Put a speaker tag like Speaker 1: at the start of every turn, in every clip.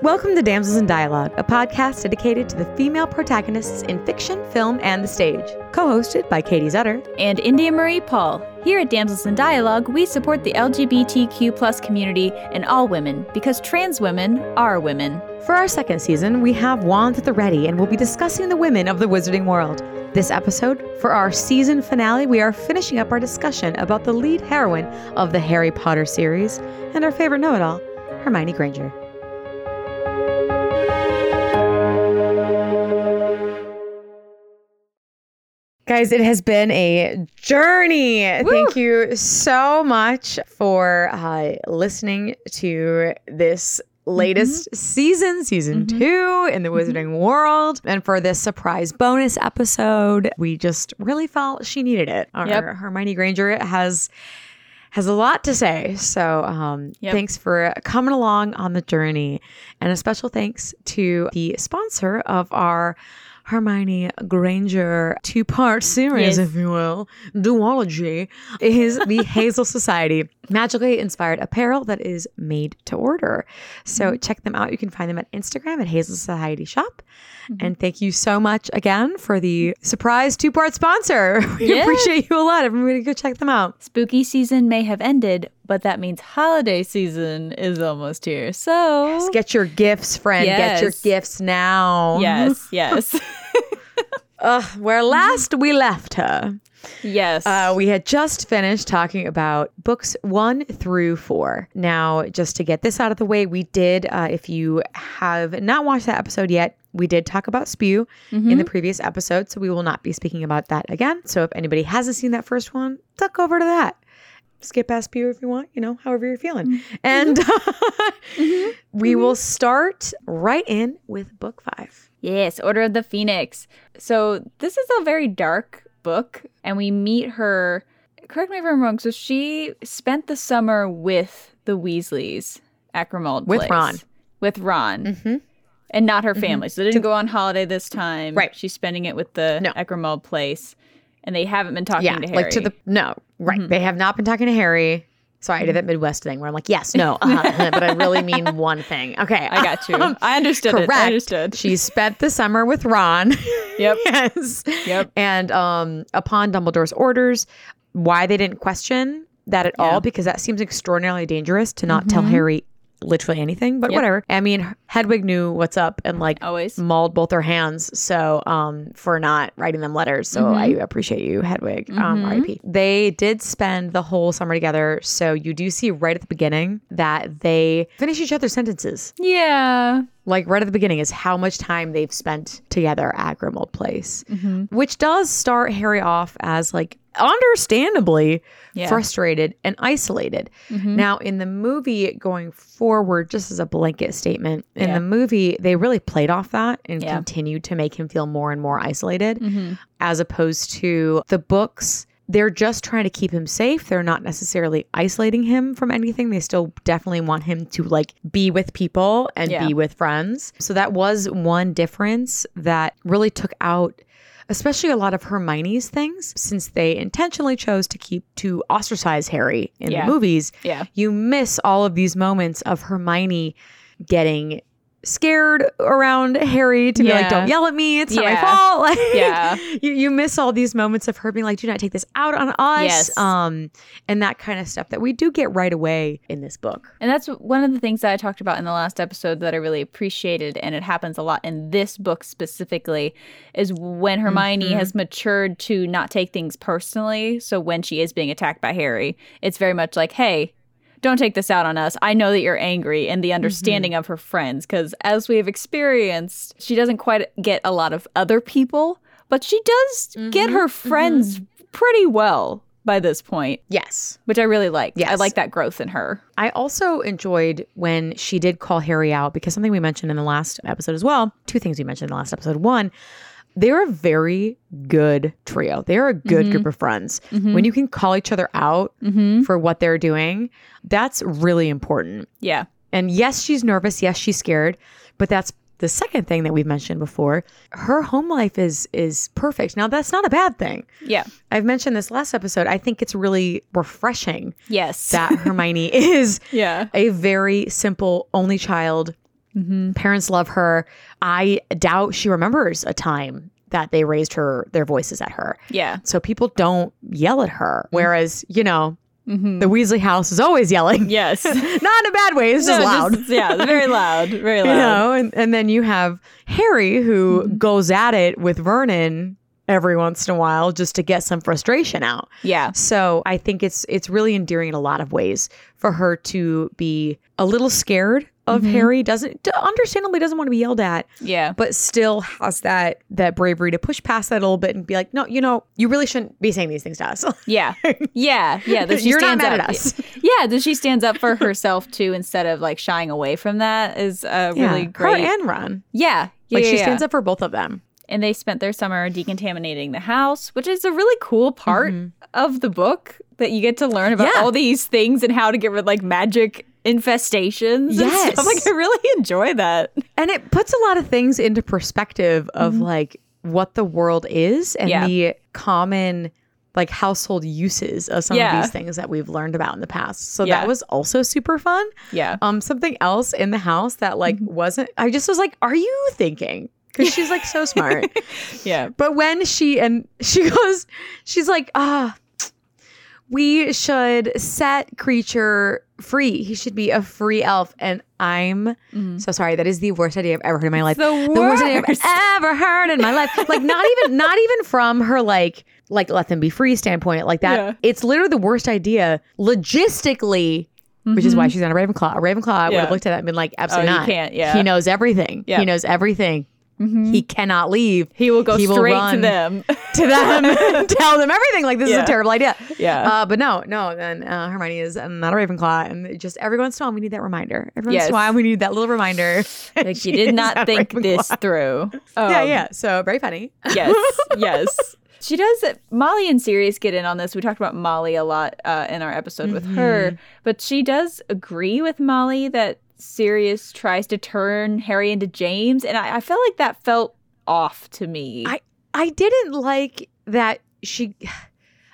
Speaker 1: Welcome to Damsels in Dialogue, a podcast dedicated to the female protagonists in fiction, film, and the stage. Co hosted by Katie Zutter.
Speaker 2: and India Marie Paul. Here at Damsels in Dialogue, we support the LGBTQ plus community and all women because trans women are women.
Speaker 1: For our second season, we have Wands at the Ready, and we'll be discussing the women of the Wizarding World. This episode, for our season finale, we are finishing up our discussion about the lead heroine of the Harry Potter series and our favorite know it all, Hermione Granger. Guys, it has been a journey. Thank you so much for uh, listening to this latest
Speaker 2: Mm-hmm.
Speaker 1: season, season two in the Wizarding World, and for this surprise bonus episode. We just really felt she needed it. Our,
Speaker 2: Yep.
Speaker 1: Hermione Granger has has a lot to say. So um,
Speaker 2: Yep.
Speaker 1: thanks for coming along on the journey. And a special thanks to the sponsor of our Hermione Granger two part series,
Speaker 2: Yes.
Speaker 1: if you will, duology, is the Hazel Society magically inspired apparel that is made to order. So
Speaker 2: Mm-hmm.
Speaker 1: check them out. You can find them at Instagram at Hazel Society Shop.
Speaker 2: Mm-hmm.
Speaker 1: And thank you so much again for the surprise two part sponsor. We
Speaker 2: Yeah.
Speaker 1: appreciate you a lot. Everybody go check them out.
Speaker 2: Spooky season may have ended, but that means holiday season is almost here. So,
Speaker 1: Just get your gifts, friend. Get your
Speaker 2: Yes.
Speaker 1: gifts now.
Speaker 2: yes, yes,
Speaker 1: Ugh, where last we left her,
Speaker 2: yes.
Speaker 1: uh, we had just finished talking about books one through four. Now, just to get this out of the way, we did, uh, if you have not watched that episode yet, we did talk about Spew
Speaker 2: Mm-hmm.
Speaker 1: in the previous episode. So we will not be speaking about that again. So if anybody hasn't seen that first one, duck over to that. Skip past Spew if you want, you know, however you're feeling. And we will start right in with book five.
Speaker 2: Yes, Order of the Phoenix. So this is a very dark book, and we meet her. Correct me if I'm wrong. So she spent the summer with the Weasleys, Acrimald
Speaker 1: With
Speaker 2: place.
Speaker 1: Ron. Mm-hmm.
Speaker 2: with Ron, and not her family. So they didn't go on holiday this time.
Speaker 1: Right.
Speaker 2: she's spending it with the
Speaker 1: No.
Speaker 2: Acrimald place, and they haven't been talking to Harry. Mm-hmm.
Speaker 1: like to the no, right? They have not been talking to Harry. Sorry, I did that Midwest thing where I'm like, yes, no, uh, but I really mean one thing. Okay,
Speaker 2: I got you. I understood it. I
Speaker 1: correct.
Speaker 2: understood.
Speaker 1: She spent the summer with Ron.
Speaker 2: Yep.
Speaker 1: yes.
Speaker 2: Yep.
Speaker 1: And um, upon Dumbledore's orders, why they didn't question that at all because that seems extraordinarily dangerous to not
Speaker 2: Mm-hmm.
Speaker 1: tell Harry literally anything. But whatever. I mean, Hedwig knew what's up and like
Speaker 2: Always.
Speaker 1: mauled both her hands so um for not writing them letters so i appreciate you hedwig um rip Mm-hmm. they did spend the whole summer together so you do see right at the beginning that they finish each other's sentences
Speaker 2: Yeah.
Speaker 1: like right at the beginning is how much time they've spent together at Grimald Place,
Speaker 2: Mm-hmm.
Speaker 1: which does start Harry off as like understandably
Speaker 2: Yeah. Mm-hmm.
Speaker 1: frustrated and isolated. Now in the movie going forward, just as a blanket statement, in
Speaker 2: Yeah.
Speaker 1: the movie they really played off that and
Speaker 2: Yeah. Mm-hmm.
Speaker 1: continued to make him feel more and more isolated, as opposed to the books. They're just trying to keep him safe. They're not necessarily isolating him from anything. They still definitely want him to like be with people and
Speaker 2: Yeah.
Speaker 1: be with friends. So that was one difference that really took out especially a lot of Hermione's things since they intentionally chose to keep to ostracize Harry in
Speaker 2: Yeah.
Speaker 1: the movies.
Speaker 2: Yeah.
Speaker 1: You miss all of these moments of Hermione getting scared around Harry to be like
Speaker 2: Yeah.
Speaker 1: don't yell at me it's not my
Speaker 2: Yeah.
Speaker 1: fault like
Speaker 2: Yeah.
Speaker 1: you, you miss all these moments of her being like do not take this out on us
Speaker 2: Yes.
Speaker 1: um and that kind of stuff that we do get right away in this book
Speaker 2: And that's one of the things that I talked about in the last episode that I really appreciated, and it happens a lot in this book specifically, is when Hermione has matured to not take things personally. So when she is being attacked by Harry, it's very much like, hey, don't take this out on us. I know that you're angry and the understanding of her friends, because as we have experienced, she doesn't quite get a lot of other people, but she does get her friends pretty well by this point,
Speaker 1: yes
Speaker 2: which I really liked. I
Speaker 1: Yes.
Speaker 2: like that growth in her.
Speaker 1: I also enjoyed when she did call Harry out because something we mentioned in the last episode as well, two things we mentioned in the last episode. One, they're a very good trio. They're a good group of friends. When you can call each other out for what they're doing, that's really important.
Speaker 2: Yeah.
Speaker 1: And yes, she's nervous, yes, she's scared, but that's the second thing that we've mentioned before. Her home life is is perfect. Now that's not a bad thing.
Speaker 2: Yeah.
Speaker 1: I've mentioned this last episode. I think it's really refreshing
Speaker 2: Yes.
Speaker 1: that Hermione is
Speaker 2: yeah.
Speaker 1: a very simple only child
Speaker 2: Mm-hmm.
Speaker 1: Parents love her. I doubt she remembers a time that they raised her their voices at her.
Speaker 2: Yeah.
Speaker 1: So people don't yell at her. Whereas, you know,
Speaker 2: Mm-hmm.
Speaker 1: the Weasley house is always yelling.
Speaker 2: yes.
Speaker 1: Not in a bad way, it's just
Speaker 2: No,
Speaker 1: loud.
Speaker 2: yeah, very loud. Very
Speaker 1: you
Speaker 2: loud.
Speaker 1: know, and, and then you have Harry who goes at it with Vernon every once in a while just to get some frustration out.
Speaker 2: Yeah.
Speaker 1: So I think it's it's really endearing in a lot of ways for her to be a little scared of
Speaker 2: Mhm.
Speaker 1: Harry. Doesn't d- understandably doesn't want to be yelled at,
Speaker 2: Yeah.
Speaker 1: but still has that that bravery to push past that a little bit and be like, no, you know, you really shouldn't be saying these things to us.
Speaker 2: Yeah. Yeah. Yeah. That she
Speaker 1: You're not
Speaker 2: stands
Speaker 1: mad
Speaker 2: up.
Speaker 1: at us.
Speaker 2: Yeah, that she stands up for herself too instead of like shying away from that is a really great.
Speaker 1: Her and Ron.
Speaker 2: yeah. Yeah.
Speaker 1: Like
Speaker 2: yeah,
Speaker 1: she
Speaker 2: yeah.
Speaker 1: stands up for both of them.
Speaker 2: and they spent their summer decontaminating the house, which is a really cool part of the book that you get to learn about
Speaker 1: Mm-hmm. Yeah.
Speaker 2: all these things and how to get rid of like magic infestations. And
Speaker 1: Yes.
Speaker 2: stuff. Like I really enjoy that.
Speaker 1: And it puts a lot of things into perspective of like what the world is and
Speaker 2: Mm-hmm. Yeah.
Speaker 1: the common like household uses of some
Speaker 2: Yeah.
Speaker 1: of these things that we've learned about in the past. So
Speaker 2: Yeah.
Speaker 1: that was also super fun.
Speaker 2: Yeah.
Speaker 1: Um something else in the house that like
Speaker 2: Mm-hmm.
Speaker 1: wasn't I just was like, "Are you thinking?" Cuz she's like so smart.
Speaker 2: Yeah.
Speaker 1: But when she and she goes, she's like, ah, we should set creature free. He should be a free elf. And I'm so sorry. That is the worst idea I've ever heard in my life.
Speaker 2: Mm-hmm. The
Speaker 1: worst idea
Speaker 2: worst.
Speaker 1: I've ever heard in my life. Like not even not even from her like like let them be free standpoint like that.
Speaker 2: Yeah.
Speaker 1: It's literally the worst idea logistically. Which is why she's not a Ravenclaw. A Ravenclaw would
Speaker 2: Mm-hmm. Yeah. Oh,
Speaker 1: have looked at that and been like, absolutely
Speaker 2: you
Speaker 1: not.
Speaker 2: can't, yeah.
Speaker 1: He knows everything.
Speaker 2: Yeah. Mm-hmm.
Speaker 1: He knows everything. He cannot leave
Speaker 2: He will go straight to them.
Speaker 1: to them and tell them everything. Like this is
Speaker 2: Yeah.
Speaker 1: a terrible idea.
Speaker 2: Yeah.
Speaker 1: Uh, but no, no. Then uh, Hermione is um, not a Ravenclaw, and just every once in a while we need that reminder. Every once
Speaker 2: Yes.
Speaker 1: in a while we need that little reminder.
Speaker 2: like you did not think this through. Oh
Speaker 1: yeah, yeah. So very funny.
Speaker 2: yes, yes. She does. Molly and Sirius get in on this. We talked about Molly a lot uh, in our episode with her, but she does agree with Molly that Sirius tries to turn Harry into James, and I, I felt like that felt off to me.
Speaker 1: I- I didn't like that she.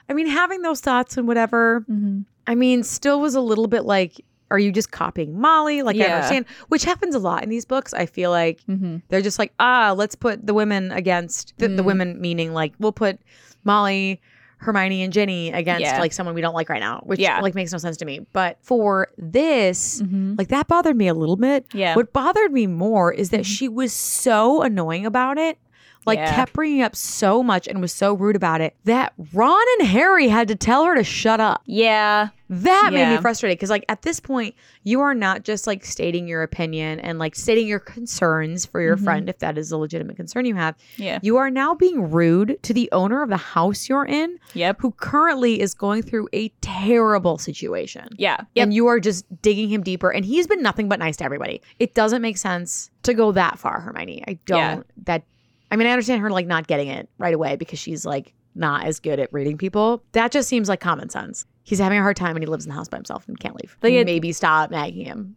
Speaker 1: I mean, having those thoughts and whatever.
Speaker 2: Mhm.
Speaker 1: I mean, still was a little bit like, are you just copying Molly? Like I
Speaker 2: Yeah.
Speaker 1: understand, which happens a lot in these books. I feel like
Speaker 2: Mhm.
Speaker 1: They're just like, ah, let's put the women against the, the
Speaker 2: Mm.
Speaker 1: women, meaning like we'll put Molly, Hermione, and Ginny against
Speaker 2: Yeah.
Speaker 1: like someone we don't like right now, which
Speaker 2: Yeah.
Speaker 1: like makes no sense to me. But for this,
Speaker 2: Mhm.
Speaker 1: like that bothered me a little bit.
Speaker 2: Yeah. Mm-hmm.
Speaker 1: What bothered me more is that she was so annoying about it. Like
Speaker 2: Yeah.
Speaker 1: kept bringing up so much and was so rude about it that Ron and Harry had to tell her to shut up.
Speaker 2: Yeah.
Speaker 1: That made
Speaker 2: Yeah.
Speaker 1: me frustrated because, like, at this point, you are not just like stating your opinion and like stating your concerns for your
Speaker 2: Mhm.
Speaker 1: friend, if that is a legitimate concern you have.
Speaker 2: Yeah.
Speaker 1: You are now being rude to the owner of the house you're in,
Speaker 2: Yep.
Speaker 1: who currently is going through a terrible situation.
Speaker 2: Yeah. Yep.
Speaker 1: And you are just digging him deeper. And he's been nothing but nice to everybody. It doesn't make sense to go that far, Hermione. I don't.
Speaker 2: Yeah.
Speaker 1: That. I mean, I understand her like not getting it right away because she's like not as good at reading people. That just seems like common sense. He's having a hard time and he lives in the house by himself and can't leave.
Speaker 2: Like it-
Speaker 1: Maybe stop nagging him.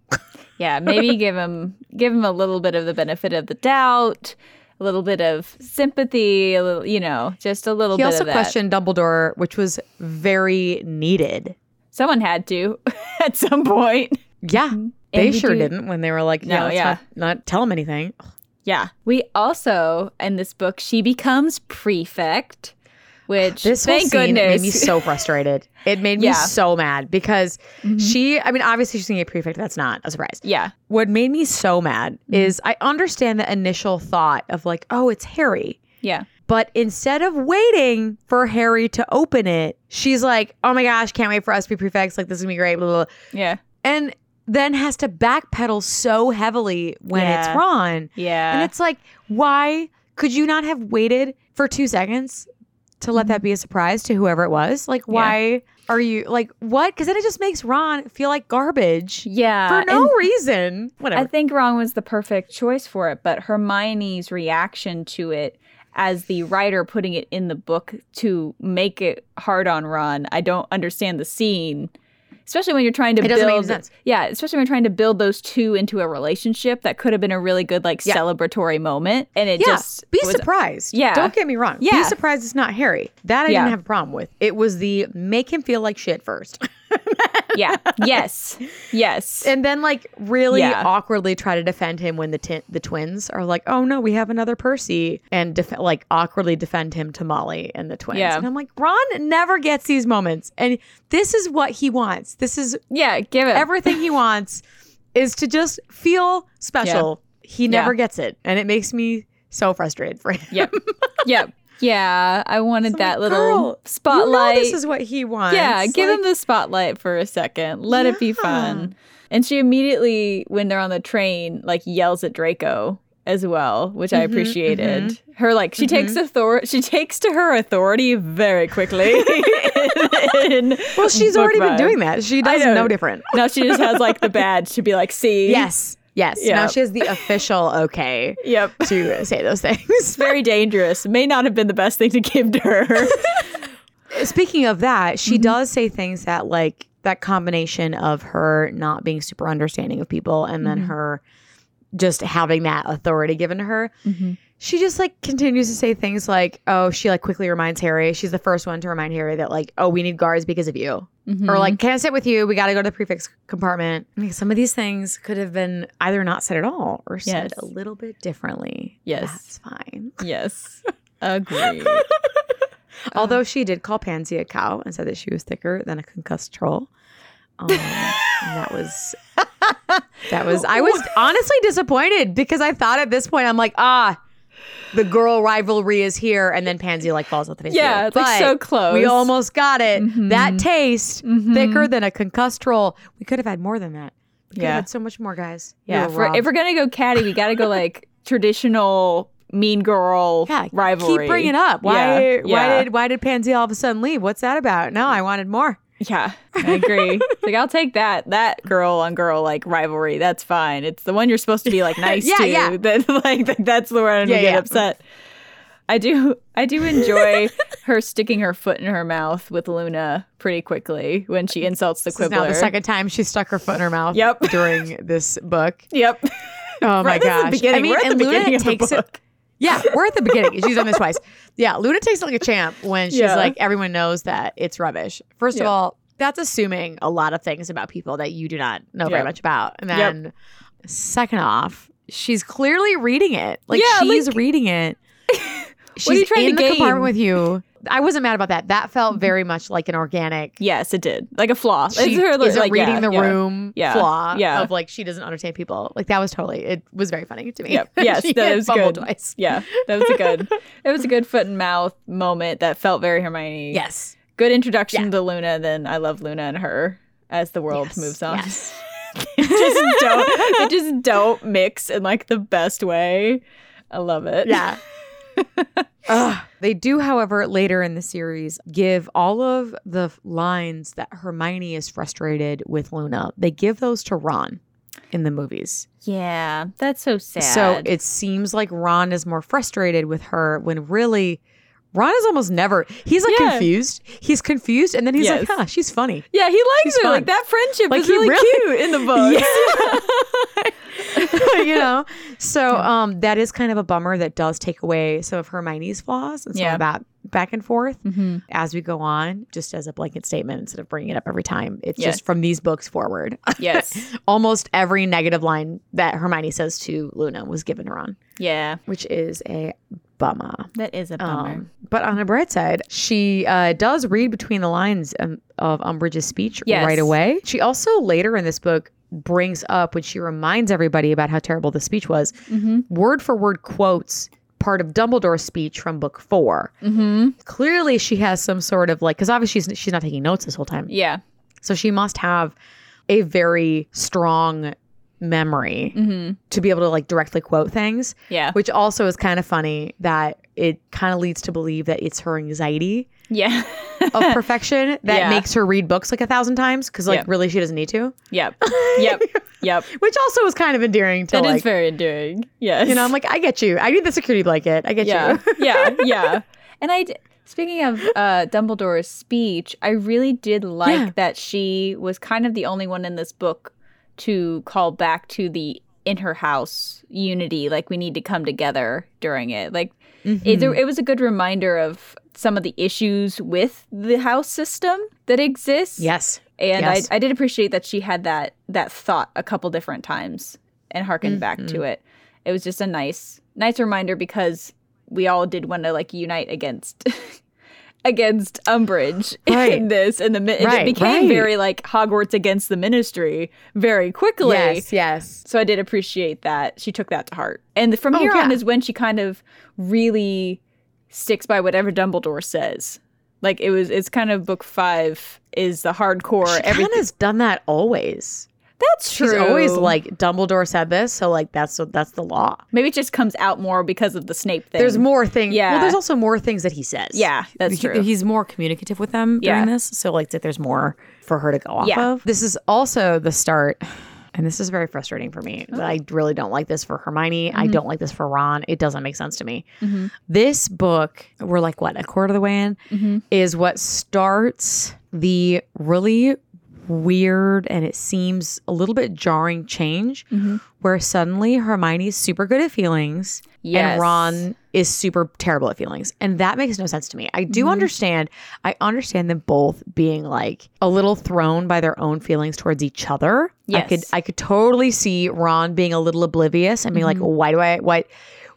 Speaker 2: Yeah, maybe give him give him a little bit of the benefit of the doubt, a little bit of sympathy, a little, you know, just a little
Speaker 1: He
Speaker 2: bit
Speaker 1: also
Speaker 2: of that.
Speaker 1: questioned Dumbledore, which was very needed.
Speaker 2: Someone had to at some point.
Speaker 1: Yeah. They
Speaker 2: Mm-hmm. And we
Speaker 1: sure
Speaker 2: do-
Speaker 1: didn't when they were like, yeah,
Speaker 2: No,
Speaker 1: let's
Speaker 2: yeah.
Speaker 1: Not, not tell him anything.
Speaker 2: Yeah. We also in this book she becomes prefect, which
Speaker 1: This whole
Speaker 2: thank
Speaker 1: scene made
Speaker 2: goodness
Speaker 1: me so frustrated. It made me
Speaker 2: Yeah.
Speaker 1: so mad because
Speaker 2: Mhm.
Speaker 1: she, I mean, obviously she's going to get prefect. That's not a surprise.
Speaker 2: yeah.
Speaker 1: What made me so mad
Speaker 2: Mm-hmm.
Speaker 1: is I understand the initial thought of like, oh, it's Harry.
Speaker 2: Yeah.
Speaker 1: But instead of waiting for Harry to open it, she's like, oh my gosh, can't wait for us to be prefects. Like, this is going to be great. Blah, blah, blah.
Speaker 2: Yeah.
Speaker 1: And then has to backpedal so heavily when
Speaker 2: Yeah.
Speaker 1: it's Ron.
Speaker 2: Yeah.
Speaker 1: And it's like, why could you not have waited for two seconds to let
Speaker 2: Mm-hmm.
Speaker 1: that be a surprise to whoever it was? Like, why are you like, what? Because then it just makes Ron feel like garbage
Speaker 2: yeah.
Speaker 1: for no
Speaker 2: and
Speaker 1: reason. Whatever.
Speaker 2: I think Ron was the perfect choice for it, but Hermione's reaction to it as the writer putting it in the book to make it hard on Ron, I don't understand the scene. Especially when you're trying to
Speaker 1: It
Speaker 2: build
Speaker 1: doesn't make any sense.
Speaker 2: Yeah, especially when you're trying to build those two into a relationship that could have been a really good like
Speaker 1: Yeah.
Speaker 2: celebratory moment. And it
Speaker 1: yeah,
Speaker 2: just
Speaker 1: be
Speaker 2: was-
Speaker 1: surprised.
Speaker 2: Yeah.
Speaker 1: don't get me wrong.
Speaker 2: Yeah.
Speaker 1: be surprised it's not Harry. That I
Speaker 2: Yeah.
Speaker 1: didn't have a problem with. It was the make him feel like shit first.
Speaker 2: yeah. Yes. Yes.
Speaker 1: and then like really
Speaker 2: Yeah.
Speaker 1: awkwardly try to defend him when the tin the twins are like, "Oh no, we have another Percy," and def- like awkwardly defend him to Molly and the twins.
Speaker 2: Yeah.
Speaker 1: And I'm like, Ron never gets these moments, and this is what he wants. This is
Speaker 2: yeah. Give it.
Speaker 1: everything he wants is to just feel special. He never gets it, and it makes me so frustrated for him.
Speaker 2: yep. Yep. Yeah. I wanted
Speaker 1: I'm
Speaker 2: that
Speaker 1: like,
Speaker 2: little
Speaker 1: "Girl, you know
Speaker 2: spotlight.
Speaker 1: You know this is what he wants.
Speaker 2: Yeah, give
Speaker 1: Like,
Speaker 2: him the spotlight for a second. Let it be fun. And she immediately, when they're on the train, like yells at Draco as well, which I
Speaker 1: Mhm,
Speaker 2: appreciated. Her like she takes
Speaker 1: Mm-hmm.
Speaker 2: author she takes to her authority very quickly. in-
Speaker 1: Well, she's
Speaker 2: book
Speaker 1: already been
Speaker 2: vibe.
Speaker 1: doing that. She does
Speaker 2: know.
Speaker 1: no different.
Speaker 2: now she just has like the badge to be like, see,
Speaker 1: Yes. Yes.
Speaker 2: Yeah.
Speaker 1: Now she has the official okay
Speaker 2: yep.
Speaker 1: to say those things.
Speaker 2: Very dangerous. May not have been the best thing to give to her.
Speaker 1: Speaking of that, she does say things that like that combination of her not being super understanding of people and then her just having that authority given to her. She just like continues to say things like, "Oh, she like quickly reminds Harry. She's the first one to remind Harry that like, oh, we need guards because of you." Or like, "Can I sit with you? We got to go to the prefix compartment." Mm-hmm. I mean, some of these things could have been either not said at all or said
Speaker 2: Yes.
Speaker 1: a little bit differently.
Speaker 2: Yes.
Speaker 1: That's fine.
Speaker 2: yes. Agreed. Um,
Speaker 1: Although she did call Pansy a cow and said that she was thicker than a concussed troll. Um, and that was that was I was honestly disappointed because I thought at this point I'm like ah the girl rivalry is here and then Pansy like falls off the face. of the
Speaker 2: Yeah,
Speaker 1: earth.
Speaker 2: it's like so close. Mm-hmm.
Speaker 1: We almost got it. That taste
Speaker 2: Mhm.
Speaker 1: thicker than a concussed troll. We could have had more than that. We could
Speaker 2: Yeah.
Speaker 1: have had so much more guys. We
Speaker 2: Yeah,
Speaker 1: were
Speaker 2: if we're, if
Speaker 1: robbed.
Speaker 2: we're gonna go catty, we gotta go like traditional mean girl
Speaker 1: yeah,
Speaker 2: rivalry.
Speaker 1: Keep bringing up
Speaker 2: Yeah,
Speaker 1: why why
Speaker 2: yeah.
Speaker 1: did why did Pansy all of a sudden leave? What's that about? No, I wanted more.
Speaker 2: Yeah, I agree. like I'll take that that girl on girl like rivalry. That's fine. It's the one you're supposed to be like nice
Speaker 1: Yeah,
Speaker 2: to.
Speaker 1: yeah.
Speaker 2: That like that- that's the one I'm
Speaker 1: Yeah,
Speaker 2: gonna get
Speaker 1: yeah.
Speaker 2: upset. I do I do enjoy her sticking her foot in her mouth with Luna pretty quickly when she insults the
Speaker 1: This is now
Speaker 2: quibbler.
Speaker 1: the second time she stuck her foot in her mouth.
Speaker 2: Yep.
Speaker 1: During this book.
Speaker 2: Yep.
Speaker 1: Oh my
Speaker 2: Right, this is the
Speaker 1: gosh.
Speaker 2: beginning. We're at the beginning of the book.
Speaker 1: it. Yeah, we're at the beginning. She's done this twice. Yeah, Luna takes it like a champ when she's
Speaker 2: Yeah.
Speaker 1: like, everyone knows that it's rubbish. First
Speaker 2: Yep.
Speaker 1: of all, that's assuming a lot of things about people that you do not know very
Speaker 2: Yep.
Speaker 1: much about. And
Speaker 2: Yep.
Speaker 1: then, second off, she's clearly reading it. Like
Speaker 2: Yeah,
Speaker 1: she's reading it. She's
Speaker 2: What are you trying to
Speaker 1: in the
Speaker 2: gain?
Speaker 1: compartment with you. I wasn't mad about that. That felt very much like an organic
Speaker 2: Yes, it did. Like a flaw.
Speaker 1: she
Speaker 2: It's her,
Speaker 1: is a
Speaker 2: like,
Speaker 1: reading
Speaker 2: yeah,
Speaker 1: the
Speaker 2: yeah.
Speaker 1: room
Speaker 2: yeah,
Speaker 1: flaw
Speaker 2: yeah.
Speaker 1: of like she doesn't understand people. Like that was totally it was very funny to me.
Speaker 2: Yep. Yes,
Speaker 1: she
Speaker 2: that
Speaker 1: had
Speaker 2: was
Speaker 1: fumbled
Speaker 2: good.
Speaker 1: twice.
Speaker 2: Yeah, that was a good. it was a good foot and mouth moment that felt very Hermione.
Speaker 1: Yes.
Speaker 2: Good introduction
Speaker 1: Yeah.
Speaker 2: to Luna. Then I love Luna and her as the world moves on.
Speaker 1: Yes.
Speaker 2: just don't. They just don't mix in like the best way. I love it.
Speaker 1: Yeah. Ugh. They do, however, later in the series, give all of the f- lines that Hermione is frustrated with Luna. They give those to Ron in the movies.
Speaker 2: Yeah, that's so sad.
Speaker 1: So it seems like Ron is more frustrated with her when really Ron is almost never. He's like
Speaker 2: Yeah.
Speaker 1: confused. He's confused, and then he's like,
Speaker 2: Yes.
Speaker 1: "Huh, she's funny."
Speaker 2: yeah, he likes
Speaker 1: She's
Speaker 2: her.
Speaker 1: fun.
Speaker 2: Like that friendship
Speaker 1: Like,
Speaker 2: is
Speaker 1: he
Speaker 2: really,
Speaker 1: really-
Speaker 2: cute in the book.
Speaker 1: you know so um that is kind of a bummer that does take away some of hermione's flaws and some
Speaker 2: Yeah.
Speaker 1: of that back and forth
Speaker 2: Mhm.
Speaker 1: as we go on just as a blanket statement instead of bringing it up every time it's
Speaker 2: Yes.
Speaker 1: just from these books forward
Speaker 2: Yes.
Speaker 1: almost every negative line that hermione says to luna was given to ron
Speaker 2: Yeah,
Speaker 1: which is a bummer
Speaker 2: that is a bummer.
Speaker 1: um, but on the bright side, she uh, does read between the lines um, of Umbridge's speech
Speaker 2: Yes.
Speaker 1: right away. She also later in this book brings up when she reminds everybody about how terrible the speech was,
Speaker 2: Mhm.
Speaker 1: word for word quotes part of Dumbledore's speech from book four.
Speaker 2: mm-hmm.
Speaker 1: Clearly, she has some sort of like, because obviously she's, she's not taking notes this whole time.
Speaker 2: Yeah.
Speaker 1: So she must have a very strong memory
Speaker 2: Mm-hmm.
Speaker 1: to be able to like directly quote things
Speaker 2: Yeah.
Speaker 1: which also is kind of funny that it kind of leads to believe that it's her anxiety
Speaker 2: Yeah.
Speaker 1: of perfection that
Speaker 2: Yeah.
Speaker 1: makes her read books like a thousand times because like
Speaker 2: Yep.
Speaker 1: really she doesn't need to
Speaker 2: yep. Yep. Yep.
Speaker 1: which also is kind of endearing to
Speaker 2: That is
Speaker 1: like
Speaker 2: very endearing. Yes.
Speaker 1: you know i'm like i get you i need the security blanket i get
Speaker 2: yeah.
Speaker 1: you
Speaker 2: yeah. Yeah. And I, d- speaking of uh, Dumbledore's speech, I really did like
Speaker 1: Yeah.
Speaker 2: that she was kind of the only one in this book to call back to the in her house unity. Like, we need to come together during it. Like,
Speaker 1: Mm-hmm.
Speaker 2: it,
Speaker 1: Hmm.
Speaker 2: it was a good reminder of some of the issues with the house system that exists.
Speaker 1: yes
Speaker 2: And
Speaker 1: Yes.
Speaker 2: I, I did appreciate that she had that that thought a couple different times and harkened back
Speaker 1: Mm-hmm.
Speaker 2: to it. It was just a nice nice reminder because we all did want to like unite against against Umbridge
Speaker 1: Right.
Speaker 2: in this, and the mi- and
Speaker 1: Right,
Speaker 2: it
Speaker 1: right.
Speaker 2: became very like Hogwarts against the Ministry very quickly.
Speaker 1: Yes, yes.
Speaker 2: So I did appreciate that she took that to heart. And from
Speaker 1: Oh,
Speaker 2: here on
Speaker 1: yeah.
Speaker 2: is when she kind of really sticks by whatever Dumbledore says. Like it was, it's kind of book five is the hardcore.
Speaker 1: She kind
Speaker 2: everything.
Speaker 1: of's done that always.
Speaker 2: That's true.
Speaker 1: She's always like Dumbledore said this, so like that's that's the law.
Speaker 2: maybe it just comes out more because of the Snape thing.
Speaker 1: There's more things.
Speaker 2: Yeah.
Speaker 1: Well, there's also more things that he says.
Speaker 2: Yeah, that's
Speaker 3: He-
Speaker 2: true.
Speaker 3: He's more communicative with them
Speaker 2: Yeah.
Speaker 3: during this, so like that there's more for her to go off
Speaker 2: Yeah.
Speaker 3: of.
Speaker 1: This is also the start. And this is very frustrating for me. But
Speaker 2: Oh.
Speaker 1: I really don't like this for Hermione.
Speaker 2: Mm-hmm.
Speaker 1: I don't like this for Ron. It doesn't make sense to me.
Speaker 2: Mhm.
Speaker 1: This book, we're like, what, a quarter of the way in,
Speaker 2: Mhm.
Speaker 1: is what starts the really weird and it seems a little bit jarring change
Speaker 2: Mhm.
Speaker 1: where suddenly Hermione's super good at feelings.
Speaker 2: Yes.
Speaker 1: and Ron is super terrible at feelings. And that makes no sense to me. I do understand. I understand them both being like a little thrown by their own feelings towards each other. I could
Speaker 2: Yes.
Speaker 1: I could totally see Ron being a little oblivious and being like, why do I what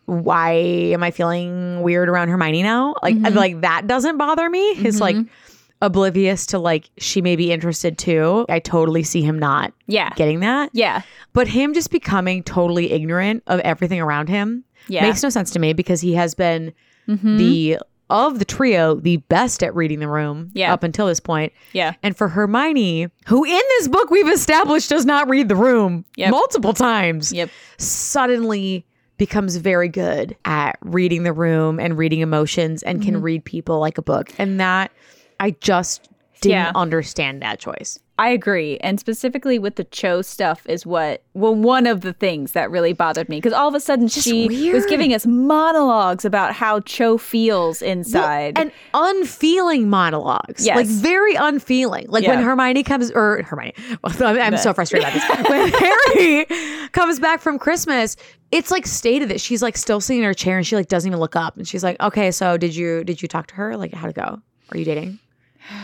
Speaker 1: why am I feeling weird around Hermione now? Like like that doesn't bother me. It's like oblivious to like she may be interested too. I totally see him not
Speaker 2: Yeah.
Speaker 1: getting that.
Speaker 2: Yeah.
Speaker 1: But him just becoming totally ignorant of everything around him
Speaker 2: Yeah.
Speaker 1: makes no sense to me because he has been
Speaker 2: Mhm.
Speaker 1: the of the trio the best at reading the room
Speaker 2: Yeah.
Speaker 1: up until this point.
Speaker 2: yeah.
Speaker 1: And for Hermione, who in this book we've established does not read the room
Speaker 2: Yep.
Speaker 1: multiple times,
Speaker 2: Yep.
Speaker 1: suddenly becomes very good at reading the room and reading emotions and
Speaker 2: Mm-hmm.
Speaker 1: can read people like a book. And that I just didn't
Speaker 2: Yeah.
Speaker 1: understand that choice.
Speaker 2: I agree. And specifically with the Cho stuff is what, well, one of the things that really bothered me. Because all of a sudden she was
Speaker 1: weird.
Speaker 2: giving us monologues about how Cho feels inside.
Speaker 1: and unfeeling monologues.
Speaker 2: Yes.
Speaker 1: Like very unfeeling. Like when
Speaker 2: Yeah.
Speaker 1: Hermione comes or Hermione. Well, I'm, I'm so frustrated about this. When Harry comes back from Christmas, it's like stated that she's like still sitting in her chair and she like doesn't even look up and she's like, "Okay, so did you did you talk to her? Like how to go? Are you dating?"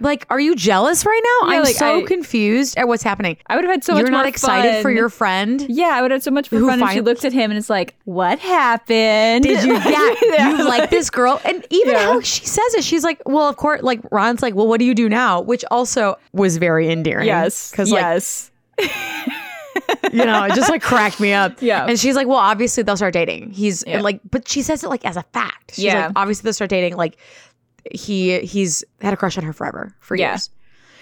Speaker 1: Like, are you jealous right now?
Speaker 2: Yeah,
Speaker 1: I'm
Speaker 2: like,
Speaker 1: so
Speaker 2: I-
Speaker 1: confused at what's happening.
Speaker 2: I would have had so
Speaker 1: You're
Speaker 2: much
Speaker 1: not
Speaker 2: more
Speaker 1: excited for
Speaker 2: fun.
Speaker 1: your friend.
Speaker 2: Yeah, I would have had so much more
Speaker 1: Who
Speaker 2: fun if she
Speaker 1: fin-
Speaker 2: looked at him and it's like, what happened?
Speaker 1: Did you? Yeah, you
Speaker 2: like-
Speaker 1: like this girl, and even
Speaker 2: Yeah.
Speaker 1: how she says it, she's like, "Well, of course." Like Ron's like, "Well, what do you do now?" Which also was very endearing.
Speaker 2: yes.
Speaker 1: because like
Speaker 2: yes.
Speaker 1: you know, it just like cracked me up.
Speaker 2: Yeah.
Speaker 1: and she's like, "Well, obviously they'll start dating." He's
Speaker 2: Yeah.
Speaker 1: like, but she says it like as a fact. She's
Speaker 2: Yeah.
Speaker 1: like, obviously they'll start dating. Like he he's had a crush on her forever for
Speaker 2: Yeah.
Speaker 1: years,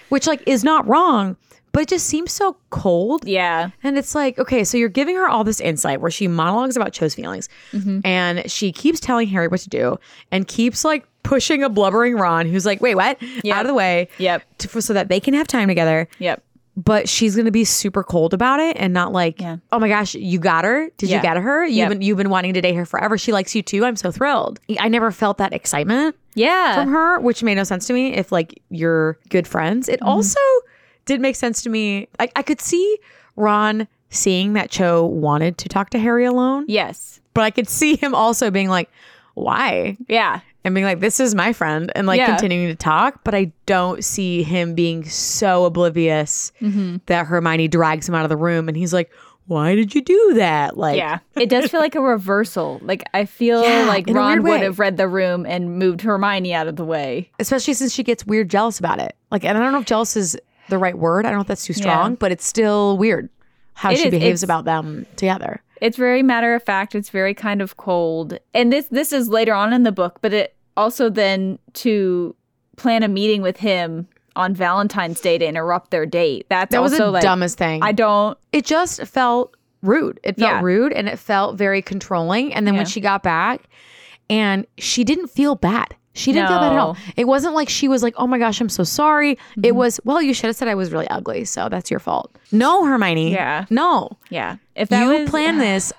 Speaker 1: which like is not wrong, but it just seems so cold.
Speaker 2: yeah.
Speaker 1: And it's like, okay, so you're giving her all this insight where she monologues about Cho's feelings
Speaker 2: Mm-hmm.
Speaker 1: and she keeps telling Harry what to do and keeps like pushing a blubbering Ron who's like, wait, what? Out of the way.
Speaker 2: Yep.
Speaker 1: To, for, so that they can have time together.
Speaker 2: Yep.
Speaker 1: But she's going to be super cold about it and not like,
Speaker 2: Yeah.
Speaker 1: oh my gosh, you got her. Did
Speaker 2: Yeah.
Speaker 1: you get her? You've,
Speaker 2: Yep.
Speaker 1: been, you've been wanting to date her forever. She likes you too. I'm so thrilled. I never felt that excitement
Speaker 2: Yeah.
Speaker 1: from her, which made no sense to me if like you're good friends.
Speaker 2: Mm-hmm.
Speaker 1: It also did make sense to me. I, I could see Ron seeing that Cho wanted to talk to Harry alone,
Speaker 2: Yes.
Speaker 1: but I could see him also being like, why?
Speaker 2: Yeah.
Speaker 1: And being like, this is my friend, and like
Speaker 2: Yeah.
Speaker 1: continuing to talk. But I don't see him being so oblivious
Speaker 2: Mm-hmm.
Speaker 1: that Hermione drags him out of the room and he's like, why did you do that? Like,
Speaker 2: yeah it does feel like a reversal like i feel
Speaker 1: Yeah,
Speaker 2: like
Speaker 1: in a
Speaker 2: ron
Speaker 1: weird
Speaker 2: would
Speaker 1: way.
Speaker 2: have read the room and moved hermione out of the way
Speaker 1: especially since she gets weird jealous about it. Like, and I don't know if jealous is the right word. I don't know if that's too strong, but it's still weird how
Speaker 2: It
Speaker 1: she
Speaker 2: is, it's-
Speaker 1: behaves about them together.
Speaker 2: it's very matter of fact it's very kind of cold and this this is later on in the book but it also then to plan a meeting with him on valentine's day to interrupt their date that's
Speaker 1: That was
Speaker 2: also
Speaker 1: the
Speaker 2: like
Speaker 1: dumbest thing.
Speaker 2: i don't
Speaker 1: it just felt rude. It felt
Speaker 2: Yeah.
Speaker 1: rude and it felt very controlling. And then when
Speaker 2: Yeah.
Speaker 1: she got back, and she didn't feel bad. She didn't feel bad at all.
Speaker 2: No.
Speaker 1: It wasn't like she was like, "Oh my gosh, I'm so sorry." It
Speaker 2: Mhm.
Speaker 1: was, "Well, you should have said I was really ugly, so that's your fault." No, Hermione.
Speaker 2: Yeah.
Speaker 1: No.
Speaker 2: yeah if that
Speaker 1: you
Speaker 2: was, uh,
Speaker 1: plan this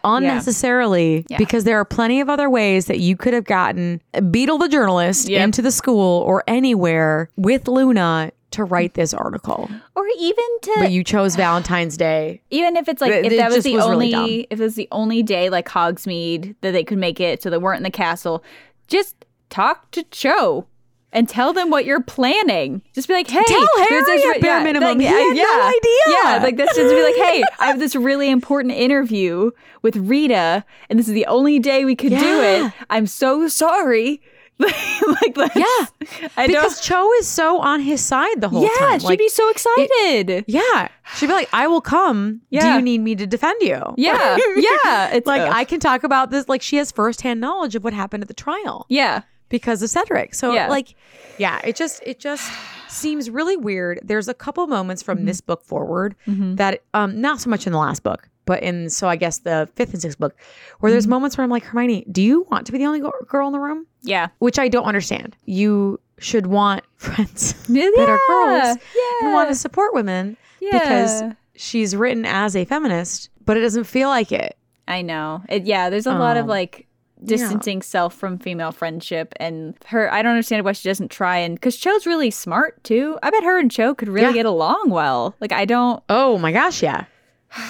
Speaker 1: unnecessarily
Speaker 2: Yeah.
Speaker 1: because there are plenty of other ways that you could have gotten Beetle the journalist
Speaker 2: Yep.
Speaker 1: into the school or anywhere with Luna to write this article.
Speaker 2: or even to
Speaker 1: But you chose Valentine's Day.
Speaker 2: even if it's like
Speaker 1: It-
Speaker 2: if
Speaker 1: it
Speaker 2: that was
Speaker 1: just
Speaker 2: the
Speaker 1: was really
Speaker 2: only
Speaker 1: dumb.
Speaker 2: if it was the only day like Hogsmeade that they could make it so they weren't in the castle, just talk to Cho. and tell them what you're planning. Just be like, hey,
Speaker 1: Tell
Speaker 2: there's this
Speaker 1: Harry
Speaker 2: re-
Speaker 1: at bare
Speaker 2: yeah,
Speaker 1: minimum.
Speaker 2: like,
Speaker 1: He had
Speaker 2: yeah,
Speaker 1: no idea.
Speaker 2: Yeah, like that's just to be like, hey, I have this really important interview with Rita, and this is the only day we could do
Speaker 1: Yeah.
Speaker 2: it. I'm so sorry. like, let's-
Speaker 1: Yeah,
Speaker 2: I
Speaker 1: because Cho is so on his side the whole
Speaker 2: don't. Yeah,
Speaker 1: time.
Speaker 2: she'd
Speaker 1: Like,
Speaker 2: be so excited.
Speaker 1: yeah, she'd be like, "I will come. Do
Speaker 2: Yeah.
Speaker 1: you need me to defend you?"
Speaker 2: yeah, yeah. It's
Speaker 1: like
Speaker 2: ugh.
Speaker 1: I can talk about this. Like she has firsthand knowledge of what happened at the trial
Speaker 2: yeah,
Speaker 1: because of Cedric. So
Speaker 2: Yeah.
Speaker 1: like, yeah, it just it just seems really weird. There's a couple moments
Speaker 2: Mm-hmm.
Speaker 1: from this book forward that um not so much in the last book, but in so I guess the fifth and sixth book where there's
Speaker 2: Mm-hmm.
Speaker 1: moments where I'm like Hermione, do you want to be the only go- girl in the room?
Speaker 2: yeah.
Speaker 1: Which I don't understand. You should want friends
Speaker 2: Yeah,
Speaker 1: that are girls
Speaker 2: yeah,
Speaker 1: and want to support women because
Speaker 2: yeah.
Speaker 1: she's written as a feminist, but it doesn't feel like it.
Speaker 2: I know. It, yeah, there's a lot of
Speaker 1: Um,
Speaker 2: like distancing self from female friendship and her I don't understand why she doesn't try and cuz Cho's really smart too. I bet her and Cho could really
Speaker 1: Yeah.
Speaker 2: get along well. Like I don't
Speaker 1: Oh my gosh, yeah.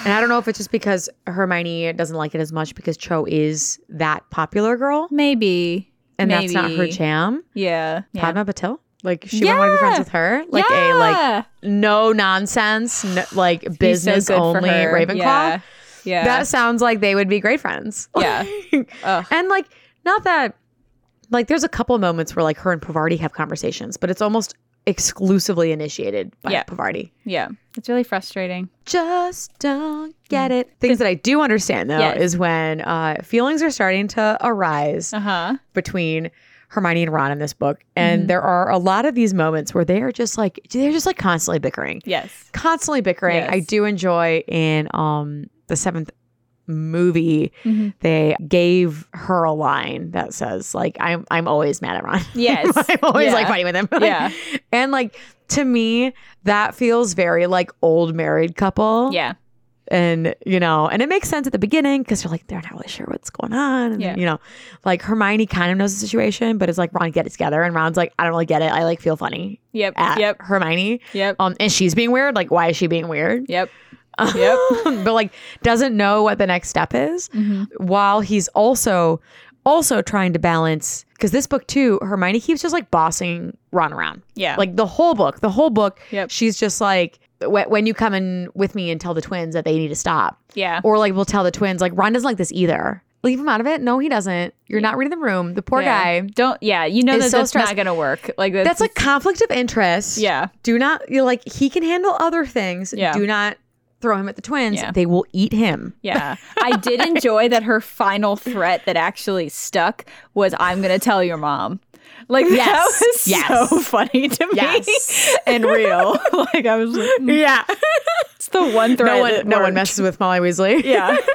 Speaker 1: And I don't know if it's just because Hermione doesn't like it as much because Cho is that popular girl
Speaker 2: maybe
Speaker 1: and that's not her
Speaker 2: maybe.
Speaker 1: jam.
Speaker 2: Yeah. yeah.
Speaker 1: Padma Patil? Like she wouldn't want to be friends
Speaker 2: Yeah.
Speaker 1: with her. Like a like
Speaker 2: Yeah.
Speaker 1: no nonsense, no, like
Speaker 2: Be so
Speaker 1: business
Speaker 2: good for
Speaker 1: only
Speaker 2: her.
Speaker 1: Ravenclaw.
Speaker 2: Yeah. Yeah.
Speaker 1: That sounds like they would be great friends.
Speaker 2: yeah. Ugh.
Speaker 1: And like not that like there's a couple moments where like her and Pavarti have conversations, but it's almost exclusively initiated by
Speaker 2: Yeah.
Speaker 1: Pavarti.
Speaker 2: Yeah. It's really frustrating.
Speaker 1: just don't get it. Mm. Things that I do understand though
Speaker 2: Yes.
Speaker 1: is when uh, feelings are starting to arise
Speaker 2: Uh-huh.
Speaker 1: between Hermione and Ron in this book, and
Speaker 2: Mm-hmm.
Speaker 1: there are a lot of these moments where they are just like they're just like constantly bickering,
Speaker 2: Yes.
Speaker 1: constantly bickering. I
Speaker 2: Yes.
Speaker 1: do enjoy in um the seventh movie
Speaker 2: Mhm.
Speaker 1: they gave her a line that says like I'm I'm always mad at Ron.
Speaker 2: Yes.
Speaker 1: I'm always like
Speaker 2: Yeah.
Speaker 1: fighting with him. Like,
Speaker 2: Yeah.
Speaker 1: And like to me, that feels very like old married couple.
Speaker 2: Yeah.
Speaker 1: And you know, and it makes sense at the beginning because they're like, they're not really sure what's going on. And,
Speaker 2: Yeah.
Speaker 1: You know, like Hermione kind of knows the situation, but it's like Ron get it together. And Ron's like, I don't really get it. I like feel funny
Speaker 2: Yep.
Speaker 1: at
Speaker 2: Yep.
Speaker 1: Hermione.
Speaker 2: Yep.
Speaker 1: Um, and she's being weird. Like, why is she being weird?
Speaker 2: Yep. Yep.
Speaker 1: but like doesn't know what the next step is
Speaker 2: Mhm.
Speaker 1: while he's also also trying to balance because this book too, Hermione keeps just like bossing Ron around.
Speaker 2: Yeah.
Speaker 1: Like the whole book, the whole book,
Speaker 2: Yep.
Speaker 1: she's just like, "Wh- when you come in with me and tell the twins that they need to stop,
Speaker 2: yeah.
Speaker 1: or like we'll tell the twins, like Ron doesn't like this either. Leave him out of it. No, he doesn't. You're not reading the room. The poor
Speaker 2: yeah.
Speaker 1: guy.
Speaker 2: Don't yeah, you know
Speaker 1: is
Speaker 2: that
Speaker 1: so
Speaker 2: that's
Speaker 1: stressed.
Speaker 2: not going to work. Like
Speaker 1: That's like conflict of interest.
Speaker 2: yeah.
Speaker 1: Do not, you're like, he can handle other things.
Speaker 2: Yeah.
Speaker 1: Do not throw him at the twins.
Speaker 2: Yeah.
Speaker 1: They will eat him.
Speaker 2: Yeah. I did enjoy that her final threat that actually stuck was I'm going to tell your mom. Like that
Speaker 1: Yes.
Speaker 2: was
Speaker 1: Yes.
Speaker 2: so funny to me
Speaker 1: Yes.
Speaker 2: and real. Like I was like, mm,
Speaker 1: Yeah.
Speaker 2: it's the one threat.
Speaker 1: no one,
Speaker 2: that
Speaker 1: no one
Speaker 2: worked.
Speaker 1: messes with Molly Weasley.
Speaker 2: Yeah.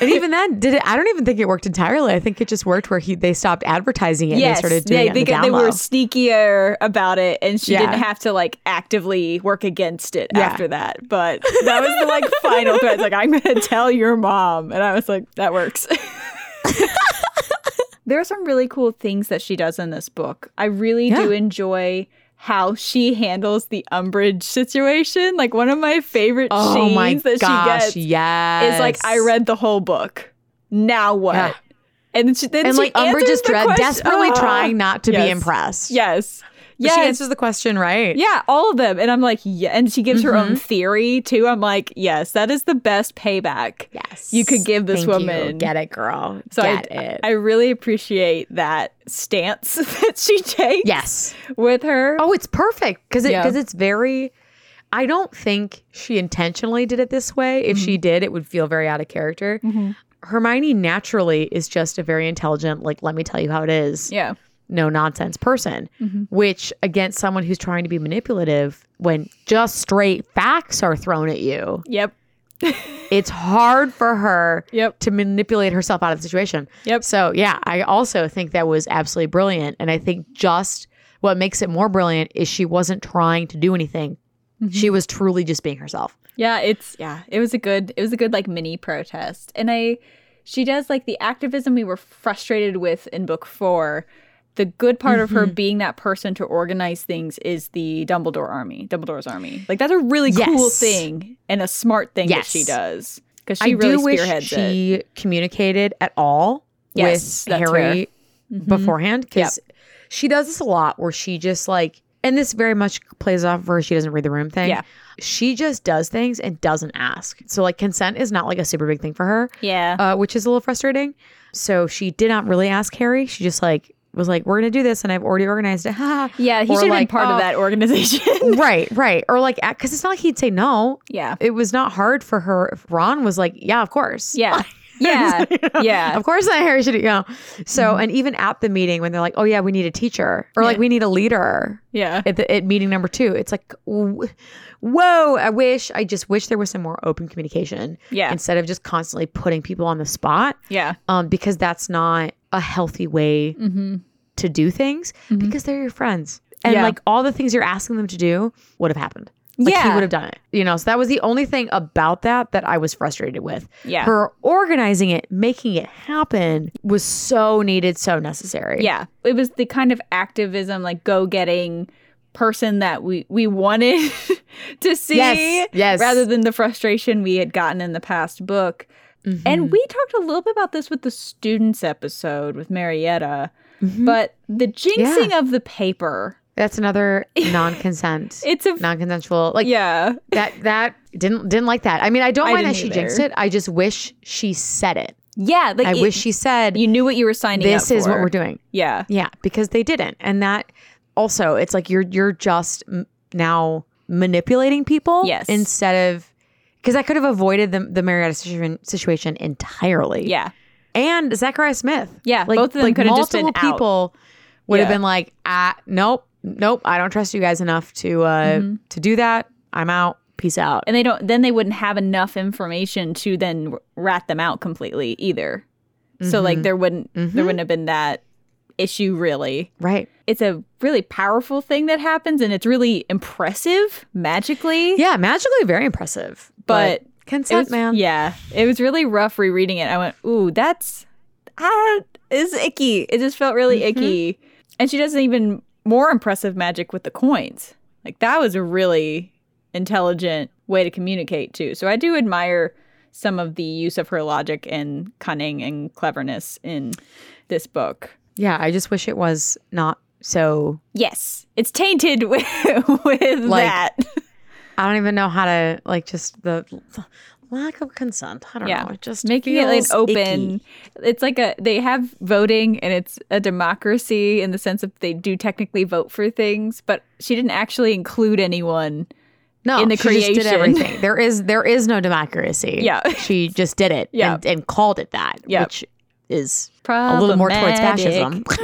Speaker 1: And even then, did it? I don't even think it worked entirely. I think it just worked where he they stopped advertising it and
Speaker 2: yes.
Speaker 1: they started doing
Speaker 2: they,
Speaker 1: it in the
Speaker 2: they,
Speaker 1: down
Speaker 2: they
Speaker 1: low.
Speaker 2: were sneakier about it and she
Speaker 1: Yeah.
Speaker 2: didn't have to like actively work against it
Speaker 1: Yeah.
Speaker 2: after that. But that was the like final threat. It's Like I'm going to tell your mom. And I was like that works. there are some really cool things that she does in this book. I really do
Speaker 1: Yeah.
Speaker 2: enjoy how she handles the umbrage situation. Like one of my favorite
Speaker 1: Oh
Speaker 2: scenes
Speaker 1: my gosh!
Speaker 2: that she gets
Speaker 1: yes,
Speaker 2: is like, I read the whole book. Now what?
Speaker 1: Yeah.
Speaker 2: And then she then
Speaker 1: and
Speaker 2: she
Speaker 1: like Umbridge
Speaker 2: answers
Speaker 1: is
Speaker 2: the
Speaker 1: dre-
Speaker 2: question-
Speaker 1: desperately
Speaker 2: Ah.
Speaker 1: trying not to be
Speaker 2: Yes.
Speaker 1: impressed.
Speaker 2: Yes.
Speaker 1: But she
Speaker 2: Yes.
Speaker 1: answers the question right.
Speaker 2: Yeah, all of them. And I'm like, yeah. And she gives her
Speaker 1: Mm-hmm.
Speaker 2: own theory too. I'm like, yes, that is the best payback.
Speaker 1: Yes,
Speaker 2: You could give this
Speaker 1: Thank you.
Speaker 2: woman-
Speaker 1: Get it, girl.
Speaker 2: So
Speaker 1: Get
Speaker 2: I,
Speaker 1: it.
Speaker 2: I really appreciate that stance that she takes
Speaker 1: yes.
Speaker 2: with her.
Speaker 1: Oh, it's perfect because it
Speaker 2: Yeah.
Speaker 1: because it's very. I don't think she intentionally did it this way. If
Speaker 2: Mm-hmm.
Speaker 1: she did, it would feel very out of character. Hermione naturally is just a very intelligent, like let me tell you how it is.
Speaker 2: Yeah. Mm-hmm.
Speaker 1: no nonsense person, which against someone who's trying to be manipulative, when just straight facts are thrown at you,
Speaker 2: Yep.
Speaker 1: it's hard for her
Speaker 2: Yep.
Speaker 1: to manipulate herself out of the situation.
Speaker 2: Yep.
Speaker 1: So, yeah, I also think that was absolutely brilliant. And I think just what makes it more brilliant is she wasn't trying to do anything,
Speaker 2: Mm-hmm.
Speaker 1: she was truly just being herself.
Speaker 2: Yeah, it's yeah, it was a good it was a good like mini protest. And I she does like the activism we were frustrated with in book 4. The good part of her being that person to organize things is the Dumbledore army, Dumbledore's army. Like that's a really cool
Speaker 1: Yes.
Speaker 2: thing and a smart thing
Speaker 1: Yes.
Speaker 2: that she does cuz
Speaker 1: I
Speaker 2: she really
Speaker 1: do wish
Speaker 2: spearheads it.
Speaker 1: she communicated at all
Speaker 2: Yes,
Speaker 1: with
Speaker 2: that's Mm-hmm.
Speaker 1: Harry beforehand because she does this a lot where she just like and this very much plays off of her she doesn't read the room thing.
Speaker 2: Yeah.
Speaker 1: She just does things and doesn't ask. So like consent is not like a super big thing for her.
Speaker 2: Yeah.
Speaker 1: Uh, which is a little frustrating. So she did not really ask Harry. She just like was like, We're gonna do this and I've already organized it. Ha. ha."
Speaker 2: yeah, he
Speaker 1: Or
Speaker 2: should have
Speaker 1: like,
Speaker 2: been part
Speaker 1: oh.
Speaker 2: of that organization.
Speaker 1: right, right. Or like because it's not like he'd say no.
Speaker 2: yeah.
Speaker 1: It was not hard for her if Ron was like, Yeah, of course.
Speaker 2: Yeah. Yeah. Yeah. Mm-hmm.
Speaker 1: Of course not Harry should you know. So and even at the meeting when they're like, Oh yeah, we need a teacher or like
Speaker 2: Yeah.
Speaker 1: we need a leader
Speaker 2: Yeah.
Speaker 1: at, the, at meeting number two. It's like, w- whoa, I wish, I just wish there was some more open communication
Speaker 2: Yeah.
Speaker 1: instead of just constantly putting people on the spot
Speaker 2: Yeah.
Speaker 1: um, because that's not a healthy way
Speaker 2: Mm-hmm.
Speaker 1: to do things
Speaker 2: Mhm.
Speaker 1: because they're your friends. And
Speaker 2: Yeah.
Speaker 1: like all the things you're asking them to do would have happened. Like he
Speaker 2: Yeah.
Speaker 1: would have done it. You know, so that was the only thing about that that I was frustrated with.
Speaker 2: Yeah.
Speaker 1: Her organizing it, making it happen was so needed, so necessary.
Speaker 2: Yeah. It was the kind of activism, like go getting person that we, we wanted to see
Speaker 1: Yes. Yes.
Speaker 2: rather than the frustration we had gotten in the past book.
Speaker 1: Mm-hmm.
Speaker 2: And we talked a little bit about this with the students episode with Marietta,
Speaker 1: Mhm.
Speaker 2: but the jinxing of the paper,
Speaker 1: That's another non-consent,
Speaker 2: it's a,
Speaker 1: non-consensual. Like
Speaker 2: yeah.
Speaker 1: that. That didn't didn't like that. I mean, I don't
Speaker 2: I
Speaker 1: mind that
Speaker 2: didn't
Speaker 1: she
Speaker 2: either.
Speaker 1: jinxed it. I just wish she said it.
Speaker 2: Yeah. Like
Speaker 1: I
Speaker 2: it-
Speaker 1: wish she said
Speaker 2: you knew what you were signing up
Speaker 1: this is what
Speaker 2: for.
Speaker 1: we're doing.
Speaker 2: Yeah.
Speaker 1: Yeah, because they didn't, and that also it's like you're you're just m- now manipulating people.
Speaker 2: Yes.
Speaker 1: instead of because I could have avoided the the Marietta situ- situation entirely.
Speaker 2: Yeah.
Speaker 1: and Zachariah Smith.
Speaker 2: Yeah.
Speaker 1: like,
Speaker 2: Both of them
Speaker 1: like
Speaker 2: could have just
Speaker 1: multiple
Speaker 2: been out.
Speaker 1: people would have
Speaker 2: Yeah.
Speaker 1: been like, ah, nope, nope, I don't trust you guys enough to uh
Speaker 2: Mhm.
Speaker 1: to do that. I'm out. Peace out.
Speaker 2: and they don't then they wouldn't have enough information to then r- rat them out completely either so like there wouldn't
Speaker 1: Mhm.
Speaker 2: there wouldn't have been that issue really
Speaker 1: Right.
Speaker 2: it's a really powerful thing that happens and it's really impressive magically
Speaker 1: Yeah, magically very impressive.
Speaker 2: but it
Speaker 1: consent,
Speaker 2: was,
Speaker 1: man.
Speaker 2: yeah it was really rough rereading it i went ooh that's ah, is icky it just felt really
Speaker 1: Mm-hmm.
Speaker 2: icky and she does an even more impressive magic with the coins like that was a really intelligent way to communicate too so i do admire some of the use of her logic and cunning and cleverness in this book
Speaker 1: Yeah, I just wish it was not so
Speaker 2: yes it's tainted with, with
Speaker 1: Like-
Speaker 2: that
Speaker 1: I don't even know how to like just the, the lack of consent. I don't
Speaker 2: Yeah.
Speaker 1: know. It just
Speaker 2: making it like
Speaker 1: feels
Speaker 2: open
Speaker 1: icky.
Speaker 2: it's like a they have voting and it's a democracy in the sense that they do technically vote for things but she didn't actually include anyone
Speaker 1: No,
Speaker 2: in the
Speaker 1: she just did
Speaker 2: creation.
Speaker 1: everything. There is there is no democracy.
Speaker 2: Yeah.
Speaker 1: she just did it.
Speaker 2: Yeah.
Speaker 1: and, and called it that.
Speaker 2: Yeah.
Speaker 1: which is a little more towards fascism.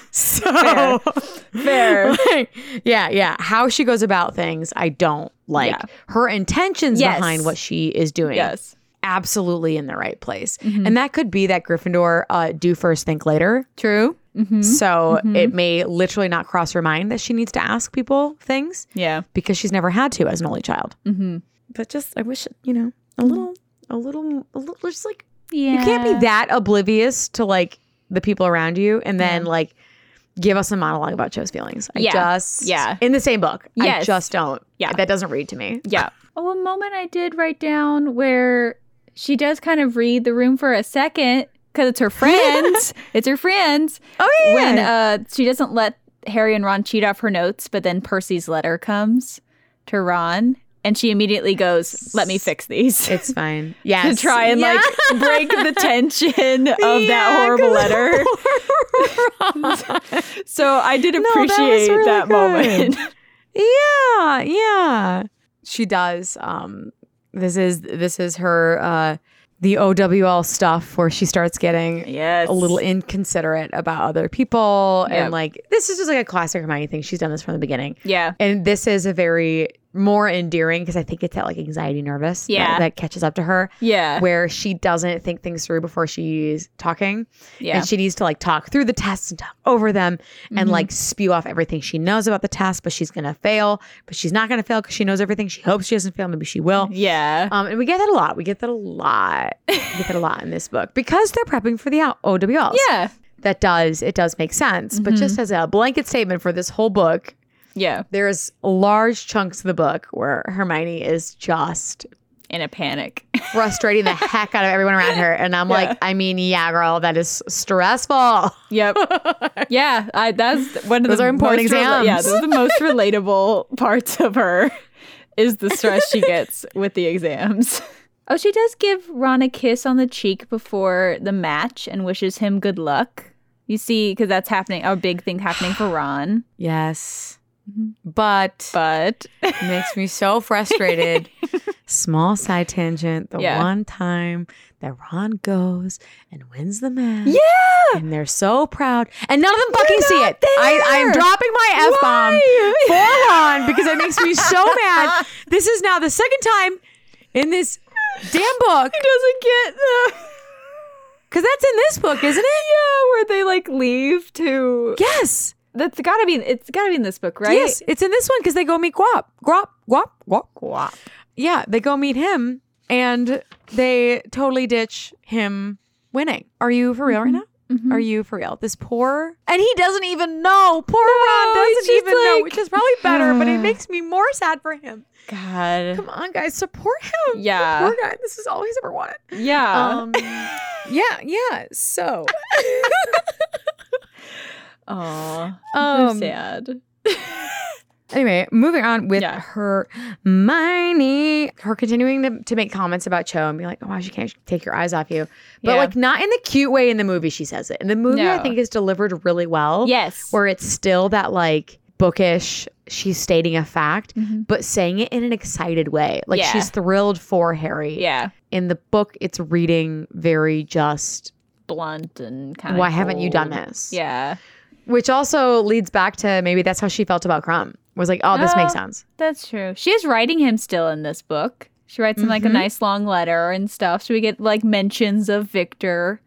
Speaker 1: so,
Speaker 2: fair
Speaker 1: like, yeah, yeah. How she goes about things, I don't like.
Speaker 2: Yeah.
Speaker 1: Her intentions
Speaker 2: Yes.
Speaker 1: behind what she is doing,
Speaker 2: yes Mm-hmm.
Speaker 1: absolutely in the right place. And that could be that Gryffindor uh, do first, think later.
Speaker 2: true hmm
Speaker 1: So it may literally not cross her mind that she needs to ask people things
Speaker 2: yeah
Speaker 1: because she's never had to as an only child.
Speaker 2: mm-hmm.
Speaker 3: But just I wish
Speaker 1: You know, a little, a little, a little, just like
Speaker 2: yeah
Speaker 1: you can't be that oblivious to like the people around you and then like give us a monologue about Joe's feelings. I
Speaker 2: Yeah.
Speaker 1: just
Speaker 2: Yeah.
Speaker 1: in the same book. I
Speaker 2: Yes.
Speaker 1: just don't.
Speaker 2: Yeah.
Speaker 1: That doesn't read to me.
Speaker 2: Yeah. Oh, a moment I did write down where she does kind of read the room for a second because it's her friends. it's her friends.
Speaker 1: Oh
Speaker 2: When uh, she doesn't let Harry and Ron cheat off her notes, but then Percy's letter comes to Ron, and she immediately goes, "Let me fix these."
Speaker 1: it's fine.
Speaker 2: To
Speaker 1: Yes.
Speaker 2: try and like break the tension of that
Speaker 1: Yeah,
Speaker 2: horrible
Speaker 1: 'cause-
Speaker 2: letter. so I did
Speaker 1: that was
Speaker 2: appreciate
Speaker 1: really
Speaker 2: that moment.
Speaker 1: Yeah, yeah. She does. Um this is this is her uh the OWL stuff where she starts getting
Speaker 2: yes.
Speaker 1: a little inconsiderate about other people
Speaker 2: Yep.
Speaker 1: and like this is just like a classic Hermione thing. She's done this from the beginning.
Speaker 2: Yeah.
Speaker 1: And this is a very more endearing because I think it's that like anxiety nervous that-
Speaker 2: Yeah.
Speaker 1: that, catches up to her
Speaker 2: Yeah.
Speaker 1: where she doesn't think things through before she's talking
Speaker 2: Yeah.
Speaker 1: and she needs to like talk through the tests and talk over them and
Speaker 2: Mhm.
Speaker 1: like spew off everything she knows about the test, but she's gonna fail, but she's not gonna fail because she knows everything. She hopes she doesn't fail, maybe she will.
Speaker 2: Mm-hmm. yeah.
Speaker 1: Um, and we get that a lot. We get that a lot. We get that a lot in this book because they're prepping for the out- OWLs.
Speaker 2: Yeah. Mm-hmm.
Speaker 1: That does, it does make sense. But just as a blanket statement for this whole book,
Speaker 2: Yeah.
Speaker 1: there's large chunks of the book where Hermione is just
Speaker 2: In a panic.
Speaker 1: frustrating the heck out of everyone around her. And I'm like, I mean, yeah, girl, that is stressful.
Speaker 2: Yep. yeah. I, that's one of
Speaker 1: Those
Speaker 2: the
Speaker 1: are important
Speaker 2: most rela-
Speaker 1: exams.
Speaker 2: yeah, those are the most relatable parts of her is the stress she gets with the exams. Oh, she does give Ron a kiss on the cheek before the match and wishes him good luck. You see, because that's happening, a big thing happening for Ron.
Speaker 3: Yes. But,
Speaker 2: Mm-hmm. But
Speaker 3: makes me so frustrated.
Speaker 1: Small side tangent. The
Speaker 2: Yeah.
Speaker 1: one time that Ron goes and wins the match.
Speaker 2: yeah,
Speaker 1: And they're so proud. And none of them fucking see
Speaker 2: not
Speaker 1: it. I, I'm
Speaker 2: there.
Speaker 1: dropping my F bomb for
Speaker 2: Why?
Speaker 1: Ron because it makes me so mad. This is now the second time in this damn book.
Speaker 2: doesn't get the
Speaker 1: Because that's in this book, isn't it?
Speaker 2: yeah where they like leave to.
Speaker 1: Yes.
Speaker 2: That's gotta be. It's gotta be in this book, right?
Speaker 1: Yes. It's in this one because they go meet Guap. Guap. Guap. Guap.
Speaker 2: Guap.
Speaker 1: Yeah. They go meet him and they totally ditch him winning. Are you for real right now? Are you for real? This poor. Mm-hmm. And he doesn't even know. Poor Ron
Speaker 2: he's
Speaker 1: doesn't
Speaker 2: just
Speaker 1: even know,
Speaker 2: like,
Speaker 1: which is probably better, but it makes me more sad for him.
Speaker 2: God.
Speaker 1: Come on, guys. Support him.
Speaker 2: Yeah.
Speaker 1: Poor guy. This is all he's ever wanted.
Speaker 2: Yeah.
Speaker 1: Um, yeah. Yeah. So.
Speaker 2: Aw, so
Speaker 1: Um,
Speaker 2: sad.
Speaker 1: Anyway, moving on with
Speaker 2: Yeah.
Speaker 1: her Hermione, her continuing to, to make comments about Cho and be like, oh, wow, she can't take your eyes off you. But
Speaker 2: Yeah.
Speaker 1: like not in the cute way in the movie she says it. In the movie, I
Speaker 2: No.
Speaker 1: think is delivered really well.
Speaker 2: Yes.
Speaker 1: Where it's still that like bookish, she's stating a fact, but saying it in an excited way. Like
Speaker 2: Mm-hmm. Yeah.
Speaker 1: she's thrilled for Harry.
Speaker 2: yeah.
Speaker 1: In the book, it's reading very just,
Speaker 2: Blunt and kind of.
Speaker 1: why haven't you done this?
Speaker 2: Yeah.
Speaker 1: Which also leads back to maybe that's how she felt about Crumb. Was like, oh, this makes
Speaker 2: Oh.
Speaker 1: sense.
Speaker 2: That's true. She is writing him still in this book. She writes him like
Speaker 1: Mm-hmm.
Speaker 2: a nice long letter and stuff. So we get like mentions of Victor.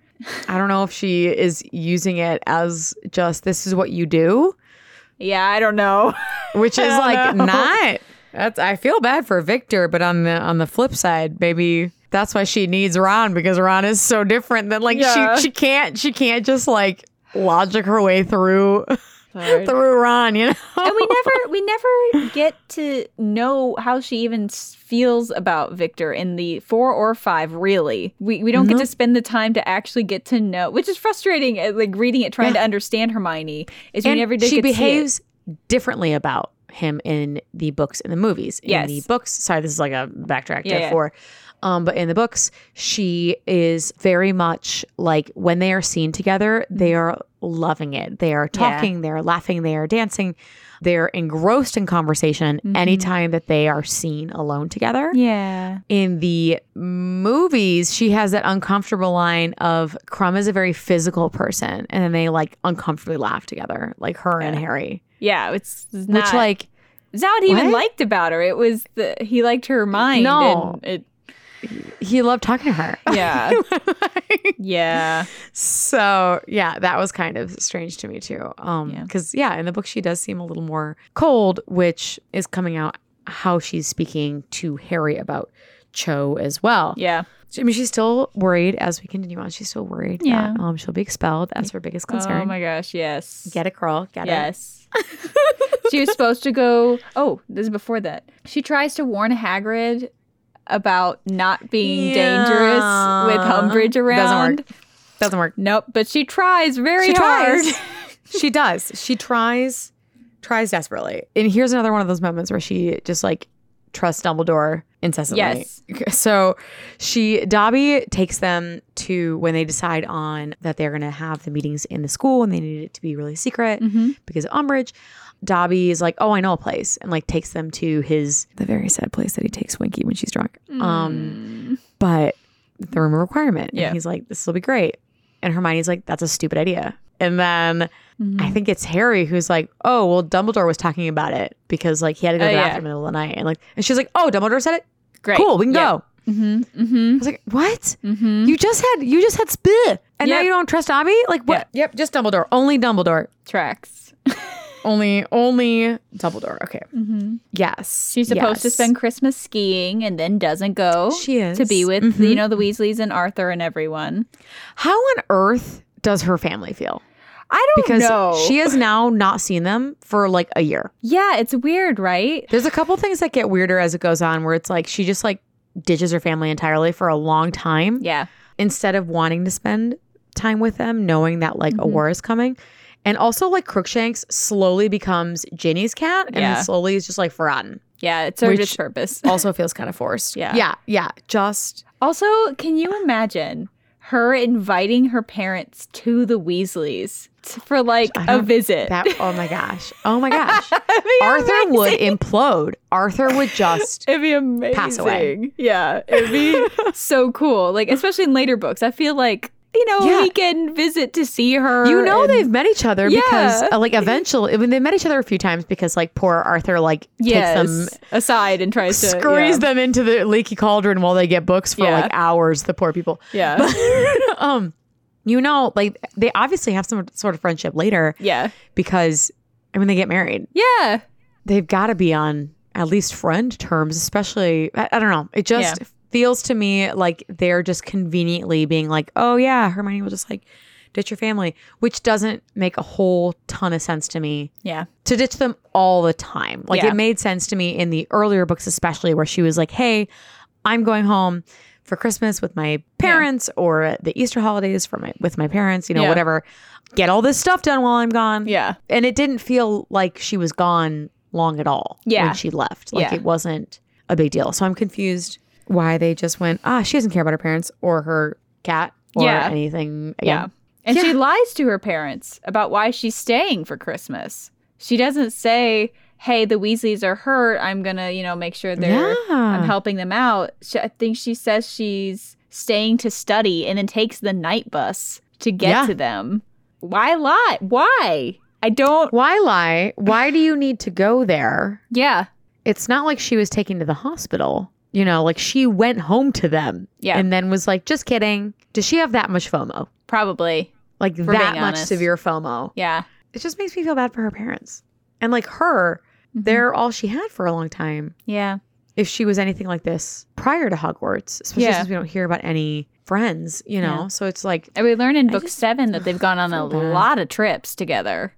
Speaker 1: I don't know if she is using it as just this is what you do,
Speaker 2: Yeah, I don't know.
Speaker 1: which is like
Speaker 2: know.
Speaker 1: not. That's I feel bad for Victor, but on the on the flip side, maybe that's why she needs Ron because Ron is so different that like
Speaker 2: Yeah.
Speaker 1: she she can't she can't just like logic her way through
Speaker 2: Hard.
Speaker 1: through Ron, you know.
Speaker 2: and we never we never get to know how she even s- feels about Victor in the 4 or 5 really. We we don't
Speaker 1: Mm-hmm.
Speaker 2: get to spend the time to actually get to know, which is frustrating uh, like reading it trying to understand Hermione is we
Speaker 1: And
Speaker 2: never did
Speaker 1: she
Speaker 2: get to see it.
Speaker 1: behaves differently about him in the books and the movies. In
Speaker 2: Yes.
Speaker 1: the books, sorry, this is like a backtrack
Speaker 2: Yeah,
Speaker 1: to
Speaker 2: yeah.
Speaker 1: four. Um, but in the books, she is very much like when they are seen together, they are loving it. They are talking, they are laughing, they are dancing, they're engrossed in conversation
Speaker 2: Mm-hmm.
Speaker 1: anytime that they are seen alone together
Speaker 2: Yeah.
Speaker 1: in the movies, she has that uncomfortable line of Crumb is a very physical person, and then they like uncomfortably laugh together, like her and Harry,
Speaker 2: Yeah, it's, it's not
Speaker 1: which like
Speaker 2: it's not what he even
Speaker 1: What?
Speaker 2: liked about her. It was the he liked her mind.
Speaker 1: No.
Speaker 2: and it
Speaker 1: he loved talking to her.
Speaker 2: yeah. yeah.
Speaker 1: so yeah, that was kind of strange to me too. Um,
Speaker 2: Yeah.
Speaker 1: because yeah. in the book she does seem a little more cold, which is coming out how she's speaking to Harry about Cho as well.
Speaker 2: Yeah.
Speaker 1: I mean, she's still worried as we continue on. She's still worried
Speaker 2: Yeah.
Speaker 1: that um she'll be expelled. That's her biggest concern.
Speaker 2: Oh my gosh, yes.
Speaker 1: Get it, girl. Get it.
Speaker 2: Yes. she was supposed to go. Oh, this is before that. She tries to warn Hagrid about not being dangerous with Umbridge
Speaker 1: Yeah. Doesn't work.
Speaker 2: around.
Speaker 1: Doesn't work.
Speaker 2: Nope, but she tries very
Speaker 1: She
Speaker 2: hard.
Speaker 1: tries. she does. She tries, tries desperately. And here's another one of those moments where she just like trusts Dumbledore incessantly.
Speaker 2: Yes.
Speaker 1: So she Dobby takes them to when they decide on that they're gonna have the meetings in the school and they need it to be really secret because of Umbridge. Dobby is like, oh, I know a place, and like takes them to his the very sad place that he takes Winky when she's drunk. Um, but the room requirement. And
Speaker 2: Yeah.
Speaker 1: he's like, this will be great. And Hermione's like, that's a stupid idea. And then I think it's Harry who's like, oh, well, Dumbledore was talking about it because like he had to go to
Speaker 2: Oh,
Speaker 1: the
Speaker 2: yeah.
Speaker 1: bathroom in the middle of the night. And like, and she's like, oh, Dumbledore said it.
Speaker 2: Great.
Speaker 1: Cool, we can
Speaker 2: Yeah.
Speaker 1: go.
Speaker 2: Mm-hmm.
Speaker 1: I
Speaker 2: Mm-hmm.
Speaker 1: was like, what?
Speaker 2: Mm-hmm.
Speaker 1: You just had you just had spit, and now
Speaker 2: Yep.
Speaker 1: you don't trust Dobby? Like what? Yep, just Dumbledore. Only Dumbledore.
Speaker 2: Tracks.
Speaker 1: Only only Dumbledore. Okay.
Speaker 2: Mm-hmm.
Speaker 1: Yes.
Speaker 2: She's supposed to
Speaker 1: yes.
Speaker 2: spend Christmas skiing and then doesn't go.
Speaker 1: Oh, She is
Speaker 2: to be with
Speaker 1: Mhm.
Speaker 2: you know the Weasleys and Arthur and everyone.
Speaker 1: How on earth does her family feel?
Speaker 2: I don't
Speaker 1: Because
Speaker 2: know.
Speaker 1: she has now not seen them for like a year.
Speaker 2: yeah, it's weird, right?
Speaker 1: There's a couple things that get weirder as it goes on where it's like she just like ditches her family entirely for a long time
Speaker 2: Yeah.
Speaker 1: instead of wanting to spend time with them, knowing that like a
Speaker 2: Mhm.
Speaker 1: war is coming. And also like Crookshanks slowly becomes Ginny's cat and
Speaker 2: Yeah.
Speaker 1: slowly is just like forgotten.
Speaker 2: Yeah. It served its
Speaker 4: Which-
Speaker 2: purpose.
Speaker 4: Also feels kind of forced.
Speaker 2: Yeah.
Speaker 1: Yeah, yeah.
Speaker 4: Just
Speaker 2: Also, can you imagine her inviting her parents to the Weasleys t- for like
Speaker 1: I
Speaker 2: a
Speaker 1: don't-
Speaker 2: visit?
Speaker 1: That oh my gosh. Oh my gosh.
Speaker 2: That'd be
Speaker 1: Arthur
Speaker 2: amazing.
Speaker 1: would implode. Arthur would just
Speaker 2: It'd be amazing.
Speaker 1: pass away.
Speaker 2: Yeah, it'd be so cool. Like especially in later books, I feel like you know
Speaker 1: Yeah.
Speaker 2: weekend visit to see her.
Speaker 1: you know
Speaker 2: and-
Speaker 1: they've met each other because
Speaker 2: Yeah.
Speaker 1: uh, like eventually when they met each other a few times because like poor Arthur like
Speaker 2: yes,
Speaker 1: takes them
Speaker 2: aside and tries to
Speaker 1: scurries
Speaker 2: yeah,
Speaker 1: them into the leaky cauldron while they get books for
Speaker 2: Yeah.
Speaker 1: like hours the poor people
Speaker 2: Yeah,
Speaker 1: um you know like they obviously have some sort of friendship later
Speaker 2: yeah,
Speaker 1: because i mean they get married
Speaker 2: yeah.
Speaker 1: they've got to be on at least friend terms especially i, I don't know it just feels to me like they're just conveniently being like oh yeah hermione will just like ditch your family which doesn't make a whole ton of sense to me
Speaker 2: Yeah.
Speaker 1: to ditch them all the time like
Speaker 2: Yeah.
Speaker 1: it made sense to me in the earlier books especially where she was like hey i'm going home for christmas with my parents or the easter holidays for my with my parents you know
Speaker 2: Yeah.
Speaker 1: whatever get all this stuff done while i'm gone
Speaker 2: Yeah.
Speaker 1: and it didn't feel like she was gone long at all
Speaker 2: Yeah.
Speaker 1: when she left. Like
Speaker 2: Yeah.
Speaker 1: it wasn't a big deal. So I'm confused why they just went, ah, she doesn't care about her parents or her cat or
Speaker 2: Yeah.
Speaker 1: anything.
Speaker 2: Yeah.
Speaker 1: again."
Speaker 2: And she
Speaker 1: Yeah.
Speaker 2: lies to her parents about why she's staying for Christmas. She doesn't say, "Hey, the Weasleys are hurt. I'm going to, you know, make sure they're I'm
Speaker 1: Yeah.
Speaker 2: helping them out." She, I think she says she's staying to study and then takes the night bus to get
Speaker 1: Yeah.
Speaker 2: to them. Why lie? Why? I don't
Speaker 1: why lie? Why do you need to go there?
Speaker 2: Yeah.
Speaker 1: It's not like she was taken to the hospital. You know, like she went home to them
Speaker 2: Yeah.
Speaker 1: and then was like, just kidding. Does she have that much FOMO?
Speaker 2: probably.
Speaker 1: Like
Speaker 2: being
Speaker 1: that much
Speaker 2: honest.
Speaker 1: severe FOMO.
Speaker 2: Yeah.
Speaker 1: It just makes me feel bad for her parents. And like her,
Speaker 2: Mhm.
Speaker 1: they're all she had for a long time.
Speaker 2: Mm-hmm. Yeah.
Speaker 1: if she was anything like this prior to Hogwarts, especially
Speaker 2: Yeah.
Speaker 1: since we don't hear about any friends, you know?
Speaker 2: Yeah.
Speaker 1: So it's like,
Speaker 2: And we learn in
Speaker 1: I
Speaker 2: book
Speaker 1: just-
Speaker 2: seven that they've gone on a
Speaker 1: so bad.
Speaker 2: lot of trips together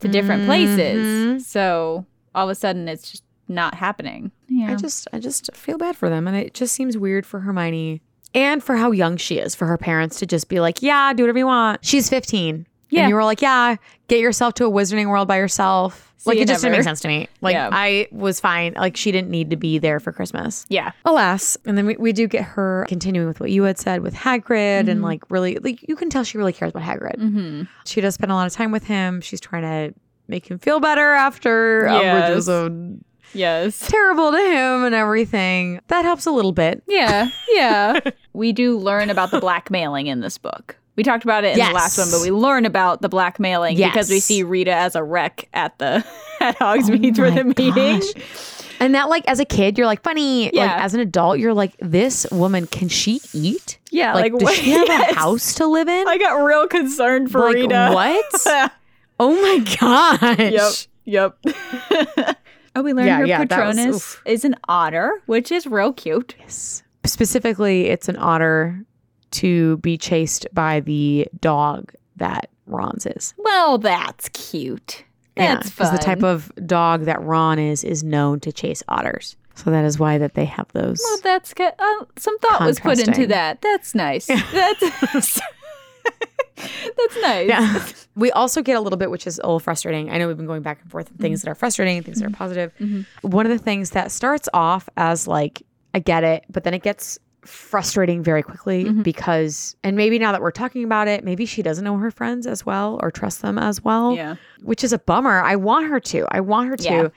Speaker 2: to different
Speaker 1: Mhm.
Speaker 2: places. So all of a sudden it's just not happening. Yeah.
Speaker 1: I just, I just feel bad for them. And it just seems weird for Hermione and for how young she is for her parents to just be like, yeah, do whatever you want. She's 15.
Speaker 2: Yeah.
Speaker 1: And you were like, yeah, get yourself to a wizarding world by yourself.
Speaker 2: See
Speaker 1: like,
Speaker 2: you
Speaker 1: it just didn't
Speaker 2: never.
Speaker 1: make sense to me. Like,
Speaker 2: Yeah.
Speaker 1: I was fine. Like, she didn't need to be there for Christmas.
Speaker 2: yeah.
Speaker 1: alas and then we, we do get her continuing with what you had said with hagrid
Speaker 2: Mhm.
Speaker 1: and like really like you can tell she really cares about hagrid
Speaker 2: Mm-hmm.
Speaker 1: she does spend a lot of time with him she's trying to make him feel better after umbridge was
Speaker 2: Yes.
Speaker 1: so
Speaker 2: Yes.
Speaker 1: terrible to him and everything that helps a little bit
Speaker 2: Yeah. Yeah. we do learn about the blackmailing in this book. We talked about it in the last one,
Speaker 1: Yes.
Speaker 2: but we learn about the blackmailing because we
Speaker 1: Yes. Oh
Speaker 2: see Rita as a wreck at the at Hogsmeade for
Speaker 1: my
Speaker 2: the meeting.
Speaker 1: gosh. and that like as a kid you're like funny like
Speaker 2: Yeah.
Speaker 1: as an adult you're like this woman can she eat
Speaker 2: Yeah,
Speaker 1: like,
Speaker 2: Uh, like,
Speaker 1: does
Speaker 2: what?
Speaker 1: she have
Speaker 2: Yes.
Speaker 1: a house to live in
Speaker 2: I got real concerned for
Speaker 1: like
Speaker 2: Rita.
Speaker 1: what oh my gosh
Speaker 2: Yep. Yep. oh, we learned
Speaker 1: Yeah,
Speaker 2: her
Speaker 1: yeah, that was-
Speaker 2: Patronus
Speaker 1: oof.
Speaker 2: is an otter, which is real cute.
Speaker 1: Yes. Specifically, it's an otter to be chased by the dog that Ron's is.
Speaker 2: Well, that's cute. That's
Speaker 1: because
Speaker 2: fun.
Speaker 1: the type of dog that Ron is is known to chase otters. So that is why that they have those.
Speaker 2: Well, that's good. Uh, some thought was put into
Speaker 1: Contrasting.
Speaker 2: that. That's nice. That's that's nice.
Speaker 1: yeah. we also get a little bit, which is a little frustrating. I know we've been going back and forth on
Speaker 2: Mm-hmm.
Speaker 1: things that are frustrating and things that are positive.
Speaker 2: Mhm.
Speaker 1: One of the things that starts off as like, I get it, but then it gets frustrating very quickly
Speaker 2: Mhm.
Speaker 1: because, and maybe now that we're talking about it, maybe she doesn't know her friends as well or trust them as well.
Speaker 2: Yeah.
Speaker 1: which is a bummer. I want her to. I want her to.
Speaker 2: Yeah.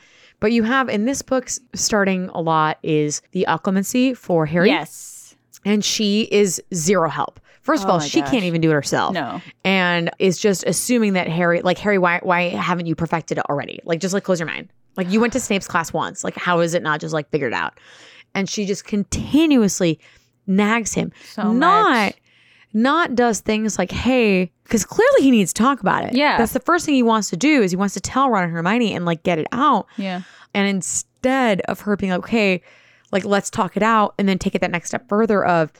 Speaker 1: But you have in this book s- starting a lot is the occlumency for Harry.
Speaker 2: Yes.
Speaker 1: And she is zero help. First of
Speaker 2: Oh
Speaker 1: all,
Speaker 2: my
Speaker 1: she
Speaker 2: gosh.
Speaker 1: can't even do it herself.
Speaker 2: No.
Speaker 1: And is just assuming that Harry, like, Harry, why why haven't you perfected it already? Like, just like close your mind. Like you went to Snape's class once. Like, how is it not just like figured out? And she just continuously nags him.
Speaker 2: So
Speaker 1: not
Speaker 2: much.
Speaker 1: not does things like hey because clearly he needs to talk about it
Speaker 2: Yeah.
Speaker 1: that's the first thing he wants to do is he wants to tell ron and hermione and like get it out
Speaker 2: Yeah.
Speaker 1: and instead of her being like okay like let's talk it out and then take it that next step further of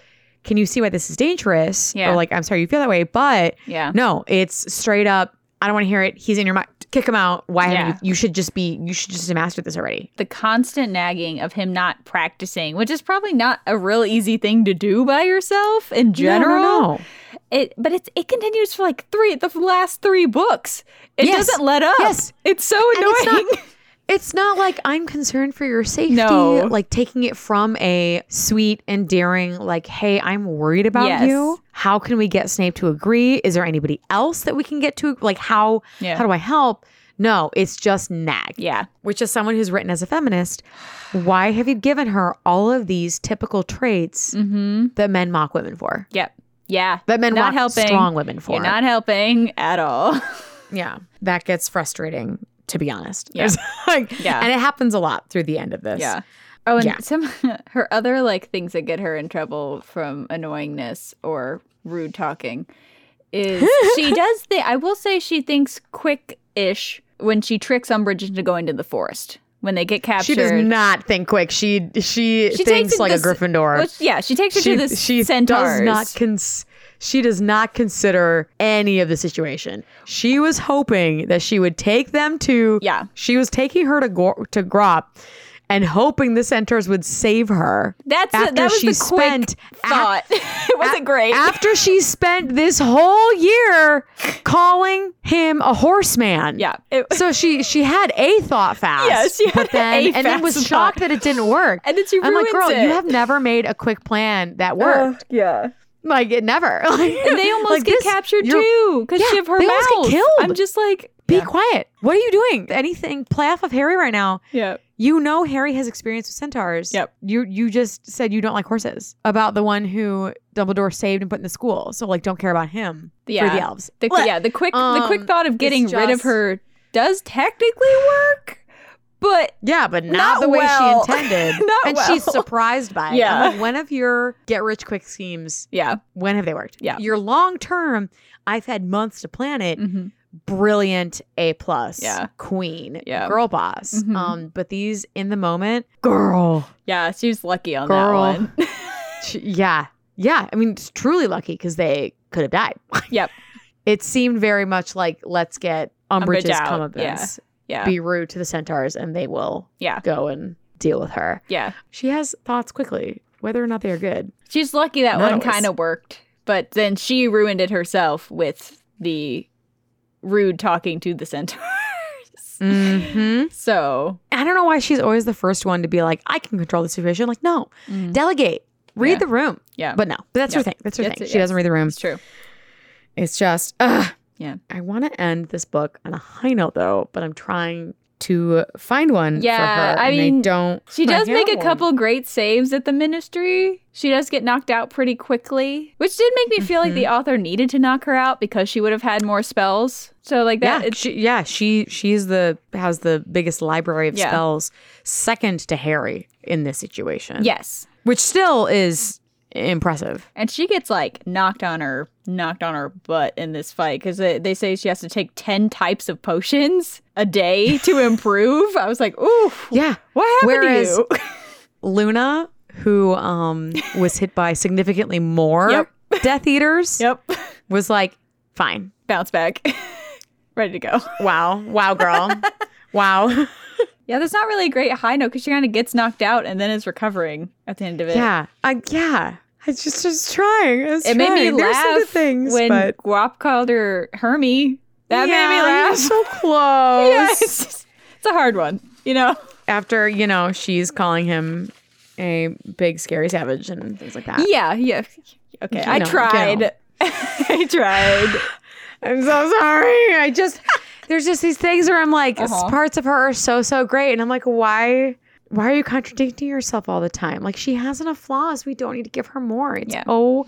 Speaker 1: can you see why this is dangerous
Speaker 2: Yeah.
Speaker 1: or like i'm sorry you feel that way but
Speaker 2: Yeah.
Speaker 1: no it's straight up i don't want to hear it he's in your mind kick him out. Why haven't
Speaker 2: Yeah.
Speaker 1: you? You should just be. You should just have mastered this already.
Speaker 2: the constant nagging of him not practicing, which is probably not a real easy thing to do by yourself in general.
Speaker 1: No, no,
Speaker 2: It but it's it continues for like three the last three books. It
Speaker 1: Yes.
Speaker 2: doesn't let up.
Speaker 1: Yes.
Speaker 2: It's so
Speaker 1: And
Speaker 2: annoying.
Speaker 1: it's not- It's not like I'm concerned for your safety.
Speaker 2: No.
Speaker 1: Like taking it from a sweet, endearing, like, hey, I'm worried about
Speaker 2: Yes.
Speaker 1: you. How can we get Snape to agree? Is there anybody else that we can get to? Like, how?
Speaker 2: Yeah.
Speaker 1: How do I help? No, it's just nag.
Speaker 2: yeah.
Speaker 1: Which is someone who's written as a feminist. Why have you given her all of these typical traits
Speaker 2: Mm-hmm.
Speaker 1: that men mock women for?
Speaker 2: Yep. Yeah.
Speaker 1: That men
Speaker 2: Not
Speaker 1: mock
Speaker 2: helping.
Speaker 1: strong women for?
Speaker 2: You're not helping at all.
Speaker 1: Yeah. That gets frustrating, to be honest.
Speaker 2: Yeah.
Speaker 1: There's, like-
Speaker 2: Yeah.
Speaker 1: And it happens a lot through the end of this.
Speaker 2: Yeah. Oh, and
Speaker 1: Yeah.
Speaker 2: some her other like things that get her in trouble from annoyingness or rude talking is she does think I will say she thinks quick ish when she tricks Umbridge into going to the forest when they get captured.
Speaker 1: She does not think quick. She she,
Speaker 2: She takes
Speaker 1: thinks
Speaker 2: it
Speaker 1: like
Speaker 2: this-
Speaker 1: a Gryffindor.
Speaker 2: Well, yeah, she takes her
Speaker 1: she
Speaker 2: to this
Speaker 1: she
Speaker 2: centaurs.
Speaker 1: does not cons- she does not consider any of the situation. She was hoping that she would take them to
Speaker 2: Yeah.
Speaker 1: She was taking her to go- to Grop and hoping the centaurs would save her.
Speaker 2: That's the-
Speaker 1: after
Speaker 2: that was
Speaker 1: she
Speaker 2: the quick
Speaker 1: spent a-
Speaker 2: thought. it wasn't great.
Speaker 1: after she spent this whole year calling him a horseman.
Speaker 2: yeah. It,
Speaker 1: So she she had a thought fast.
Speaker 2: Yeah, she
Speaker 1: but
Speaker 2: had
Speaker 1: then
Speaker 2: a
Speaker 1: and then
Speaker 2: fast
Speaker 1: was
Speaker 2: thought.
Speaker 1: shocked that it didn't work.
Speaker 2: And then she
Speaker 1: I'm like,
Speaker 2: ruins
Speaker 1: girl, you
Speaker 2: it."
Speaker 1: have never made a quick plan that worked.
Speaker 2: yeah.
Speaker 1: like it never.
Speaker 2: And they almost get captured too because
Speaker 1: yeah,
Speaker 2: she of her
Speaker 1: they
Speaker 2: mouth.
Speaker 1: almost get killed.
Speaker 2: I'm just like
Speaker 1: Be
Speaker 2: yeah.
Speaker 1: quiet. What are you doing? Anything? Play off of Harry right now.
Speaker 2: yeah.
Speaker 1: You know Harry has experience with centaurs.
Speaker 2: Yep.
Speaker 1: You you just said you don't like horses. About the one who Dumbledore saved and put in the school. So like don't care about him for
Speaker 2: Yeah.
Speaker 1: the elves.
Speaker 2: The,
Speaker 1: Blech.
Speaker 2: yeah, the quick the quick
Speaker 1: Um,
Speaker 2: thought of
Speaker 1: it's
Speaker 2: getting rid of
Speaker 1: just-
Speaker 2: her does technically work, but
Speaker 1: Yeah, but not,
Speaker 2: Not
Speaker 1: the way
Speaker 2: well.
Speaker 1: she intended.
Speaker 2: Not
Speaker 1: and she's
Speaker 2: well.
Speaker 1: surprised by it.
Speaker 2: Yeah.
Speaker 1: I'm like, when of your get rich quick schemes,
Speaker 2: yeah,
Speaker 1: when have they worked?
Speaker 2: Yeah.
Speaker 1: Your long term, I've had months to plan it.
Speaker 2: Mhm.
Speaker 1: Brilliant A plus.
Speaker 2: Yeah.
Speaker 1: Queen.
Speaker 2: Yeah.
Speaker 1: Girl boss.
Speaker 2: Mhm.
Speaker 1: Um, but these in the moment, girl.
Speaker 2: yeah, she was lucky on
Speaker 1: Girl.
Speaker 2: that one.
Speaker 1: Sh- yeah. Yeah. I mean, it's truly lucky because they could have died.
Speaker 2: Yep.
Speaker 1: It seemed very much like let's get
Speaker 2: Umbridge
Speaker 1: Umbridge's
Speaker 2: out.
Speaker 1: come of
Speaker 2: Yeah.
Speaker 1: this.
Speaker 2: yeah,
Speaker 1: Be rude to the centaurs and they will
Speaker 2: Yeah.
Speaker 1: go and deal with her.
Speaker 2: yeah,
Speaker 1: She has thoughts quickly, whether or not they are good.
Speaker 2: she's lucky that
Speaker 1: Not
Speaker 2: one
Speaker 1: always.
Speaker 2: kind of worked, but then she ruined it herself with the rude talking to the centaurs.
Speaker 1: Mm-hmm.
Speaker 2: So
Speaker 1: I don't know why she's always the first one to be like, I can control the situation. Like, no, delegate, read
Speaker 2: Yeah.
Speaker 1: the room.
Speaker 2: yeah,
Speaker 1: But no, but that's
Speaker 2: Yeah.
Speaker 1: her thing. That's her
Speaker 2: That's
Speaker 1: thing.
Speaker 2: it,
Speaker 1: she doesn't read the room.
Speaker 2: it's true.
Speaker 1: It's just, ugh.
Speaker 2: Yeah.
Speaker 1: I want to end this book on a high note though, but I'm trying to find one
Speaker 2: Yeah,
Speaker 1: for her.
Speaker 2: I
Speaker 1: and
Speaker 2: mean,
Speaker 1: don't.
Speaker 2: She
Speaker 1: I
Speaker 2: does make a
Speaker 1: know.
Speaker 2: couple great saves at the ministry. She does get knocked out pretty quickly, which did make me feel like
Speaker 1: Mm-hmm.
Speaker 2: the author needed to knock her out because she would have had more spells. So like that,
Speaker 1: yeah,
Speaker 2: it's,
Speaker 1: she, yeah, she she's the has the biggest library of
Speaker 2: Yeah.
Speaker 1: spells, second to Harry in this situation.
Speaker 2: yes.
Speaker 1: which still is impressive.
Speaker 2: And she gets like knocked on her, knocked on her butt in this fight because they, they say she has to take ten types of potions a day to improve. I was like, ooh,
Speaker 1: Yeah,
Speaker 2: what happened
Speaker 1: Whereas-
Speaker 2: to you?
Speaker 1: Luna, who um was hit by significantly more
Speaker 2: Yep.
Speaker 1: Death Eaters,
Speaker 2: yep,
Speaker 1: was like, fine.
Speaker 2: bounce back, ready to go.
Speaker 1: Wow. Wow, girl. wow.
Speaker 2: Yeah, that's not really a great high note because she kind of gets knocked out and then is recovering at the end of it.
Speaker 1: Yeah. I yeah. I just was trying. I was
Speaker 2: It made me
Speaker 1: trying. There's some
Speaker 2: laugh
Speaker 1: good things,
Speaker 2: when
Speaker 1: but
Speaker 2: Guap called her Hermy. That
Speaker 1: Yeah,
Speaker 2: made me
Speaker 1: you were
Speaker 2: laugh.
Speaker 1: So close.
Speaker 2: Yeah, it's, just- it's a hard one, you know.
Speaker 1: After you know, she's calling him a big scary savage and things like that.
Speaker 2: Yeah, yeah. Okay,
Speaker 1: I
Speaker 2: I
Speaker 1: tried.
Speaker 2: tried. I tried.
Speaker 1: I'm so sorry. I just there's just these things where I'm like s-
Speaker 2: Uh-huh.
Speaker 1: parts of her are so so great, and I'm like, why why are you contradicting yourself all the time? Like she has enough flaws. We don't need to give her more. It's
Speaker 2: Yeah.
Speaker 1: oh,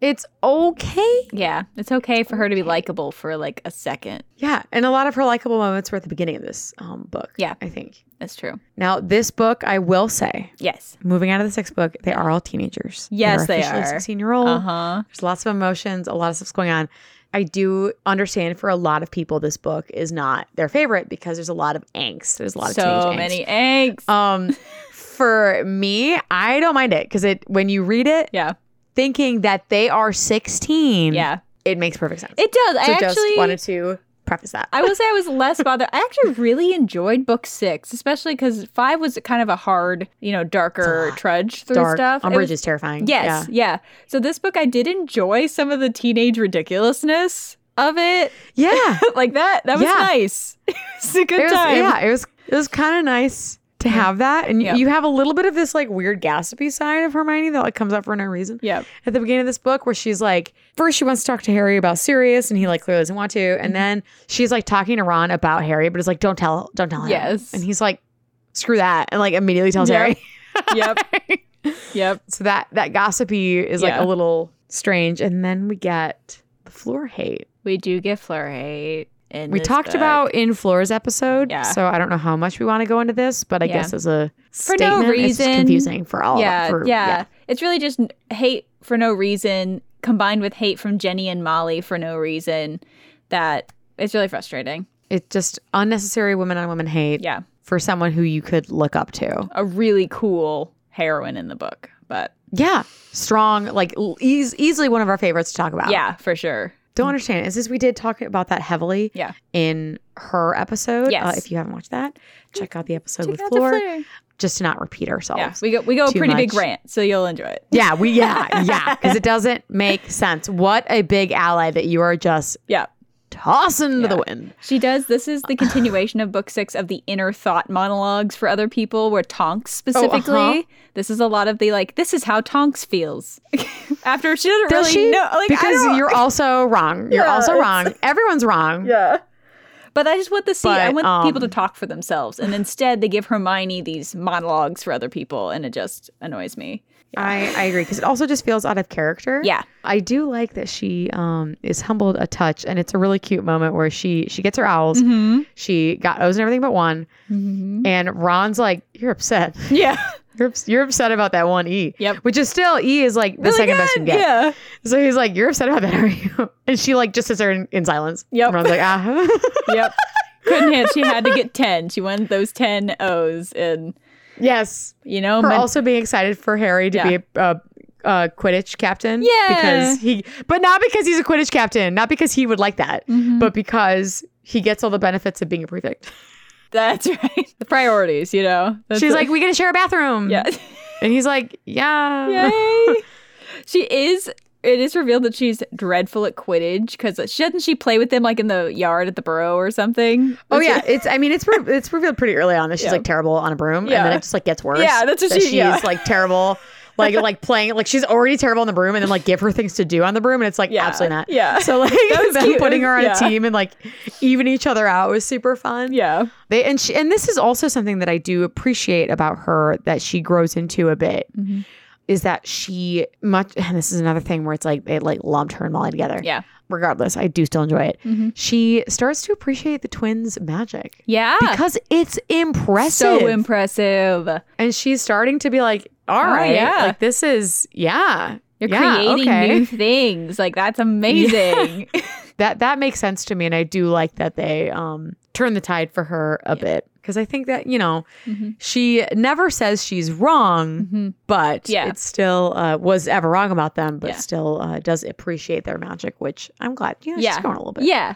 Speaker 1: it's okay.
Speaker 2: Yeah, it's okay for her to be likable for like a second.
Speaker 1: Yeah, and a lot of her likable moments were at the beginning of this um, book.
Speaker 2: Yeah.
Speaker 1: I think.
Speaker 2: That's true.
Speaker 1: Now this book, I will say,
Speaker 2: Yes.
Speaker 1: moving out of the sixth book, they are all teenagers.
Speaker 2: Yes, they
Speaker 1: officially
Speaker 2: are.
Speaker 1: Sixteen year old.
Speaker 2: Uh huh.
Speaker 1: There's lots of emotions, a lot of stuff's going on. I do understand for a lot of people this book is not their favorite because there's a lot of angst. There's a lot of
Speaker 2: So
Speaker 1: teenage
Speaker 2: many
Speaker 1: angst.
Speaker 2: eggs.
Speaker 1: Um for me, I don't mind it because it when you read it
Speaker 2: yeah,
Speaker 1: thinking that they are 16,
Speaker 2: yeah.
Speaker 1: it makes perfect sense.
Speaker 2: It does.
Speaker 1: so
Speaker 2: I
Speaker 1: just
Speaker 2: actually
Speaker 1: wanted to preface that.
Speaker 2: I will say I was less bothered. I actually really enjoyed book six, especially because five was kind of a hard, you know, darker trudge through
Speaker 1: Dark.
Speaker 2: stuff. It
Speaker 1: Umbridge
Speaker 2: was-
Speaker 1: is terrifying.
Speaker 2: Yes, yeah. So this book, I did enjoy some of the teenage ridiculousness of it,
Speaker 1: Yeah. Yeah.
Speaker 2: like that. That was
Speaker 1: Yeah.
Speaker 2: nice. it's a good
Speaker 1: it was,
Speaker 2: time.
Speaker 1: Yeah, it was it was kind of nice to have that, and y-
Speaker 2: Yeah.
Speaker 1: you have a little bit of this like weird gossipy side of Hermione that like comes up for no reason
Speaker 2: yeah.
Speaker 1: at the beginning of this book, where she's like, first she wants to talk to Harry about Sirius, and he like clearly doesn't want to,
Speaker 2: Mm-hmm.
Speaker 1: and then she's like talking to Ron about Harry, but it's like don't tell, don't tell him.
Speaker 2: Yes.
Speaker 1: and he's like, screw that, and like immediately tells
Speaker 2: Yeah.
Speaker 1: Harry.
Speaker 2: Yep. yep.
Speaker 1: So that that gossipy is like
Speaker 2: Yeah.
Speaker 1: a little strange, and then we get the floor hate.
Speaker 2: We do get Flurry. And
Speaker 1: we talked about in Flora's episode,
Speaker 2: Yeah.
Speaker 1: so I don't know how much we want to go into this, but I
Speaker 2: Yeah.
Speaker 1: guess as a
Speaker 2: For
Speaker 1: statement,
Speaker 2: no
Speaker 1: it's
Speaker 2: reason.
Speaker 1: just confusing for all.
Speaker 2: yeah,
Speaker 1: of, for,
Speaker 2: yeah, It's really just n- hate for no reason combined with hate from Jenny and Molly for no reason. That it's really frustrating.
Speaker 1: It's just unnecessary women on women hate
Speaker 2: Yeah,
Speaker 1: for someone who you could look up to.
Speaker 2: a really cool heroine in the book, but
Speaker 1: Yeah, strong, like l- eas easily one of our favorites to talk about.
Speaker 2: yeah, for sure.
Speaker 1: don't understand. It's just we did talk about that heavily.
Speaker 2: Yeah.
Speaker 1: in her episode. Uh,
Speaker 2: Yes.
Speaker 1: if you haven't watched that, check out the episode
Speaker 2: Check
Speaker 1: with
Speaker 2: out the
Speaker 1: Flora,
Speaker 2: Fleur.
Speaker 1: just to not repeat ourselves.
Speaker 2: Yeah, we go we go a
Speaker 1: Too
Speaker 2: pretty big
Speaker 1: much.
Speaker 2: rant, so you'll enjoy it.
Speaker 1: Yeah, we yeah, yeah, because it doesn't make sense. What a big ally that you are just
Speaker 2: Yeah.
Speaker 1: tossing to the
Speaker 2: Yeah.
Speaker 1: wind.
Speaker 2: She does. This is the continuation of book six of the inner thought monologues for other people, where Tonks
Speaker 1: uh-huh.
Speaker 2: specifically. This is a lot of the like, this is how Tonks feels. After she doesn't
Speaker 1: Does
Speaker 2: really
Speaker 1: she?
Speaker 2: know. Like, I
Speaker 1: because
Speaker 2: don't-
Speaker 1: you're also wrong. You're
Speaker 2: Yeah,
Speaker 1: also
Speaker 2: it's-
Speaker 1: wrong. Everyone's wrong.
Speaker 2: Yeah. But I just want to see. I
Speaker 1: But,
Speaker 2: want people to
Speaker 1: um,
Speaker 2: talk for themselves, and instead they give Hermione these monologues for other people, and it just annoys me.
Speaker 1: I, I agree because it also just feels out of character.
Speaker 2: Yeah.
Speaker 1: I do like that she um is humbled a touch, and it's a really cute moment where she she gets her owls.
Speaker 2: Mm-hmm.
Speaker 1: She got O's and everything but one, and Ron's like, "You're upset.
Speaker 2: Yeah.
Speaker 1: You're, ups- you're upset about that one E."
Speaker 2: Yep.
Speaker 1: Which is still E is like the
Speaker 2: Really
Speaker 1: second best you
Speaker 2: good.
Speaker 1: can get.
Speaker 2: Yeah.
Speaker 1: So he's like, "You're upset about that, are you?" And she like just sits there in, in silence.
Speaker 2: Yep.
Speaker 1: And Ron's like, "Ah."
Speaker 2: yep. Couldn't hit. She had to get ten. She wanted those ten O's, and
Speaker 1: yes.
Speaker 2: you know,
Speaker 1: her
Speaker 2: men-
Speaker 1: also being excited for Harry to
Speaker 2: Yeah.
Speaker 1: be a, a, a Quidditch captain.
Speaker 2: Yeah.
Speaker 1: because he, but not because he's a Quidditch captain, not because he would like that,
Speaker 2: Mhm.
Speaker 1: but because he gets all the benefits of being a prefect.
Speaker 2: that's right. The priorities, you know. That's
Speaker 1: She's like, "We get to share a bathroom."
Speaker 2: yeah,
Speaker 1: and he's like, "Yeah."
Speaker 2: yay. she is. It is revealed that she's dreadful at Quidditch because doesn't she play with them like in the yard at the burrow or something?
Speaker 1: Oh
Speaker 2: That's
Speaker 1: yeah, it's. I mean, it's re- it's revealed pretty early on that she's
Speaker 2: Yeah.
Speaker 1: like terrible on a broom,
Speaker 2: Yeah.
Speaker 1: and then it just like gets worse.
Speaker 2: Yeah, that's what
Speaker 1: that
Speaker 2: she-
Speaker 1: she's
Speaker 2: yeah.
Speaker 1: like terrible, like like playing like she's already terrible on the broom, and then like give her things to do on the broom, and it's like
Speaker 2: Yeah.
Speaker 1: absolutely not.
Speaker 2: Yeah.
Speaker 1: So like
Speaker 2: was
Speaker 1: them
Speaker 2: cute.
Speaker 1: putting her on
Speaker 2: Yeah.
Speaker 1: a team and like even each other out was super fun.
Speaker 2: Yeah.
Speaker 1: They and she, and this is also something that I do appreciate about her that she grows into a bit
Speaker 2: Mhm.
Speaker 1: is that she much and this is another thing where it's like it like lumped her and Molly together.
Speaker 2: Yeah.
Speaker 1: Regardless, I do still enjoy it.
Speaker 2: Mhm.
Speaker 1: She starts to appreciate the twins' magic
Speaker 2: Yeah.
Speaker 1: because it's impressive.
Speaker 2: So impressive.
Speaker 1: and she's starting to be like, all
Speaker 2: Oh,
Speaker 1: right,
Speaker 2: yeah.
Speaker 1: like this is yeah.
Speaker 2: You're
Speaker 1: Yeah,
Speaker 2: creating
Speaker 1: okay.
Speaker 2: new things. Like that's amazing.
Speaker 1: that that makes sense to me and i do like that they um turn the tide for her a bit. 'Cause bit because i think that you know
Speaker 2: Mhm.
Speaker 1: she never says she's wrong
Speaker 2: Mhm.
Speaker 1: but
Speaker 2: Yeah.
Speaker 1: it still uh, was ever wrong about them but
Speaker 2: Yeah.
Speaker 1: still uh, does appreciate their magic which i'm glad you know
Speaker 2: Yeah.
Speaker 1: she's going a little bit
Speaker 2: Yeah.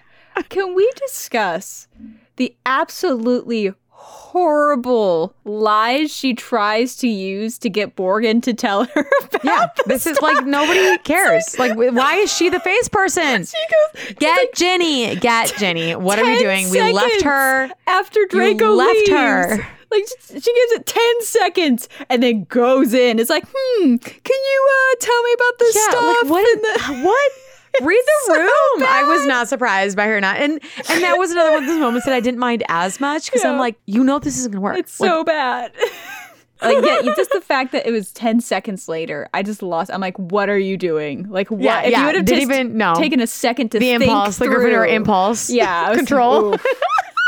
Speaker 2: Can we discuss the absolutely horrible lies she tries to use to get Borgen to tell her about?
Speaker 1: Yeah, this is like nobody cares. Like, wh- why is she the face person?
Speaker 2: She goes
Speaker 1: Get Jenny, get Jenny. What are we
Speaker 2: 10
Speaker 1: doing? We left
Speaker 2: seconds
Speaker 1: her.
Speaker 2: after Draco
Speaker 1: left
Speaker 2: leaves.
Speaker 1: her.
Speaker 2: Like she gives it ten seconds and then goes in. It's like, hmm, can you uh, tell me about this
Speaker 1: Yeah,
Speaker 2: stuff?
Speaker 1: like what?
Speaker 2: and the-
Speaker 1: what? Read the
Speaker 2: so
Speaker 1: room. I was not surprised by her not, and and that was another one of those moments that I didn't mind as much because I'm
Speaker 2: Yeah.
Speaker 1: like, you know, this isn't gonna work.
Speaker 2: It's
Speaker 1: Like,
Speaker 2: so bad. like yeah, you- just the fact that it was ten seconds later, I just lost. I'm like, what are you doing? Like, what?
Speaker 1: yeah,
Speaker 2: if
Speaker 1: yeah.
Speaker 2: you would have
Speaker 1: didn't
Speaker 2: just
Speaker 1: even no
Speaker 2: taken a second to
Speaker 1: the
Speaker 2: think
Speaker 1: impulse, the
Speaker 2: through,
Speaker 1: Gryffindor impulse,
Speaker 2: yeah, I was-
Speaker 1: control.
Speaker 2: oof.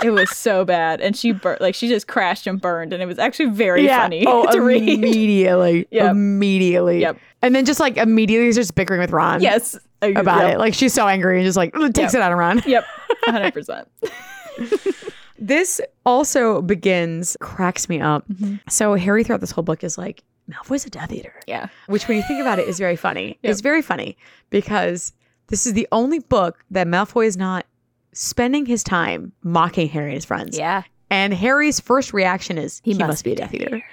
Speaker 2: it was so bad, and she bur- like she just crashed and burned, and it was actually very
Speaker 1: yeah.
Speaker 2: funny
Speaker 1: Oh,
Speaker 2: to read.
Speaker 1: immediately,
Speaker 2: Yep.
Speaker 1: immediately.
Speaker 2: Yep.
Speaker 1: And then just like immediately starts bickering with Ron.
Speaker 2: Yes,
Speaker 1: About
Speaker 2: yep.
Speaker 1: it, like she's so angry and just like takes
Speaker 2: Yep.
Speaker 1: it out on Ron.
Speaker 2: Yep, 100. percent
Speaker 1: This also begins cracks me up. So Harry throughout this whole book is like Malfoy's a Death Eater.
Speaker 2: Yeah,
Speaker 1: which when you think about it is very funny.
Speaker 2: Yep.
Speaker 1: It's very funny because this is the only book that Malfoy is not spending his time mocking Harry and his friends.
Speaker 2: Yeah.
Speaker 1: And Harry's first reaction is he, must, be a Death Eater.
Speaker 2: Yes.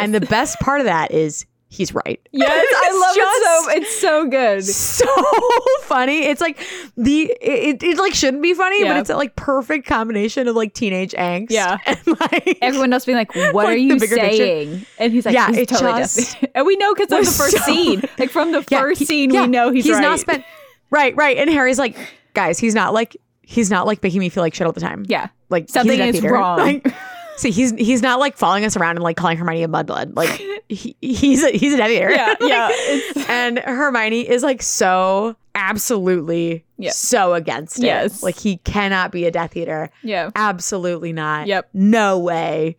Speaker 1: And the best part of that is he's right.
Speaker 2: yes, I love it so. It's so good.
Speaker 1: so funny. It's like the it, it, it like shouldn't be funny, but
Speaker 2: Yeah.
Speaker 1: it's a like perfect combination of like teenage angst.
Speaker 2: Yeah.
Speaker 1: And like
Speaker 2: Everyone else being like, "What
Speaker 1: Like,
Speaker 2: are
Speaker 1: the
Speaker 2: you
Speaker 1: bigger picture.
Speaker 2: saying?" And he's like,
Speaker 1: Yeah,
Speaker 2: "He's
Speaker 1: it
Speaker 2: totally
Speaker 1: just-
Speaker 2: deaf." And we know because
Speaker 1: was
Speaker 2: of the first
Speaker 1: so-
Speaker 2: scene, like from the
Speaker 1: Yeah,
Speaker 2: first
Speaker 1: he-
Speaker 2: scene,
Speaker 1: yeah,
Speaker 2: we know he's, right.
Speaker 1: not spent right, right. And Harry's like, guys, he's not like he's not like making me feel like shit all the time.
Speaker 2: Yeah,
Speaker 1: Like he's a
Speaker 2: Something
Speaker 1: Death
Speaker 2: is
Speaker 1: Eater.
Speaker 2: wrong.
Speaker 1: Like, see, he's he's not like following us around and like calling Hermione a mudblood. Like he, he's a he's a Death Eater.
Speaker 2: yeah, yeah. It's-
Speaker 1: and Hermione is like so absolutely
Speaker 2: Yeah.
Speaker 1: so against it.
Speaker 2: Yes.
Speaker 1: Like he cannot be a Death Eater.
Speaker 2: yeah.
Speaker 1: Absolutely not.
Speaker 2: Yep.
Speaker 1: No way.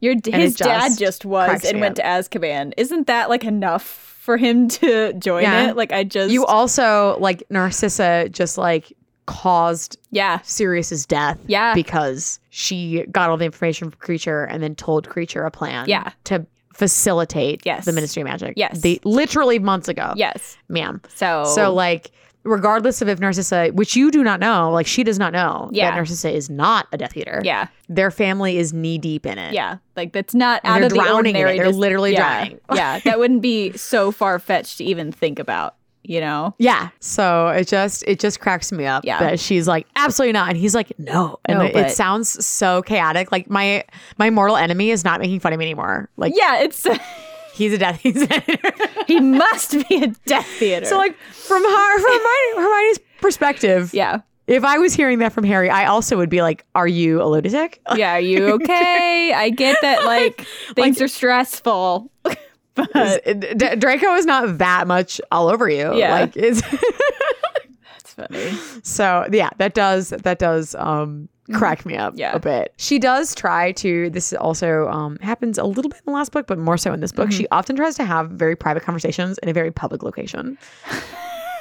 Speaker 2: Your
Speaker 1: And
Speaker 2: his
Speaker 1: it
Speaker 2: dad
Speaker 1: just
Speaker 2: just was
Speaker 1: cracks
Speaker 2: and
Speaker 1: me
Speaker 2: went to Azkaban. Isn't that like enough for him to join
Speaker 1: Yeah.
Speaker 2: it? Like I just
Speaker 1: You also like Narcissa just like caused
Speaker 2: yeah
Speaker 1: Sirius's death
Speaker 2: yeah
Speaker 1: because she got all the information from Creature and then told Creature a plan
Speaker 2: Yeah.
Speaker 1: to facilitate
Speaker 2: Yes.
Speaker 1: the Ministry of Magic.
Speaker 2: Yes.
Speaker 1: They literally months ago.
Speaker 2: yes.
Speaker 1: Ma'am.
Speaker 2: So
Speaker 1: So like regardless of if Narcissa, which you do not know, like she does not know
Speaker 2: Yeah.
Speaker 1: that Narcissa is not a Death Eater.
Speaker 2: yeah
Speaker 1: Their family is knee deep in it.
Speaker 2: yeah like that's not
Speaker 1: And
Speaker 2: out
Speaker 1: they're
Speaker 2: of the
Speaker 1: drowning in
Speaker 2: ordinary.
Speaker 1: it. They're
Speaker 2: just-
Speaker 1: literally
Speaker 2: yeah,
Speaker 1: drowning.
Speaker 2: yeah, that wouldn't be so far fetched to even think about. You know.
Speaker 1: Yeah. So it just it just cracks me up
Speaker 2: Yeah.
Speaker 1: that she's like, absolutely not. And he's like, no. And
Speaker 2: No,
Speaker 1: it,
Speaker 2: but-
Speaker 1: it sounds so chaotic. Like my my mortal enemy is not making fun of me anymore. Like
Speaker 2: Yeah, it's
Speaker 1: he's a death he's a death eater.
Speaker 2: he must be a death theater.
Speaker 1: so like from her from Hermione, Hermione's perspective,
Speaker 2: yeah,
Speaker 1: if I was hearing that from Harry, I also would be like, Are you a lunatic?
Speaker 2: yeah. Are you okay? I get that. Like things are stressful. but
Speaker 1: D- Draco is not that much all over you.
Speaker 2: Yeah.
Speaker 1: Like it's
Speaker 2: it's funny.
Speaker 1: so yeah, that does that does um crack me up
Speaker 2: Mm-hmm. Yeah.
Speaker 1: a bit. She does try to this also um happens a little bit in the last book, but more so in this book.
Speaker 2: Mm-hmm.
Speaker 1: She often tries to have very private conversations in a very public location.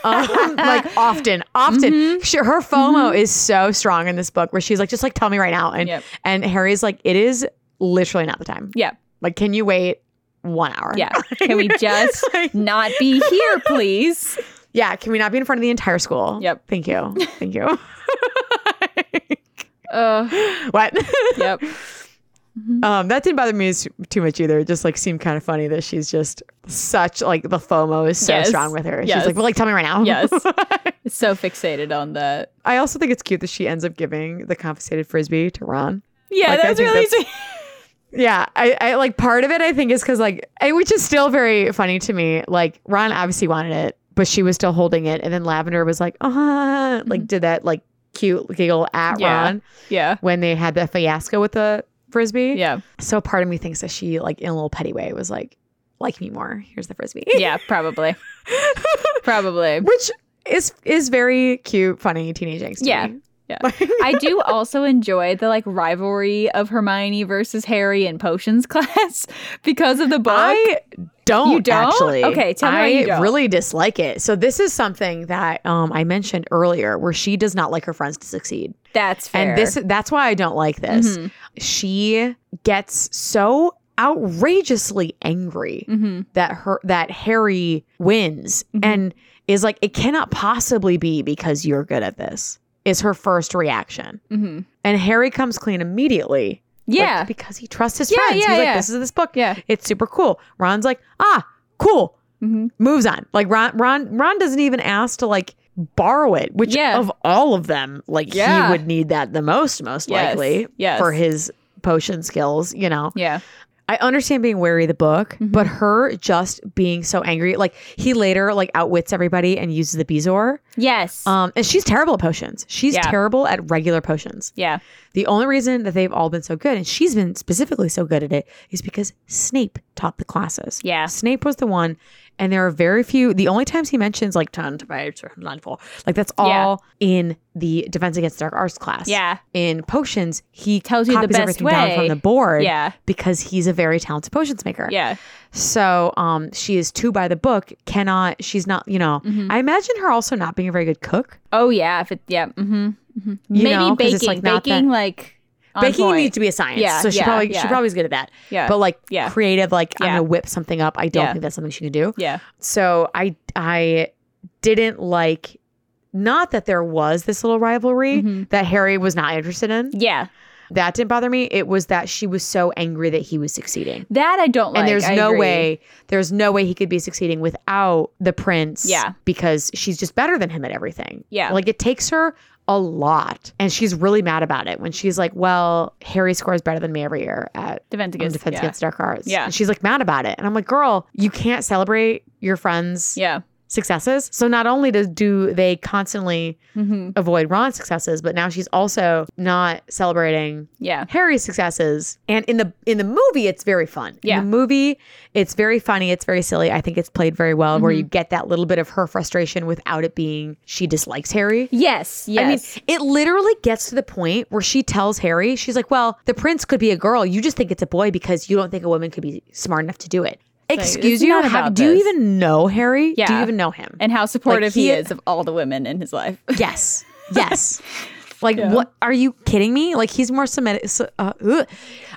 Speaker 1: um, like often, often,
Speaker 2: Mm-hmm.
Speaker 1: she, her FOMO is so strong in this book, where she's like, "Just like tell me right now," and
Speaker 2: Yep.
Speaker 1: and Harry's like, "It is literally not the time.
Speaker 2: Yeah,
Speaker 1: Like, can you wait one hour?
Speaker 2: yeah. Can we just
Speaker 1: Like-
Speaker 2: not be here, please?
Speaker 1: Yeah, can we not be in front of the entire school?
Speaker 2: Yep.
Speaker 1: Thank you. Thank you.
Speaker 2: Uh,
Speaker 1: what?
Speaker 2: yep.
Speaker 1: um, that didn't bother me as, too much either. It just like seemed kind of funny that she's just such like the FOMO is so
Speaker 2: Yes.
Speaker 1: strong with her.
Speaker 2: Yes.
Speaker 1: She's like, well, like tell me right now.
Speaker 2: Yes. It's so fixated on that.
Speaker 1: I also think it's cute that she ends up giving the confiscated frisbee to Ron.
Speaker 2: Yeah,
Speaker 1: Like, I
Speaker 2: that's
Speaker 1: think
Speaker 2: really
Speaker 1: that's-
Speaker 2: sweet.
Speaker 1: Yeah, I, I like part of it. I think is because like, I, which is still very funny to me. Like Ron obviously wanted it, but she was still holding it, and then Lavender was like, uh like did that like cute giggle at
Speaker 2: Mm-hmm. Yeah.
Speaker 1: Ron.
Speaker 2: Yeah,
Speaker 1: when they had the fiasco with the frisbee.
Speaker 2: yeah,
Speaker 1: So part of me thinks that she, like in a little petty way, was like, "Like me more. Here's the frisbee,"
Speaker 2: yeah. Probably, probably.
Speaker 1: which is is very cute, funny teenage angst. to
Speaker 2: Yeah.
Speaker 1: me.
Speaker 2: Yeah.
Speaker 1: Like-
Speaker 2: I do also enjoy the like rivalry of Hermione versus Harry in potions class because of the book.
Speaker 1: I don't,
Speaker 2: You don't?
Speaker 1: actually.
Speaker 2: Okay, tell me why
Speaker 1: I
Speaker 2: you don't.
Speaker 1: really dislike it. So this is something that um, I mentioned earlier, where she does not like her friends to succeed,
Speaker 2: That's fair.
Speaker 1: and this that's why I don't like this.
Speaker 2: Mhm.
Speaker 1: She gets so outrageously angry
Speaker 2: Mhm.
Speaker 1: that her that Harry wins
Speaker 2: Mhm.
Speaker 1: and is like, it cannot possibly be because you're good at this. Is her first reaction,
Speaker 2: Mhm.
Speaker 1: and Harry comes clean immediately. like,
Speaker 2: Yeah.
Speaker 1: because he trusts his
Speaker 2: Yeah,
Speaker 1: friends.
Speaker 2: yeah,
Speaker 1: He's like,
Speaker 2: yeah.
Speaker 1: this is this book.
Speaker 2: yeah.
Speaker 1: It's super cool. Ron's like, ah, cool.
Speaker 2: Mhm.
Speaker 1: Moves on. Like Ron, Ron, Ron doesn't even ask to like borrow it, which
Speaker 2: Yeah.
Speaker 1: of all of them, like
Speaker 2: Yeah.
Speaker 1: he would need that the most, most
Speaker 2: Yes.
Speaker 1: likely
Speaker 2: Yes.
Speaker 1: for his potion skills. You know,
Speaker 2: Yeah.
Speaker 1: I understand being wary of the book,
Speaker 2: Mhm.
Speaker 1: but her just being so angry, like he later like outwits everybody and uses the Bezoar.
Speaker 2: Yes.
Speaker 1: Um, and she's terrible at potions. She's
Speaker 2: Yeah.
Speaker 1: terrible at regular potions.
Speaker 2: yeah.
Speaker 1: The only reason that they've all been so good, and she's been specifically so good at it, is because Snape taught the classes.
Speaker 2: Yeah.
Speaker 1: Snape was the one, and there are very few. The only times he mentions like turn to page or landfall, like that's
Speaker 2: Yeah.
Speaker 1: all in the Defense Against Dark Arts class.
Speaker 2: Yeah.
Speaker 1: In potions, he
Speaker 2: Tells you the
Speaker 1: copies
Speaker 2: best
Speaker 1: everything down
Speaker 2: way.
Speaker 1: from the board
Speaker 2: Yeah.
Speaker 1: because he's a very talented potions maker.
Speaker 2: Yeah.
Speaker 1: So um she is too by the book, cannot she's not, you know.
Speaker 2: Mhm.
Speaker 1: I imagine her also not being a very good cook.
Speaker 2: Oh yeah. If it. Yeah. Mm-hmm. hmm
Speaker 1: You
Speaker 2: Maybe
Speaker 1: know, 'cause
Speaker 2: baking.
Speaker 1: it's, like, not
Speaker 2: baking like. On
Speaker 1: Baking
Speaker 2: point.
Speaker 1: needs to be a science.
Speaker 2: Yeah,
Speaker 1: so she
Speaker 2: yeah,
Speaker 1: probably
Speaker 2: yeah.
Speaker 1: she probably is good at that.
Speaker 2: Yeah.
Speaker 1: But like
Speaker 2: Yeah.
Speaker 1: creative, like I'm
Speaker 2: Yeah.
Speaker 1: gonna whip something up. I don't
Speaker 2: Yeah.
Speaker 1: think that's something she can do.
Speaker 2: yeah.
Speaker 1: So I I didn't like not that there was this little rivalry
Speaker 2: Mhm.
Speaker 1: that Harry was not interested in.
Speaker 2: Yeah.
Speaker 1: That didn't bother me. It was that she was so angry that he was succeeding.
Speaker 2: That I don't like.
Speaker 1: and there's
Speaker 2: I
Speaker 1: no
Speaker 2: agree.
Speaker 1: way there's no way he could be succeeding without the prince
Speaker 2: Yeah.
Speaker 1: because she's just better than him at everything
Speaker 2: Yeah.
Speaker 1: like it takes her a lot and she's really mad about it when she's like well harry scores better than me every year at
Speaker 2: Defense
Speaker 1: on
Speaker 2: against
Speaker 1: defense
Speaker 2: yeah.
Speaker 1: against dark arts
Speaker 2: Yeah.
Speaker 1: and she's like mad about it and i'm like girl you can't celebrate your friends
Speaker 2: Yeah.
Speaker 1: successes so not only does do they constantly
Speaker 2: hmm
Speaker 1: avoid ron's successes but now she's also not celebrating
Speaker 2: Yeah.
Speaker 1: Harry's successes. And in the in the movie, it's very fun.
Speaker 2: Yeah.
Speaker 1: In the movie, it's very funny. It's very silly. I think it's played very well,
Speaker 2: Mm-hmm.
Speaker 1: where you get that little bit of her frustration without it being she dislikes Harry.
Speaker 2: Yes. Yes.
Speaker 1: I mean, it literally gets to the point where she tells Harry, she's like, Well, the prince could be a girl. You just think it's a boy because you don't think a woman could be smart enough to do it. Excuse
Speaker 2: it's
Speaker 1: you?
Speaker 2: not
Speaker 1: How-
Speaker 2: about
Speaker 1: do you
Speaker 2: this.
Speaker 1: even know Harry? Do you
Speaker 2: Yeah.
Speaker 1: even know him?
Speaker 2: and how supportive
Speaker 1: he-
Speaker 2: he, is of all the women in his life.
Speaker 1: Yes. Yes. Like what? Are you kidding me? Like he's more Semitic. So, uh, ugh.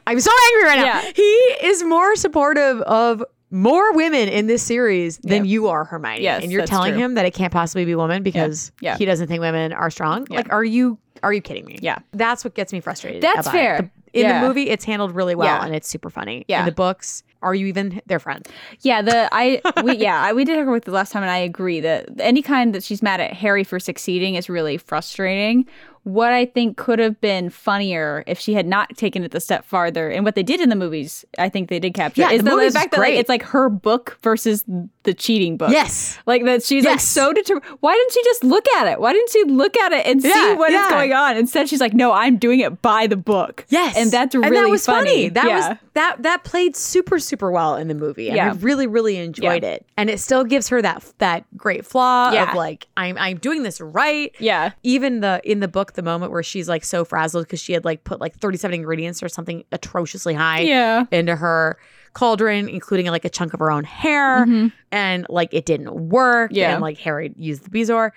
Speaker 1: I'm so angry right now.
Speaker 2: Yeah.
Speaker 1: He is more supportive of more women in this series than you are, Hermione.
Speaker 2: Yes,
Speaker 1: and you're
Speaker 2: that's
Speaker 1: telling
Speaker 2: true.
Speaker 1: him that it can't possibly be women because
Speaker 2: Yeah.
Speaker 1: he doesn't think women are strong. Like, are you? Are you kidding me?
Speaker 2: Yeah.
Speaker 1: That's what gets me frustrated.
Speaker 2: That's
Speaker 1: about it.
Speaker 2: fair.
Speaker 1: The- in
Speaker 2: Yeah.
Speaker 1: the movie, it's handled really well
Speaker 2: Yeah.
Speaker 1: and it's super funny.
Speaker 2: Yeah.
Speaker 1: In the books, are you even their friend?
Speaker 2: Yeah, the I we yeah I, we did talk about the last time, and I agree that any kind that she's mad at Harry for succeeding is really frustrating. What I think could have been funnier if she had not taken it the step farther, and what they did in the movies, I think they did capture
Speaker 1: Yeah,
Speaker 2: is
Speaker 1: the
Speaker 2: the,
Speaker 1: movies is
Speaker 2: fact that like
Speaker 1: great.
Speaker 2: it's like her book versus the cheating book.
Speaker 1: Yes.
Speaker 2: Like that, she's like
Speaker 1: Yes.
Speaker 2: so determined. Why didn't she just look at it? Why didn't she look at it and
Speaker 1: Yeah,
Speaker 2: see what is
Speaker 1: yeah.
Speaker 2: going on? Instead, she's like, "No, I'm doing it by the book."
Speaker 1: Yes,
Speaker 2: and that's really
Speaker 1: that was funny. That
Speaker 2: Yeah.
Speaker 1: was that that played super super well in the movie, and I
Speaker 2: Yeah.
Speaker 1: really really enjoyed
Speaker 2: Yeah.
Speaker 1: it. And it still gives her that that great flaw
Speaker 2: Yeah.
Speaker 1: of like I'm I'm doing this right.
Speaker 2: yeah,
Speaker 1: Even the in the book, the moment where she's like so frazzled because she had like put like 37 ingredients or something atrociously high
Speaker 2: yeah.
Speaker 1: into her cauldron, including like a chunk of her own hair, and like it didn't work.
Speaker 2: Mm-hmm. Yeah.
Speaker 1: and like Harry used the bezoar.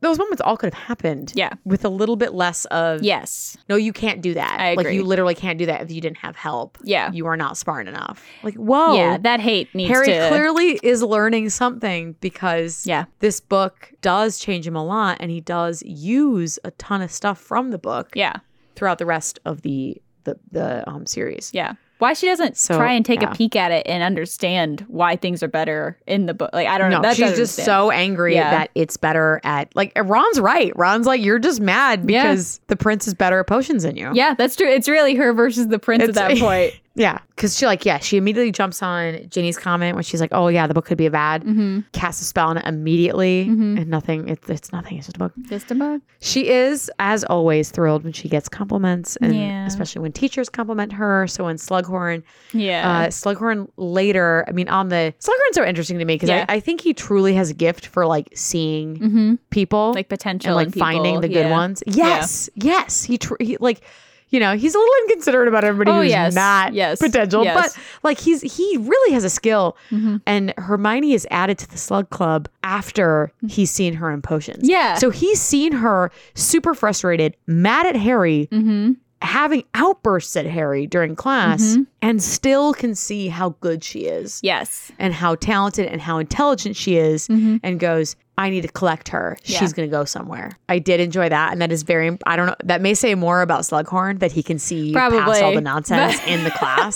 Speaker 1: Those moments all could have happened.
Speaker 2: Yeah.
Speaker 1: with a little bit less of
Speaker 2: Yes.
Speaker 1: no, you can't do that.
Speaker 2: I
Speaker 1: Like
Speaker 2: agree.
Speaker 1: you literally can't do that if you didn't have help.
Speaker 2: Yeah.
Speaker 1: You are not smart enough. Like, whoa.
Speaker 2: yeah, that hate needs
Speaker 1: Harry
Speaker 2: to.
Speaker 1: clearly is learning something because
Speaker 2: Yeah.
Speaker 1: this book does change him a lot and he does use a ton of stuff from the book
Speaker 2: yeah,
Speaker 1: throughout the rest of the the, the um series.
Speaker 2: yeah. Why she doesn't
Speaker 1: So,
Speaker 2: try and take
Speaker 1: yeah.
Speaker 2: a peek at it and understand why things are better in the book? Like I don't know.
Speaker 1: No,
Speaker 2: That
Speaker 1: she's
Speaker 2: doesn't
Speaker 1: just
Speaker 2: stand.
Speaker 1: so angry
Speaker 2: Yeah.
Speaker 1: that it's better at like Ron's right. Ron's like, you're just mad
Speaker 2: Yeah.
Speaker 1: because the prince is better at potions than you.
Speaker 2: Yeah, that's true. It's really her versus the prince at
Speaker 1: It's-
Speaker 2: that point.
Speaker 1: Yeah, because she like yeah, she immediately jumps on Ginny's comment when she's like, "Oh yeah, the book could be a bad."
Speaker 2: mm-hmm.
Speaker 1: Casts a spell on it immediately,
Speaker 2: Mhm.
Speaker 1: and nothing. It's it's nothing. It's just a book.
Speaker 2: Just a book.
Speaker 1: She is, as always, thrilled when she gets compliments, and
Speaker 2: Yeah.
Speaker 1: especially when teachers compliment her. So when Slughorn,
Speaker 2: Yeah.
Speaker 1: uh, Slughorn later, I mean, on the Slughorn's so interesting to me because
Speaker 2: Yeah.
Speaker 1: I, I think he truly has a gift for like seeing
Speaker 2: mm-hmm.
Speaker 1: people,
Speaker 2: Like potential
Speaker 1: and like
Speaker 2: in people.
Speaker 1: finding the good
Speaker 2: Yeah.
Speaker 1: ones. Yes, yes. He, tr- he like, you know, he's a little inconsiderate about everybody
Speaker 2: Oh,
Speaker 1: who's
Speaker 2: yes,
Speaker 1: not
Speaker 2: yes,
Speaker 1: potential,
Speaker 2: yes.
Speaker 1: but like he's he really has a skill.
Speaker 2: Mhm.
Speaker 1: And Hermione is added to the Slug Club after he's seen her in potions.
Speaker 2: Mm-hmm. Yeah.
Speaker 1: so he's seen her super frustrated, mad at Harry.
Speaker 2: Mm-hmm.
Speaker 1: Having outbursts at Harry during class and still can see how good she is
Speaker 2: Yes.
Speaker 1: and how talented and how intelligent she is
Speaker 2: Mhm.
Speaker 1: and goes i need to collect her
Speaker 2: Yeah.
Speaker 1: she's going to go somewhere i did enjoy that and that is very i don't know that may say more about slughorn that he can see past
Speaker 2: Probably.
Speaker 1: all the nonsense
Speaker 2: But-
Speaker 1: in the class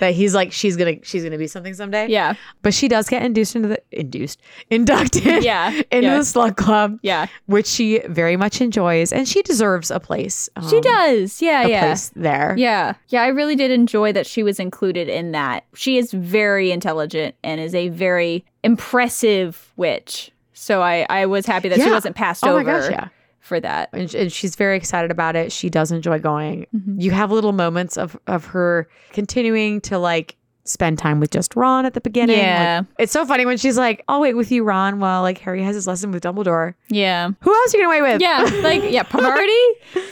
Speaker 1: that he's like she's going to she's going to be something someday
Speaker 2: Yeah.
Speaker 1: but she does get induced into the induced inducted
Speaker 2: Yeah.
Speaker 1: into
Speaker 2: Yeah.
Speaker 1: the slug club
Speaker 2: Yeah.
Speaker 1: which she very much enjoys and she deserves a place
Speaker 2: She
Speaker 1: um,
Speaker 2: does. Yeah.
Speaker 1: a
Speaker 2: yeah.
Speaker 1: place there
Speaker 2: Yeah. Yeah, I really did enjoy that she was included in that. She is very intelligent and is a very impressive witch. So I, I was happy that she
Speaker 1: Yeah.
Speaker 2: wasn't passed
Speaker 1: oh my
Speaker 2: over
Speaker 1: gosh yeah
Speaker 2: for that.
Speaker 1: and, sh- and she's very excited about it. She does enjoy going.
Speaker 2: Mhm.
Speaker 1: You have little moments of of her continuing to like spend time with just Ron at the beginning. Like,
Speaker 2: Yeah.
Speaker 1: it's so funny when she's like, "I'll wait with you, Ron," while like Harry has his lesson with Dumbledore.
Speaker 2: Yeah.
Speaker 1: Who else are you gonna wait with?
Speaker 2: Yeah. Like, yeah, poverty.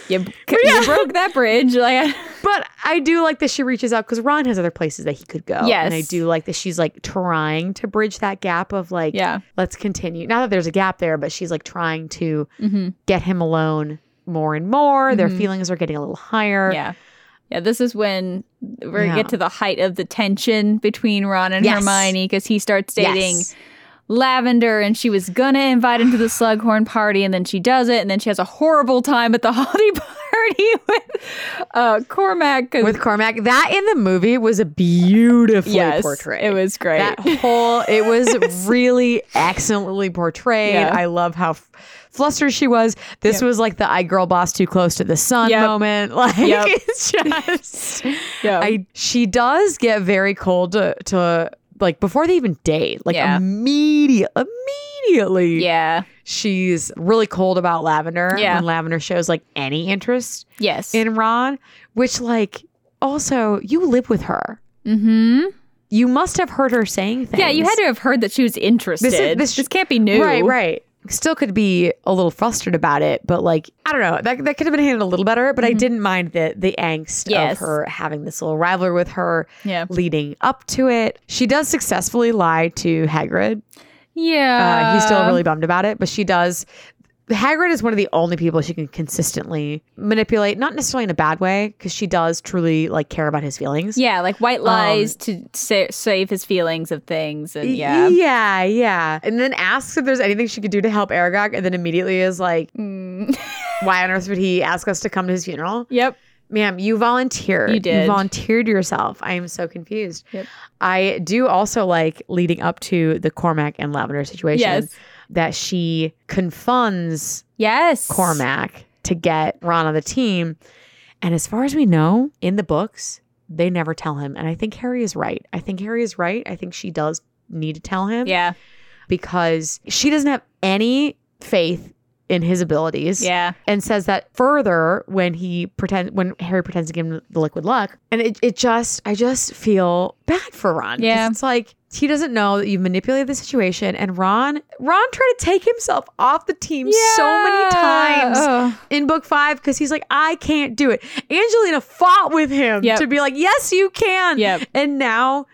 Speaker 2: You, you broke that bridge. Like,
Speaker 1: But I do like that she reaches out because Ron has other places that he could go.
Speaker 2: Yes.
Speaker 1: and I do like that she's like trying to bridge that gap of like,
Speaker 2: yeah.
Speaker 1: let's continue. Not that there's a gap there, but she's like trying to
Speaker 2: hmm
Speaker 1: get him alone more and more. Their
Speaker 2: Mhm.
Speaker 1: feelings are getting a little higher.
Speaker 2: Yeah. Yeah. This is when we're going
Speaker 1: Yeah.
Speaker 2: to get to the height of the tension between Ron and
Speaker 1: Yes.
Speaker 2: Hermione because he starts dating.
Speaker 1: Yes.
Speaker 2: Lavender and she was gonna invite him to the Slughorn party and then she does it and then she has a horrible time at the holiday party with uh, Cormac. 'cause-
Speaker 1: with Cormac. That in the movie was a beautifully
Speaker 2: yes,
Speaker 1: portrayed.
Speaker 2: it was great.
Speaker 1: that whole it was really excellently portrayed.
Speaker 2: Yeah.
Speaker 1: I love how f- flustered she was. This was like the I girl boss too close to the sun
Speaker 2: Yep.
Speaker 1: moment. Like
Speaker 2: Yep.
Speaker 1: it's just
Speaker 2: Yeah.
Speaker 1: I she does get very cold to, to like before they even date. Like
Speaker 2: Yeah.
Speaker 1: immediate immediately
Speaker 2: yeah.
Speaker 1: she's really cold about Lavender
Speaker 2: Yeah.
Speaker 1: when Lavender shows like any interest
Speaker 2: Yes.
Speaker 1: in Ron, which like also you live with her.
Speaker 2: mm-hmm.
Speaker 1: You must have heard her saying things.
Speaker 2: Yeah, you had to have heard that she was interested. This,
Speaker 1: this-
Speaker 2: can't be new.
Speaker 1: Right, right. Still could be a little flustered about it, but like I don't know, that, that could have been handled a little better. But I didn't mind the the angst
Speaker 2: Mm-hmm. Yes.
Speaker 1: of her having this little rivalry with her
Speaker 2: Yeah.
Speaker 1: leading up to it. She does successfully lie to Hagrid. Uh,
Speaker 2: Yeah.
Speaker 1: he's still really bummed about it, but she does. Hagrid is one of the only people she can consistently manipulate, not necessarily in a bad way, because she does truly like care about his feelings.
Speaker 2: Yeah, like white
Speaker 1: Um,
Speaker 2: lies to sa- save his feelings of things, and yeah,
Speaker 1: Yeah, yeah. And then asks if there's anything she could do to help Aragog, and then immediately is like,
Speaker 2: Mm.
Speaker 1: why on earth would he ask us to come to his funeral?
Speaker 2: yep,
Speaker 1: Ma'am, you volunteered.
Speaker 2: You did.
Speaker 1: volunteered yourself. I am so confused.
Speaker 2: Yep.
Speaker 1: I do also like leading up to the Cormac and Lavender situation
Speaker 2: yes,
Speaker 1: that she confunds
Speaker 2: yes,
Speaker 1: Cormac to get Ron on the team. And as far as we know, in the books, they never tell him. And I think Harry is right. I think Harry is right. I think she does need to tell him
Speaker 2: Yeah,
Speaker 1: because she doesn't have any faith in his abilities
Speaker 2: yeah,
Speaker 1: and says that further when he pretend when Harry pretends to give him the liquid luck. And it, it just I just feel bad for Ron. 'cause
Speaker 2: Yeah.
Speaker 1: It's like he doesn't know that you manipulated the situation and Ron Ron tried to take himself off the team so many times
Speaker 2: Ugh.
Speaker 1: in book five because he's like, I can't do it. Angelina fought with him
Speaker 2: Yep.
Speaker 1: to be like, Yes, you can.
Speaker 2: Yep.
Speaker 1: And now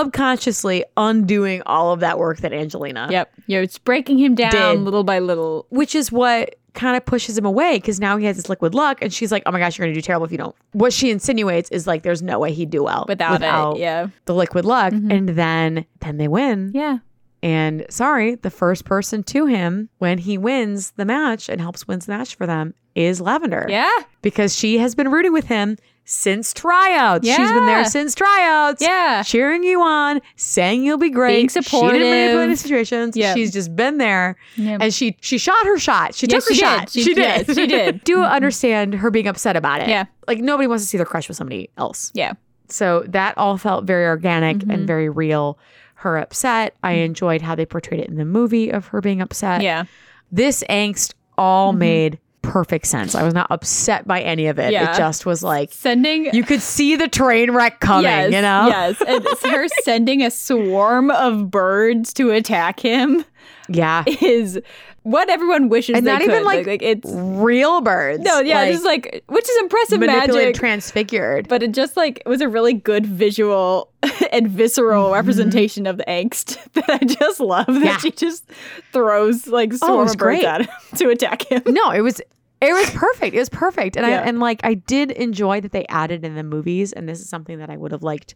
Speaker 1: subconsciously undoing all of that work that Angelina
Speaker 2: Yep, yeah, it's breaking him down
Speaker 1: Did.
Speaker 2: little by little.
Speaker 1: which is what kind of pushes him away because now he has this liquid luck and she's like oh my gosh you're gonna do terrible if you don't what she insinuates is like there's no way he'd do well
Speaker 2: Without, it, yeah,
Speaker 1: the liquid luck
Speaker 2: Mhm.
Speaker 1: and then then they win
Speaker 2: yeah,
Speaker 1: and sorry the first person to him when he wins the match and helps wins the match for them is lavender
Speaker 2: yeah,
Speaker 1: because she has been rooting with him since tryouts she's been
Speaker 2: Yeah.
Speaker 1: there since tryouts
Speaker 2: yeah,
Speaker 1: cheering you on saying you'll be great
Speaker 2: Being
Speaker 1: she
Speaker 2: supportive.
Speaker 1: didn't manipulate the situations
Speaker 2: Yeah.
Speaker 1: she's just been there
Speaker 2: yeah.
Speaker 1: and she she shot her shot. She
Speaker 2: Yeah,
Speaker 1: took her
Speaker 2: she did.
Speaker 1: shot.
Speaker 2: She-
Speaker 1: She, did.
Speaker 2: yes, she did. Mm-hmm.
Speaker 1: Do understand her being upset about it.
Speaker 2: Yeah.
Speaker 1: Like nobody wants to see their crush with somebody else.
Speaker 2: Yeah.
Speaker 1: So that all felt very organic
Speaker 2: Mhm.
Speaker 1: and very real. Her upset. I
Speaker 2: Mm-hmm.
Speaker 1: enjoyed how they portrayed it in the movie of her being upset.
Speaker 2: yeah,
Speaker 1: This angst all
Speaker 2: Mhm.
Speaker 1: made perfect sense. I was not upset by any of it.
Speaker 2: Yeah.
Speaker 1: It just was like
Speaker 2: sending.
Speaker 1: you could see the train wreck coming,
Speaker 2: Yes,
Speaker 1: you know?
Speaker 2: yes, and it's her sending a swarm of birds to attack him.
Speaker 1: Yeah.
Speaker 2: is what everyone wishes
Speaker 1: And
Speaker 2: they
Speaker 1: not even,
Speaker 2: could.
Speaker 1: like,
Speaker 2: it's
Speaker 1: Real birds.
Speaker 2: no yeah
Speaker 1: like,
Speaker 2: just like which is impressive
Speaker 1: manipulated,
Speaker 2: magic
Speaker 1: transfigured.
Speaker 2: but it just like was a really good visual and visceral representation of the angst that I just love that
Speaker 1: Mm-hmm. Yeah. Oh,
Speaker 2: she just throws like
Speaker 1: it
Speaker 2: swarm
Speaker 1: was
Speaker 2: of birds
Speaker 1: great.
Speaker 2: at him to attack him.
Speaker 1: no, it was it was perfect. It was perfect. And
Speaker 2: Yeah.
Speaker 1: I and like I did enjoy that they added in the movies and this is something that I would have liked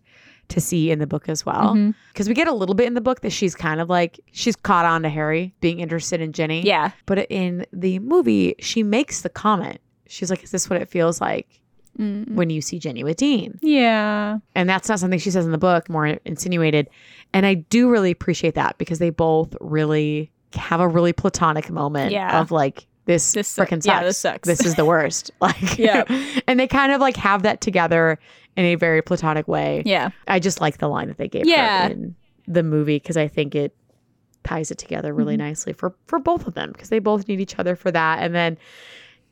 Speaker 1: to see in the book as well.
Speaker 2: Mhm.
Speaker 1: Cuz we get a little bit in the book that she's kind of like she's caught on to Harry being interested in Ginny.
Speaker 2: Yeah,
Speaker 1: But in the movie, she makes the comment. She's like is this what it feels like
Speaker 2: Mm.
Speaker 1: when you see Ginny with Dean?
Speaker 2: yeah,
Speaker 1: And that's not something she says in the book, more insinuated. And I do really appreciate that because they both really have a really platonic moment
Speaker 2: Yeah.
Speaker 1: of like, this,
Speaker 2: This
Speaker 1: this
Speaker 2: su-
Speaker 1: freaking sucks.
Speaker 2: yeah, this sucks.
Speaker 1: This is the worst. Like,
Speaker 2: Yeah.
Speaker 1: And they kind of like have that together in a very platonic way.
Speaker 2: yeah,
Speaker 1: I just like the line that they gave
Speaker 2: Yeah.
Speaker 1: her in the movie because I think it ties it together really
Speaker 2: Mm-hmm.
Speaker 1: nicely for for both of them because they both need each other for that. And then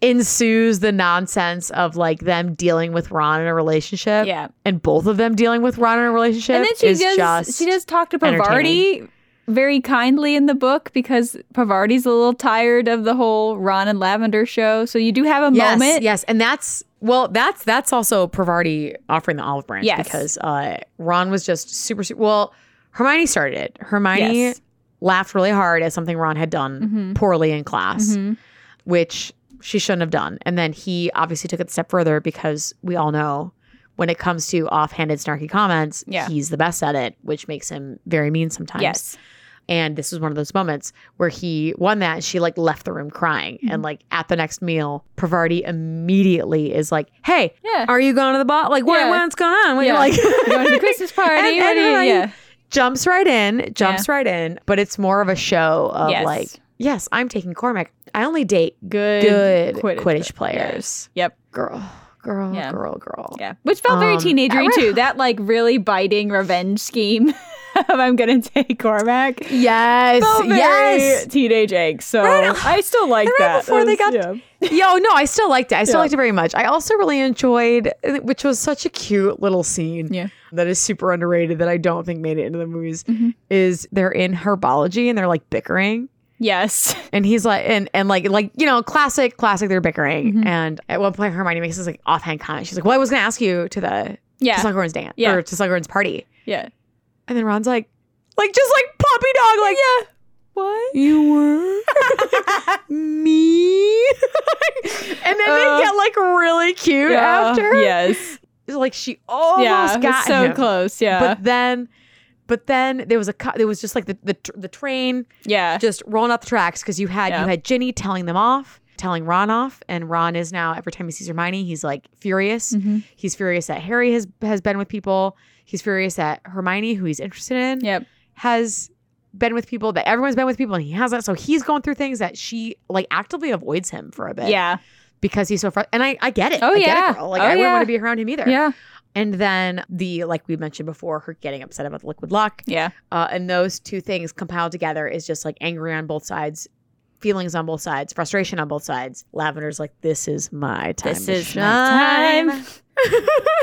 Speaker 1: ensues the nonsense of like them dealing with Ron in a relationship
Speaker 2: yeah.
Speaker 1: and both of them dealing with Ron in a relationship
Speaker 2: And then she
Speaker 1: is
Speaker 2: does
Speaker 1: just
Speaker 2: she does talk to
Speaker 1: entertaining.
Speaker 2: Pavardi very kindly in the book because Pavardi's a little tired of the whole Ron and Lavender show. So you do have a
Speaker 1: yes,
Speaker 2: moment.
Speaker 1: Yes, and that's well, that's that's also Pravarti offering the olive branch
Speaker 2: Yes.
Speaker 1: because uh, Ron was just super, super. Well, Hermione started it. Hermione
Speaker 2: Yes.
Speaker 1: laughed really hard at something Ron had done
Speaker 2: Mhm.
Speaker 1: poorly in class,
Speaker 2: Mhm.
Speaker 1: which she shouldn't have done. And then he obviously took it a step further because we all know. When it comes to offhanded, snarky comments,
Speaker 2: Yeah.
Speaker 1: he's the best at it, which makes him very mean sometimes.
Speaker 2: Yes.
Speaker 1: And this was one of those moments where he won that. And she like left the room crying.
Speaker 2: Mm-hmm.
Speaker 1: And like at the next meal, Pravarti immediately is like, Hey,
Speaker 2: Yeah.
Speaker 1: are you going to the bar? Like, what,
Speaker 2: Yeah.
Speaker 1: what's going on? What,
Speaker 2: Yeah.
Speaker 1: Like,
Speaker 2: Going to the Christmas party.
Speaker 1: And-
Speaker 2: what
Speaker 1: and
Speaker 2: do you-
Speaker 1: how you-
Speaker 2: yeah.
Speaker 1: jumps right in, jumps right in. But it's more of a show of
Speaker 2: Yes.
Speaker 1: like, Yes, I'm taking Cormac. I only date
Speaker 2: Good,
Speaker 1: good Quidditch,
Speaker 2: pla- yeah.
Speaker 1: players.
Speaker 2: Yep.
Speaker 1: Girl, girl,
Speaker 2: Yeah.
Speaker 1: girl, girl.
Speaker 2: Yeah, which felt very
Speaker 1: Um,
Speaker 2: teenagery
Speaker 1: that-
Speaker 2: too. That like really biting revenge scheme. of I'm gonna take Cormac.
Speaker 3: Yes.
Speaker 2: Felt very
Speaker 3: Yes.
Speaker 2: teenage angst. So
Speaker 1: Right.
Speaker 2: I still like
Speaker 1: And right
Speaker 2: that.
Speaker 1: before
Speaker 2: That
Speaker 1: they
Speaker 2: was-
Speaker 1: got-
Speaker 2: yeah.
Speaker 1: Yo, oh, no, I still liked it. I still
Speaker 2: Yeah.
Speaker 1: liked it very much. I also really enjoyed, which was such a cute little scene
Speaker 2: Yeah.
Speaker 1: that is super underrated that I don't think made it into the movies.
Speaker 2: Mm-hmm.
Speaker 1: Is they're in herbology and they're like bickering,
Speaker 2: yes,
Speaker 1: and he's like, and and like like you know, classic, classic. They're bickering,
Speaker 2: Mhm.
Speaker 1: and at one point Hermione makes this like offhand comment. She's like, "Well, I was gonna ask you to the to
Speaker 2: yeah,
Speaker 1: Slughorn's dance
Speaker 2: Yeah.
Speaker 1: or to Slughorn's party,"
Speaker 2: yeah,
Speaker 1: and then Ron's like, like just like puppy dog, like yeah.
Speaker 2: what?
Speaker 1: You were me, and then
Speaker 2: Uh,
Speaker 1: they get like really cute
Speaker 2: Yeah.
Speaker 1: after.
Speaker 2: yes,
Speaker 1: It's like she almost
Speaker 2: yeah, it was
Speaker 1: got
Speaker 2: so
Speaker 1: him.
Speaker 2: close. Yeah,
Speaker 1: But then, but then there was a co- there was just like the the, tr- the train
Speaker 2: yeah,
Speaker 1: just rolling up the tracks because you had
Speaker 2: Yeah.
Speaker 1: you had Ginny telling them off, telling Ron off, and Ron is now every time he sees Hermione, he's like furious.
Speaker 2: Mhm.
Speaker 1: He's furious that Harry has has been with people. He's furious that Hermione, who he's interested in,
Speaker 2: yep,
Speaker 1: has been with people that everyone's been with people and he hasn't. So he's going through things that she like actively avoids him for a bit.
Speaker 2: yeah,
Speaker 1: Because he's so frustrated. And I, I get it.
Speaker 2: Oh,
Speaker 1: I get it,
Speaker 2: yeah.
Speaker 1: girl. Like
Speaker 2: Oh,
Speaker 1: I wouldn't
Speaker 2: yeah.
Speaker 1: want to be around him either.
Speaker 2: yeah,
Speaker 1: And then the like we mentioned before, her getting upset about the liquid lock.
Speaker 2: yeah,
Speaker 1: Uh, and those two things compiled together is just like angry on both sides, feelings on both sides, frustration on both sides. Lavender's like, this is my time.
Speaker 2: This
Speaker 1: to
Speaker 2: is my
Speaker 1: shine."
Speaker 2: time.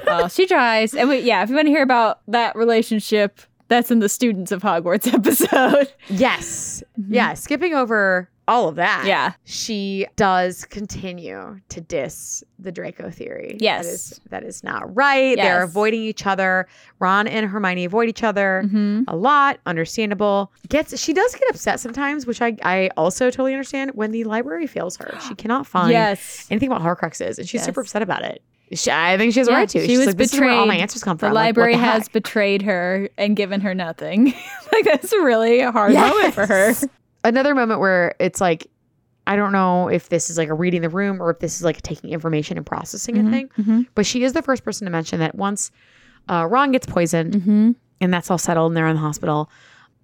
Speaker 2: oh, she tries. And wait, yeah, if you want to hear about that relationship, that's in the Students of Hogwarts episode.
Speaker 1: Yes. Yeah. Skipping over all of that.
Speaker 2: Yeah.
Speaker 1: She does continue to diss the Draco theory.
Speaker 2: Yes.
Speaker 1: That is, that is not right. They're
Speaker 2: Yes.
Speaker 1: avoiding each other. Ron and Hermione avoid each other.
Speaker 2: Mm-hmm.
Speaker 1: A lot, understandable. Gets she does get upset sometimes, which I I also totally understand when the library fails her. She cannot find
Speaker 2: Yes.
Speaker 1: anything about Horcruxes, and she's
Speaker 2: Yes.
Speaker 1: super upset about it. She, I think she has a
Speaker 2: Yeah,
Speaker 1: right to.
Speaker 2: she
Speaker 1: she's
Speaker 2: was
Speaker 1: like, this is where all my
Speaker 2: betrayed.
Speaker 1: answers come
Speaker 2: The
Speaker 1: from. Like, what
Speaker 2: library
Speaker 1: heck?
Speaker 2: has betrayed her and given her nothing. like that's a really hard moment for her.
Speaker 1: Yes. Another moment where it's like, I don't know if this is like a reading the room or if this is like taking information and processing
Speaker 2: Mm-hmm.
Speaker 1: a thing, but she is the first person to mention that once uh, Ron gets poisoned
Speaker 2: Mm-hmm.
Speaker 1: and that's all settled and they're in the hospital,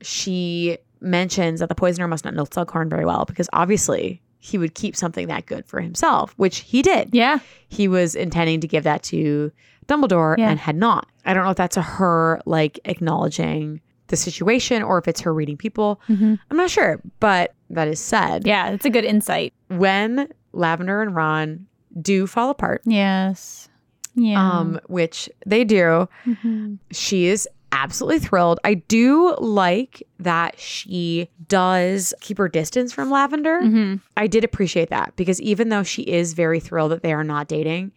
Speaker 1: she mentions that the poisoner must not know Slughorn very well because obviously he would keep something that good for himself, which he did.
Speaker 2: Yeah.
Speaker 1: He was intending to give that to Dumbledore
Speaker 2: Yeah.
Speaker 1: and had not. I don't know if that's a her like acknowledging the situation or if it's her reading people. I'm not sure, but that is said.
Speaker 2: Yeah, it's a good insight.
Speaker 1: When Lavender and Ron do fall apart,
Speaker 2: Yes. Yeah.
Speaker 1: um, which they do, Mm-hmm. she is absolutely thrilled. I do like that she does keep her distance from Lavender.
Speaker 2: Mm-hmm.
Speaker 1: I did appreciate that because even though she is very thrilled that they are not dating,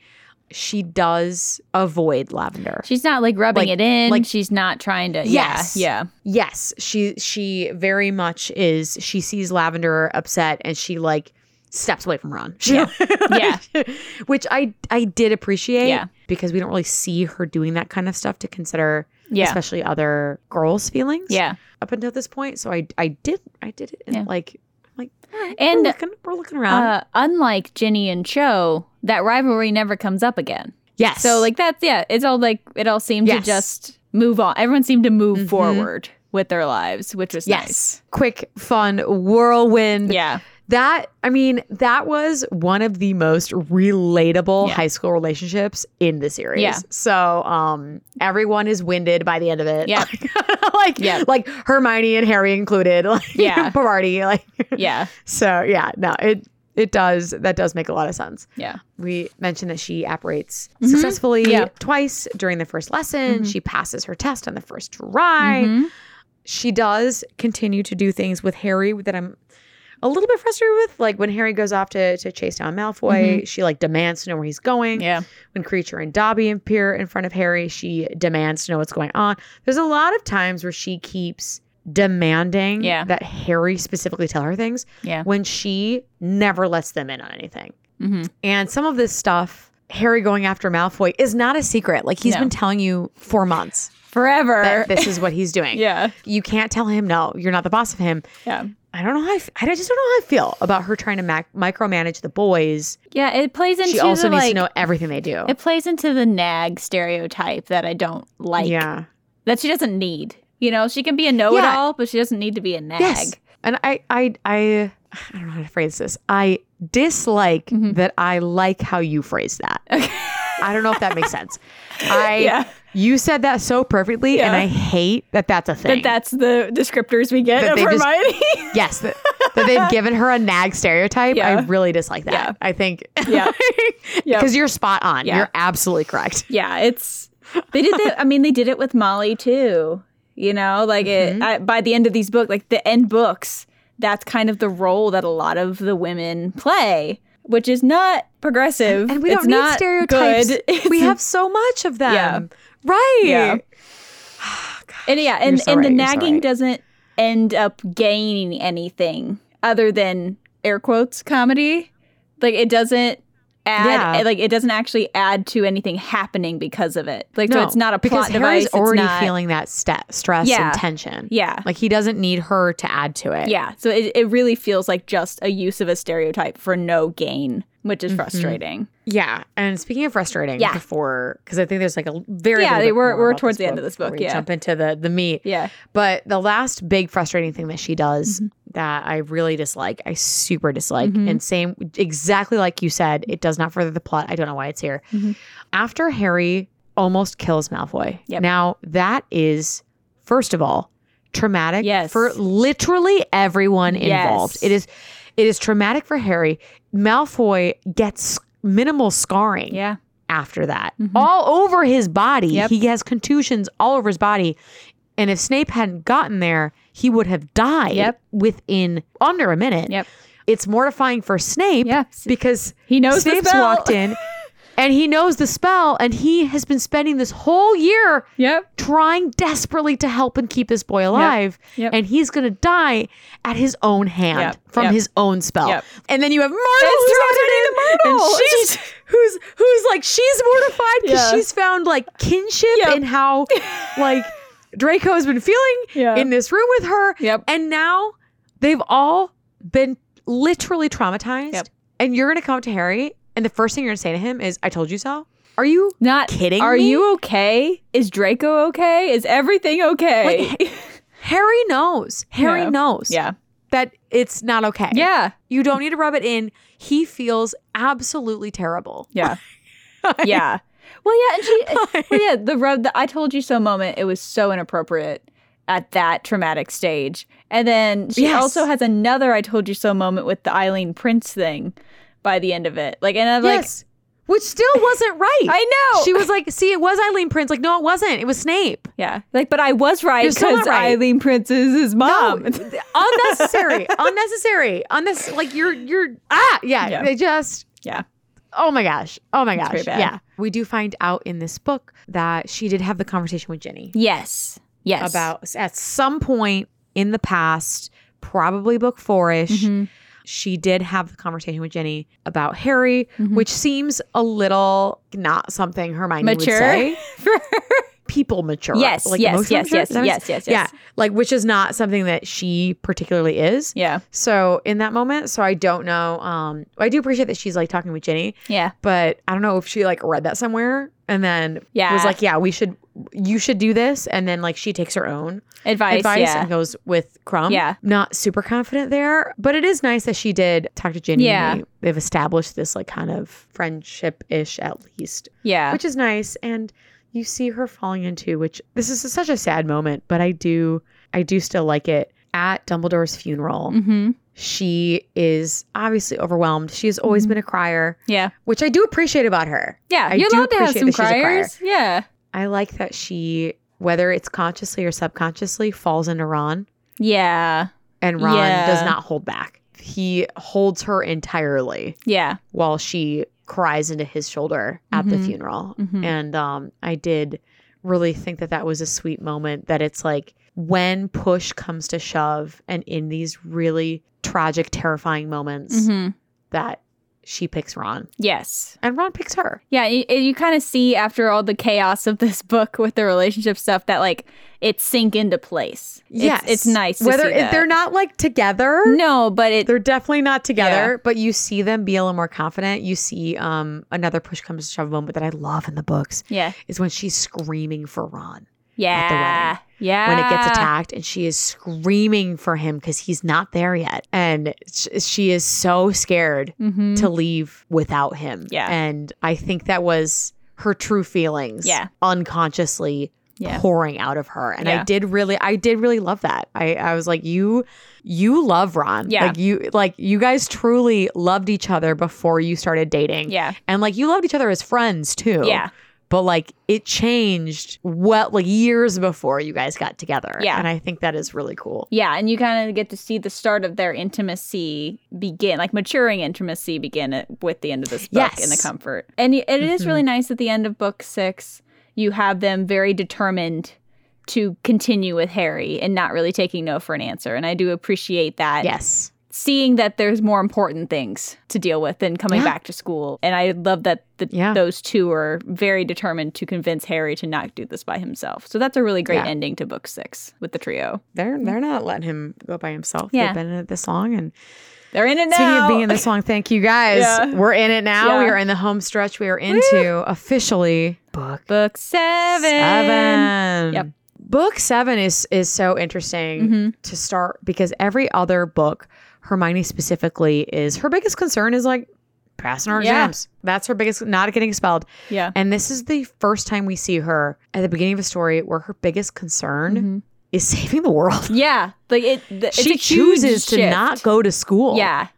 Speaker 1: she does avoid Lavender.
Speaker 2: She's not like rubbing
Speaker 1: Like-
Speaker 2: it in.
Speaker 1: like-
Speaker 2: she's not trying to.
Speaker 1: Yes.
Speaker 2: Yeah.
Speaker 1: yes, she she very much is. She sees Lavender upset and she like steps away from Ron. She-
Speaker 2: Yeah. Yeah.
Speaker 1: Which I I did appreciate
Speaker 2: Yeah.
Speaker 1: because we don't really see her doing that kind of stuff to consider
Speaker 2: Yeah. Yeah.
Speaker 1: especially other girls' feelings.
Speaker 2: Yeah.
Speaker 1: up until this point. So I I did I did it and
Speaker 2: Yeah.
Speaker 1: like I'm like "Alright,
Speaker 2: And,
Speaker 1: we're looking, we're looking around.
Speaker 2: Uh, unlike Ginny and Cho, that rivalry never comes up again.
Speaker 1: yes.
Speaker 2: So like that's yeah, it's all like it all seemed
Speaker 1: Yes.
Speaker 2: to just move on. Everyone seemed to move
Speaker 1: Mhm.
Speaker 2: forward with their lives, which was
Speaker 1: yes. Quick, fun whirlwind.
Speaker 2: nice. Yeah.
Speaker 1: That I mean, that was one of the most relatable
Speaker 2: Yeah.
Speaker 1: high school relationships in the series.
Speaker 2: Yeah.
Speaker 1: So um everyone is winded by the end of it.
Speaker 2: Yeah.
Speaker 1: like
Speaker 2: Yeah.
Speaker 1: like Hermione and Harry included. Like
Speaker 2: Yeah.
Speaker 1: Parvati. Like
Speaker 2: Yeah.
Speaker 1: so yeah, no, it it does that does make a lot of sense.
Speaker 2: Yeah.
Speaker 1: we mentioned that she apparates
Speaker 2: Mhm.
Speaker 1: successfully
Speaker 2: Yeah.
Speaker 1: twice during the first lesson.
Speaker 2: Mhm.
Speaker 1: She passes her test on the first try.
Speaker 2: Mhm.
Speaker 1: She does continue to do things with Harry that I'm a little bit frustrated with. Like when Harry goes off to, to chase down Malfoy, she like demands to know where he's going.
Speaker 2: Mm-hmm. Yeah.
Speaker 1: When Creature and Dobby appear in front of Harry, she demands to know what's going on. There's a lot of times where she keeps demanding
Speaker 2: Yeah.
Speaker 1: that Harry specifically tell her things
Speaker 2: Yeah.
Speaker 1: when she never lets them in on anything.
Speaker 2: Mhm.
Speaker 1: And some of this stuff, Harry going after Malfoy, is not a secret. Like he's
Speaker 2: No. Er.
Speaker 1: been telling you for months.
Speaker 2: forever.
Speaker 1: that this is what he's doing.
Speaker 2: yeah.
Speaker 1: You can't tell him no. You're not the boss of him.
Speaker 2: Yeah.
Speaker 1: I don't know how I, f- I just don't know how I feel about her trying to mac- micromanage the boys.
Speaker 2: Yeah. It plays into
Speaker 1: She also
Speaker 2: the,
Speaker 1: needs
Speaker 2: like,
Speaker 1: to know everything they do.
Speaker 2: it plays into the nag stereotype that I don't like.
Speaker 1: yeah.
Speaker 2: That she doesn't need. You know, she can be a know it all, but she doesn't need to be a nag.
Speaker 1: Yes. And I, I, I, I don't know how to phrase this. I dislike
Speaker 2: Mhm.
Speaker 1: that I like how you phrase that.
Speaker 2: Okay.
Speaker 1: I don't know if that makes sense. I,
Speaker 2: yeah.
Speaker 1: you said that so perfectly, and
Speaker 2: Yeah.
Speaker 1: I hate that that's a thing.
Speaker 2: That that's the descriptors we get
Speaker 1: That
Speaker 2: of
Speaker 1: they just-
Speaker 2: Hermione.
Speaker 1: yes, that, that they've given her a nag stereotype.
Speaker 2: Yeah.
Speaker 1: I really dislike that.
Speaker 2: Yeah.
Speaker 1: I think
Speaker 2: yeah. Yeah.
Speaker 1: because you're spot on.
Speaker 2: Yeah.
Speaker 1: You're absolutely correct.
Speaker 2: yeah it's they did that i mean they did it with molly too you know like it
Speaker 1: Mm-hmm.
Speaker 2: I, by the end of these books like the end books that's kind of the role that a lot of the women play which is not progressive
Speaker 1: And we
Speaker 2: It's
Speaker 1: don't need
Speaker 2: not
Speaker 1: stereotypes.
Speaker 2: good. It's-
Speaker 1: We have so much of them. Right.
Speaker 2: Yeah. and yeah
Speaker 1: You're
Speaker 2: and,
Speaker 1: so
Speaker 2: and the
Speaker 1: right, you're so
Speaker 2: nagging
Speaker 1: right.
Speaker 2: doesn't end up gaining anything other than air quotes comedy like it doesn't add
Speaker 1: Yeah.
Speaker 2: like it doesn't actually add to anything happening because of it like so
Speaker 1: No,
Speaker 2: it's not a
Speaker 1: because
Speaker 2: plot
Speaker 1: Harry's
Speaker 2: device it's
Speaker 1: already
Speaker 2: not-
Speaker 1: feeling that st- stress
Speaker 2: Yeah.
Speaker 1: and tension.
Speaker 2: yeah
Speaker 1: Like he doesn't need her to add to it.
Speaker 2: Yeah. So it, it really feels like just a use of a stereotype for no gain, which is
Speaker 1: Mm-hmm.
Speaker 2: frustrating.
Speaker 1: Yeah. And speaking of frustrating,
Speaker 2: Yeah.
Speaker 1: before because I think there's like a very
Speaker 2: Yeah,
Speaker 1: little
Speaker 2: they
Speaker 1: bit
Speaker 2: were-
Speaker 1: more
Speaker 2: we're
Speaker 1: about
Speaker 2: towards the end of this
Speaker 1: before
Speaker 2: book,
Speaker 1: we
Speaker 2: yeah.
Speaker 1: jump into the the meat.
Speaker 2: Yeah.
Speaker 1: But the last big frustrating thing that she does
Speaker 2: Mm-hmm.
Speaker 1: that I really dislike, I super dislike,
Speaker 2: Mhm.
Speaker 1: and same exactly like you said, it does not further the plot. I don't know why it's here.
Speaker 2: Mhm.
Speaker 1: After Harry almost kills Malfoy.
Speaker 2: Yep.
Speaker 1: Now that is first of all traumatic
Speaker 2: Yes.
Speaker 1: for literally everyone
Speaker 2: Yes.
Speaker 1: involved. It is it is traumatic for Harry. Malfoy gets minimal scarring
Speaker 2: Yeah.
Speaker 1: after that.
Speaker 2: Mhm.
Speaker 1: All over his body.
Speaker 2: Yep.
Speaker 1: He has contusions all over his body. And if Snape hadn't gotten there, he would have died
Speaker 2: Yep.
Speaker 1: within under a minute.
Speaker 2: Yep.
Speaker 1: It's mortifying for Snape
Speaker 2: Yeah.
Speaker 1: because
Speaker 2: He knows the
Speaker 1: Snape's
Speaker 2: spell.
Speaker 1: walked in and he knows the spell and he has been spending this whole year
Speaker 2: Yep.
Speaker 1: trying desperately to help and keep this boy alive
Speaker 2: Yep.
Speaker 1: and he's going to die at his own hand
Speaker 2: Yep.
Speaker 1: from
Speaker 2: Yep.
Speaker 1: his own spell
Speaker 2: Yep.
Speaker 1: and then you have myrtle
Speaker 2: It's
Speaker 1: who's
Speaker 2: turning
Speaker 1: entered in,
Speaker 2: into Myrtle.
Speaker 1: and she's who's who's like she's mortified because
Speaker 2: Yeah.
Speaker 1: she's found like kinship
Speaker 2: Yep.
Speaker 1: in how like draco has been feeling
Speaker 2: Yeah.
Speaker 1: in this room with her
Speaker 2: Yep.
Speaker 1: and now they've all been literally traumatized
Speaker 2: Yep.
Speaker 1: and you're going to come up to harry and the first thing you're going to say to him is i told you so are you
Speaker 2: Not
Speaker 1: Kidding
Speaker 2: Are
Speaker 1: me?
Speaker 2: you okay? Is Draco okay? Is everything okay?
Speaker 1: Harry knows. Harry
Speaker 2: Yeah.
Speaker 1: knows
Speaker 2: yeah.
Speaker 1: that it's not okay.
Speaker 2: Yeah.
Speaker 1: You don't need to rub it in. He feels absolutely terrible.
Speaker 2: Yeah. yeah. Well, yeah, and she, well, yeah, the rub, the I told you so moment, it was so inappropriate at that traumatic stage. And then she
Speaker 1: Yes.
Speaker 2: also has another I told you so moment with the Eileen Prince thing by the end of it. Like, and I'm
Speaker 1: yes. Which still wasn't right.
Speaker 2: like, I know.
Speaker 1: She was like, see, it was Eileen Prince. Like, no, it wasn't. It was Snape.
Speaker 2: yeah. Like, but I was right
Speaker 1: You're still not
Speaker 2: because
Speaker 1: right.
Speaker 2: Eileen Prince is his mom.
Speaker 1: unnecessary. unnecessary. Unnecessary. Like you're you're ah yeah.
Speaker 2: Yeah.
Speaker 1: They just
Speaker 2: Yeah.
Speaker 1: Oh my gosh. Oh my
Speaker 2: It's
Speaker 1: gosh.
Speaker 2: pretty bad.
Speaker 1: Yeah. We do find out in this book that she did have the conversation with Jenny.
Speaker 2: yes. Yes.
Speaker 1: about at some point in the past, probably book fourish.
Speaker 2: Mhm.
Speaker 1: She did have the conversation with Jenny about Harry,
Speaker 2: Mhm.
Speaker 1: which seems a little not something Hermione
Speaker 2: Mature.
Speaker 1: would say. People mature,
Speaker 2: Yes,
Speaker 1: like
Speaker 2: yes,
Speaker 1: emotionally
Speaker 2: yes,
Speaker 1: mature?
Speaker 2: yes,
Speaker 1: Is that what
Speaker 2: yes,
Speaker 1: it's-
Speaker 2: yes,
Speaker 1: yeah,
Speaker 2: yes.
Speaker 1: like which is not something that she particularly is.
Speaker 2: Yeah.
Speaker 1: So in that moment, so I don't know. Um, I do appreciate that she's like talking with Jenny,
Speaker 2: Yeah.
Speaker 1: but I don't know if she like read that somewhere and then
Speaker 2: Yeah.
Speaker 1: was like, yeah, we should, you should do this, and then like she takes her own
Speaker 2: Advice.
Speaker 1: advice and
Speaker 2: yeah.
Speaker 1: goes with Crumb.
Speaker 2: Yeah.
Speaker 1: Not super confident there, but it is nice that she did talk to Ginny.
Speaker 2: Yeah.
Speaker 1: They've established this like kind of friendship ish at least,
Speaker 2: Yeah.
Speaker 1: which is nice. And you see her falling into, which this is such a sad moment, but I do, I do still like it. At Dumbledore's funeral,
Speaker 2: mm-hmm.
Speaker 1: she is obviously overwhelmed. She has always
Speaker 2: Mhm.
Speaker 1: been a crier,
Speaker 2: Yeah.
Speaker 1: which I do appreciate about her.
Speaker 2: Yeah.
Speaker 1: I
Speaker 2: You're
Speaker 1: do
Speaker 2: allowed to have
Speaker 1: appreciate
Speaker 2: some
Speaker 1: that she's a crier.
Speaker 2: criers. Yeah.
Speaker 1: I like that she, whether it's consciously or subconsciously, falls into Ron.
Speaker 2: Yeah.
Speaker 1: and Ron does
Speaker 2: Yeah.
Speaker 1: not hold back. He holds her entirely
Speaker 2: Yeah.
Speaker 1: while she cries into his shoulder at the
Speaker 2: Mhm.
Speaker 1: funeral.
Speaker 2: Mhm.
Speaker 1: And um, I did really think that that was a sweet moment. That it's like when push comes to shove, and in these really tragic, terrifying moments,
Speaker 2: Mhm.
Speaker 1: that she picks Ron
Speaker 2: Yes.
Speaker 1: and Ron picks her.
Speaker 2: Yeah, you, you kind of see after all the chaos of this book with the relationship stuff that like it sink into place. It's-
Speaker 1: Yes.
Speaker 2: it's, nice. To
Speaker 1: Whether
Speaker 2: see
Speaker 1: if they're
Speaker 2: that.
Speaker 1: not like together,
Speaker 2: no, but it
Speaker 1: they're definitely not together,
Speaker 2: Yeah.
Speaker 1: but you see them be a little more confident. You see um another push comes to shove moment that I love in the books
Speaker 2: yeah
Speaker 1: is when she's screaming for Ron
Speaker 2: yeah yeah
Speaker 1: when it gets attacked and she is screaming for him cuz he's not there yet and sh- she is so scared
Speaker 2: Mhm.
Speaker 1: to leave without him.
Speaker 2: Yeah.
Speaker 1: And I think that was her true feelings
Speaker 2: Yeah.
Speaker 1: unconsciously
Speaker 2: Yeah.
Speaker 1: pouring out of her. And
Speaker 2: Yeah.
Speaker 1: I did really I did really love that. I, I was like, you you love Ron.
Speaker 2: Yeah.
Speaker 1: Like you like you guys truly loved each other before you started dating.
Speaker 2: yeah
Speaker 1: And like you loved each other as friends too.
Speaker 2: yeah
Speaker 1: But like it changed well like years before you guys got together.
Speaker 2: Yeah.
Speaker 1: And I think that is really cool.
Speaker 2: yeah and you kind of get to see the start of their intimacy begin like maturing intimacy begin at, with the end of this book in the
Speaker 1: Yes.
Speaker 2: comfort and it, it is
Speaker 1: Mhm.
Speaker 2: really nice at the end of book six you have them very determined to continue with harry and not really taking no for an answer and i do appreciate that
Speaker 1: Yes.
Speaker 2: seeing that there's more important things to deal with than coming
Speaker 1: Yeah.
Speaker 2: back to school. And I love that the,
Speaker 1: Yeah.
Speaker 2: those two are very determined to convince Harry to not do this by himself. So that's a really great
Speaker 1: Yeah.
Speaker 2: ending to book six with the trio.
Speaker 1: They're they're not letting him go by himself.
Speaker 2: Yeah.
Speaker 1: They've been in it this long and
Speaker 2: They're in it now.
Speaker 1: Speaking of being in this long, thank you guys.
Speaker 2: Yeah.
Speaker 1: We're in it now. We
Speaker 2: Yeah.
Speaker 1: are in the home stretch. We are into officially book
Speaker 2: book seven.
Speaker 1: seven.
Speaker 2: Yep.
Speaker 1: Book seven is is so interesting
Speaker 2: Mhm.
Speaker 1: to start because every other book, Hermione specifically, is her biggest concern is like passing her
Speaker 2: Yeah.
Speaker 1: exams. That's her biggest not getting expelled.
Speaker 2: Yeah.
Speaker 1: And this is the first time we see her at the beginning of a story where her biggest concern
Speaker 2: Mhm.
Speaker 1: is saving the world.
Speaker 2: Yeah. Like it, the, it's a
Speaker 1: Mm-hmm. she
Speaker 2: huge
Speaker 1: chooses to
Speaker 2: shift.
Speaker 1: not go to school.
Speaker 2: Yeah.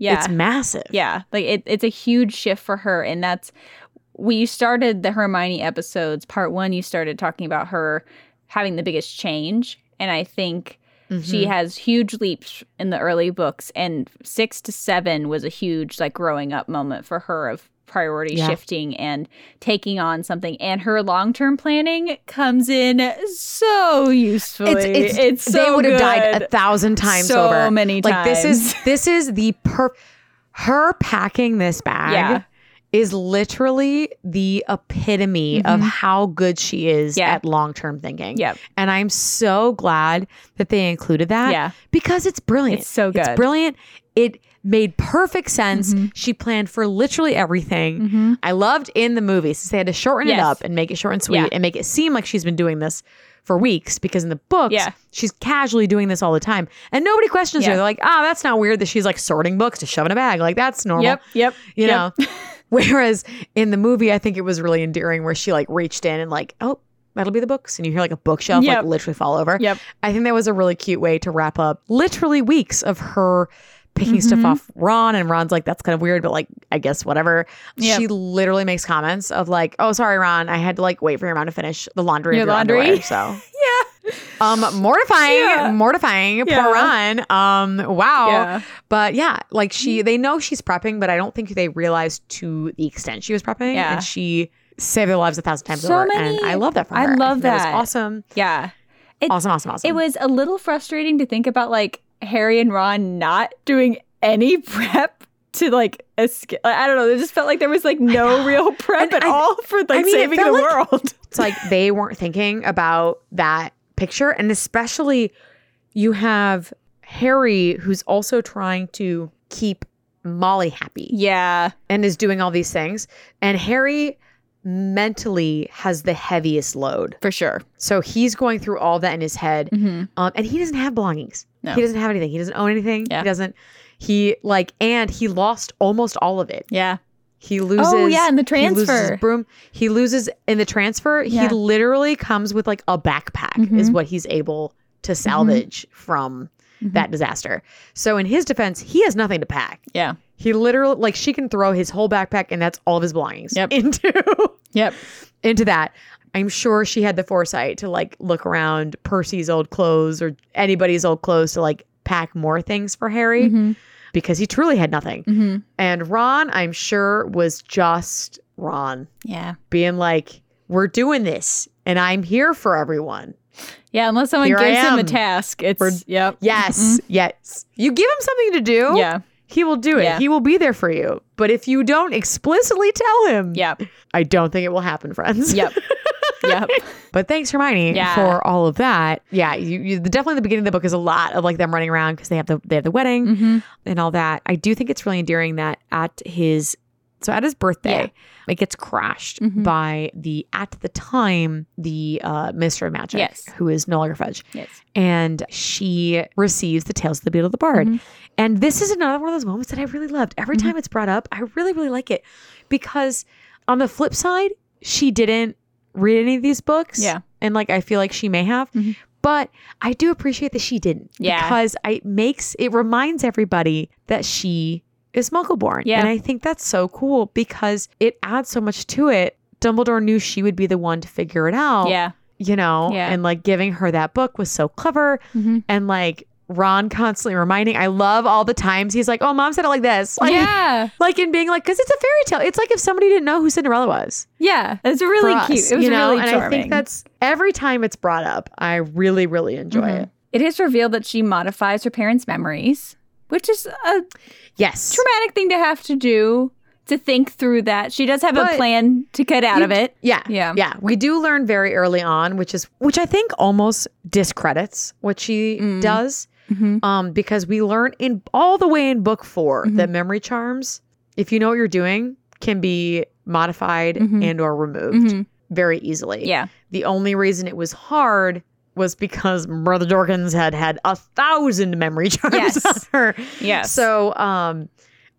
Speaker 2: Yeah.
Speaker 1: It's massive.
Speaker 2: Yeah, like it, it's a huge shift for her, and that's we started the Hermione episodes. Part one, you started talking about her having the biggest change, and I think
Speaker 1: Mm-hmm.
Speaker 2: she has huge leaps in the early books, and six to seven was a huge like growing up moment for her of priority
Speaker 1: Yeah.
Speaker 2: shifting and taking on something and her long-term planning comes in so usefully it's, so
Speaker 1: they would have died
Speaker 2: good.
Speaker 1: a thousand times
Speaker 2: so
Speaker 1: over.
Speaker 2: many
Speaker 1: like this is
Speaker 2: times.
Speaker 1: this is the per her packing this bag
Speaker 2: Yeah.
Speaker 1: is literally the epitome of
Speaker 2: Mhm.
Speaker 1: how good she is
Speaker 2: Yeah.
Speaker 1: at long term thinking.
Speaker 2: yep
Speaker 1: And I'm so glad that they included that
Speaker 2: yeah
Speaker 1: because it's brilliant.
Speaker 2: It's so
Speaker 1: It's
Speaker 2: good.
Speaker 1: brilliant. It made perfect sense.
Speaker 2: Mhm.
Speaker 1: She planned for literally everything.
Speaker 2: mm-hmm.
Speaker 1: I loved in the movie since they had to shorten it
Speaker 2: Yes.
Speaker 1: up and make it short and sweet
Speaker 2: Yeah.
Speaker 1: and make it seem like she's been doing this for weeks because in the books
Speaker 2: Yeah.
Speaker 1: she's casually doing this all the time and nobody questions
Speaker 2: Yeah.
Speaker 1: her. They're like, "Ah, that's not weird that she's like sorting books to shove in a bag. Like that's normal."
Speaker 2: yep yep
Speaker 1: You
Speaker 2: yep.
Speaker 1: know. Whereas in the movie I think it was really endearing where she like reached in and like, "Oh, that'll be the books." And you hear like a bookshelf
Speaker 2: Yep.
Speaker 1: like literally fall over.
Speaker 2: Yep.
Speaker 1: I think that was a really cute way to wrap up literally weeks of her picking stuff
Speaker 2: Mhm.
Speaker 1: off Ron. And Ron's like, that's kind of weird, but like, I guess whatever.
Speaker 2: Yeah.
Speaker 1: She literally makes comments of like, oh, sorry, Ron. I had to like wait for your mom to finish the laundry.
Speaker 2: Your
Speaker 1: of your
Speaker 2: laundry.
Speaker 1: underwear," so,
Speaker 2: Yeah.
Speaker 1: um, mortifying,
Speaker 2: Yeah.
Speaker 1: mortifying.
Speaker 2: Yeah.
Speaker 1: Poor Ron. Um, wow.
Speaker 2: Yeah. Mm-hmm.
Speaker 1: But yeah, like she, they know she's prepping, but I don't think they realized to the extent she was prepping.
Speaker 2: Yeah.
Speaker 1: And she saved their lives a thousand times
Speaker 2: So
Speaker 1: over.
Speaker 2: many-
Speaker 1: And I love that for
Speaker 2: I
Speaker 1: her.
Speaker 2: love
Speaker 1: think
Speaker 2: that.
Speaker 1: was awesome.
Speaker 2: Yeah. It-
Speaker 1: Awesome, awesome, awesome.
Speaker 2: It was a little frustrating to think about like Harry and Ron not doing any prep to like escape. I don't know. It just felt like there was like no
Speaker 1: know.
Speaker 2: real prep
Speaker 1: And
Speaker 2: at
Speaker 1: I-
Speaker 2: all for like
Speaker 1: I mean, it
Speaker 2: saving the
Speaker 1: felt like-
Speaker 2: world.
Speaker 1: it's like they weren't thinking about that picture and especially you have harry who's also trying to keep molly happy
Speaker 2: Yeah.
Speaker 1: and is doing all these things and harry mentally has the heaviest load
Speaker 2: For sure.
Speaker 1: so he's going through all that in his head
Speaker 2: Mm-hmm.
Speaker 1: um, and he doesn't have belongings
Speaker 2: No.
Speaker 1: he doesn't have anything he doesn't own anything
Speaker 2: Yeah.
Speaker 1: he doesn't he like and he lost almost all of it
Speaker 2: Yeah.
Speaker 1: he loses
Speaker 2: oh yeah, and the
Speaker 1: he loses
Speaker 2: transfer.
Speaker 1: his broom. He loses in the transfer.
Speaker 2: Yeah.
Speaker 1: He literally comes with like a backpack, is
Speaker 2: Mhm.
Speaker 1: what he's able to salvage
Speaker 2: Mm-hmm.
Speaker 1: from that disaster. So, in his defense, he has nothing to pack.
Speaker 2: Yeah.
Speaker 1: He literally, like, she can throw his whole backpack and that's all of his belongings
Speaker 2: Yep.
Speaker 1: into
Speaker 2: Yep.
Speaker 1: into that. I'm sure she had the foresight to like look around Percy's old clothes or anybody's old clothes to like pack more things for Harry
Speaker 2: Mhm.
Speaker 1: because he truly had nothing.
Speaker 2: Mhm.
Speaker 1: And Ron, I'm sure, was just Ron
Speaker 2: Yeah.
Speaker 1: being like, "We're doing this, and I'm here for everyone."
Speaker 2: Yeah. Unless someone
Speaker 1: Here I
Speaker 2: gives him a
Speaker 1: am.
Speaker 2: task, it's
Speaker 1: We're-
Speaker 2: yep.
Speaker 1: Yes, yes. You give him something to do.
Speaker 2: Mhm. Mm-hmm. Yeah.
Speaker 1: He will do it.
Speaker 2: Yeah.
Speaker 1: He will be there for you. But if you don't explicitly tell him,
Speaker 2: Yep.
Speaker 1: I don't think it will happen, friends.
Speaker 2: Yep. yep.
Speaker 1: But thanks, Hermione,
Speaker 2: Yeah.
Speaker 1: for all of that. Yeah, you, you definitely the beginning of the book is a lot of like them running around because they have the they have the wedding
Speaker 2: Mhm.
Speaker 1: and all that. I do think it's really endearing that at his so at his birthday, it gets crashed
Speaker 2: Mhm.
Speaker 1: by the at the time the uh, Mister of Magic,
Speaker 2: Yes.
Speaker 1: who is no longer Fudge,
Speaker 2: Yes.
Speaker 1: and she receives the Tales of the Beetle the Bard.
Speaker 2: Mhm.
Speaker 1: And this is another one of those moments that I really loved. Every
Speaker 2: Mhm.
Speaker 1: time it's brought up, I really, really like it because on the flip side, she didn't read any of these books.
Speaker 2: Yeah.
Speaker 1: And like, I feel like she may have.
Speaker 2: Mhm.
Speaker 1: But I do appreciate that she didn't.
Speaker 2: Yeah.
Speaker 1: Because I- it makes, it reminds everybody that she is Muggleborn.
Speaker 2: Yeah.
Speaker 1: And I think that's so cool because it adds so much to it. Dumbledore knew she would be the one to figure it out
Speaker 2: Yeah.
Speaker 1: you know,
Speaker 2: Yeah.
Speaker 1: and like giving her that book was so clever.
Speaker 2: Mhm.
Speaker 1: And like Ron constantly reminding, I love all the times he's like, oh, mom said it like this. Like,
Speaker 2: yeah.
Speaker 1: Like in being like, because it's a fairy tale. It's like if somebody didn't know who Cinderella was.
Speaker 2: Yeah. It's
Speaker 1: for
Speaker 2: really
Speaker 1: us,
Speaker 2: cute. It was
Speaker 1: you know,
Speaker 2: really
Speaker 1: and
Speaker 2: charming.
Speaker 1: I think that's every time it's brought up, I really, really enjoy
Speaker 2: Mhm.
Speaker 1: it.
Speaker 2: It is revealed that she modifies her parents' memories, which is a
Speaker 1: Yes,
Speaker 2: traumatic thing to have to do to think through that. She does have
Speaker 1: But
Speaker 2: a plan to get out
Speaker 1: you-
Speaker 2: of it.
Speaker 1: yeah,
Speaker 2: Yeah.
Speaker 1: yeah. We do learn very early on, which is which I think almost discredits what she
Speaker 2: Mm.
Speaker 1: does. um, because we learn in all the way in book 4 that memory charms, if you know what you're doing, can be modified
Speaker 2: Mhm.
Speaker 1: and or removed
Speaker 2: Mhm.
Speaker 1: very easily.
Speaker 2: Yeah.
Speaker 1: The only reason it was hard was because Brother Dorkins had had a thousand memory charms
Speaker 2: Yes.
Speaker 1: on her.
Speaker 2: Yes.
Speaker 1: So, um,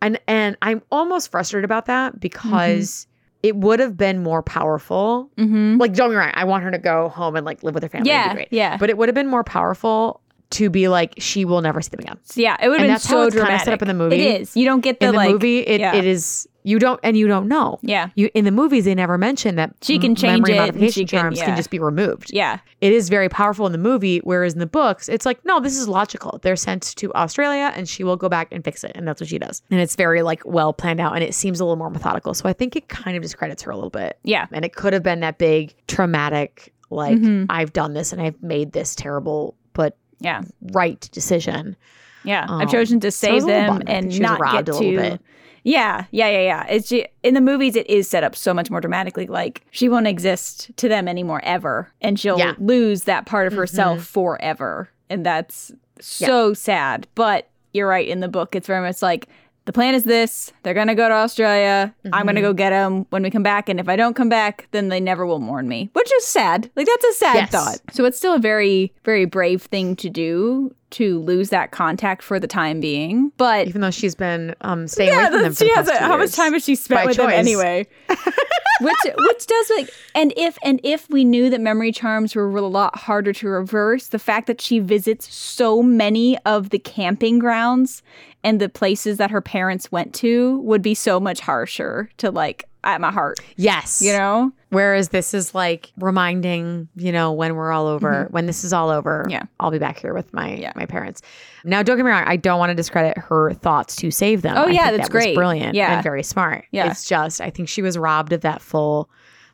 Speaker 1: and and I'm almost frustrated about that because it would have been more powerful.
Speaker 2: hmm
Speaker 1: Like, don't get me wrong, I want her to go home and like live with her family. It'd be
Speaker 2: yeah.
Speaker 1: great.
Speaker 2: Yeah.
Speaker 1: But it would have been more powerful to be like, she will never see them again.
Speaker 2: So, yeah. It would have
Speaker 1: and
Speaker 2: been
Speaker 1: that's
Speaker 2: so
Speaker 1: how it's kind
Speaker 2: dramatic.
Speaker 1: of set up in the movie.
Speaker 2: It is. You don't get the
Speaker 1: In the
Speaker 2: like.
Speaker 1: movie, it,
Speaker 2: yeah.
Speaker 1: it is you don't and you don't know.
Speaker 2: Yeah.
Speaker 1: You in the movies they never mention that
Speaker 2: She can
Speaker 1: m-
Speaker 2: change
Speaker 1: memory
Speaker 2: it and
Speaker 1: modification
Speaker 2: she can-
Speaker 1: charms
Speaker 2: yeah.
Speaker 1: can just be removed.
Speaker 2: Yeah.
Speaker 1: It is very powerful in the movie, whereas in the books, it's like, no, this is logical. They're sent to Australia and she will go back and fix it. And that's what she does. And it's very like well planned out and it seems a little more methodical. So I think it kind of discredits her a little bit.
Speaker 2: Yeah.
Speaker 1: And it could have been that big traumatic, like,
Speaker 2: Mhm.
Speaker 1: I've done this and I've made this terrible but
Speaker 2: Yeah.
Speaker 1: right decision.
Speaker 2: Yeah.
Speaker 1: Um,
Speaker 2: I've chosen to
Speaker 1: so I was
Speaker 2: save
Speaker 1: a little
Speaker 2: them
Speaker 1: bummed. I think
Speaker 2: and
Speaker 1: she was
Speaker 2: not
Speaker 1: robbed
Speaker 2: get
Speaker 1: a little
Speaker 2: to.
Speaker 1: bit.
Speaker 2: Yeah, yeah, yeah, yeah. It's ju- in the movies. It is set up so much more dramatically. Like she won't exist to them anymore ever, and she'll
Speaker 1: Yeah.
Speaker 2: lose that part of herself forever, and that's so sad. But you're right. In the book, it's very much like the plan is this: they're gonna go to Australia. I'm gonna
Speaker 1: Mhm.
Speaker 2: go get them when we come back, and if I don't come back, then they never will mourn me, which is sad. Like that's a sad
Speaker 1: Yes.
Speaker 2: thought. So it's still a very, very brave thing to do to lose that contact for the time being, but
Speaker 1: even though she's been um, staying away from them
Speaker 2: that's-
Speaker 1: for the
Speaker 2: she
Speaker 1: past
Speaker 2: has
Speaker 1: two
Speaker 2: a, how much
Speaker 1: years.
Speaker 2: time has she spent
Speaker 1: By
Speaker 2: with them
Speaker 1: choice.
Speaker 2: anyway? which which does like and if and if we knew that memory charms were a lot harder to reverse, the fact that she visits so many of the camping grounds and the places that her parents went to would be so much harsher to like at my heart,
Speaker 1: Yes,
Speaker 2: you know?
Speaker 1: Whereas this is like reminding, you know, when we're all over, when this is all over,
Speaker 2: Mm-hmm. Yeah.
Speaker 1: I'll be back here with my
Speaker 2: Yeah.
Speaker 1: my parents. Now, don't get me wrong, I don't want to discredit her thoughts to save them.
Speaker 2: Oh,
Speaker 1: I
Speaker 2: yeah,
Speaker 1: think
Speaker 2: that's
Speaker 1: that was
Speaker 2: great.
Speaker 1: brilliant,
Speaker 2: Yeah.
Speaker 1: and very smart.
Speaker 2: Yeah.
Speaker 1: it's just I think she was robbed of that full,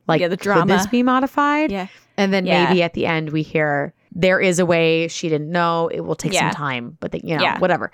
Speaker 1: like,
Speaker 2: Yeah, the
Speaker 1: could this
Speaker 2: drama.
Speaker 1: be modified?
Speaker 2: Yeah.
Speaker 1: And then
Speaker 2: Yeah.
Speaker 1: maybe at the end we hear there is a way she didn't know. It will take
Speaker 2: Yeah.
Speaker 1: some time, but they, you know,
Speaker 2: Yeah.
Speaker 1: whatever.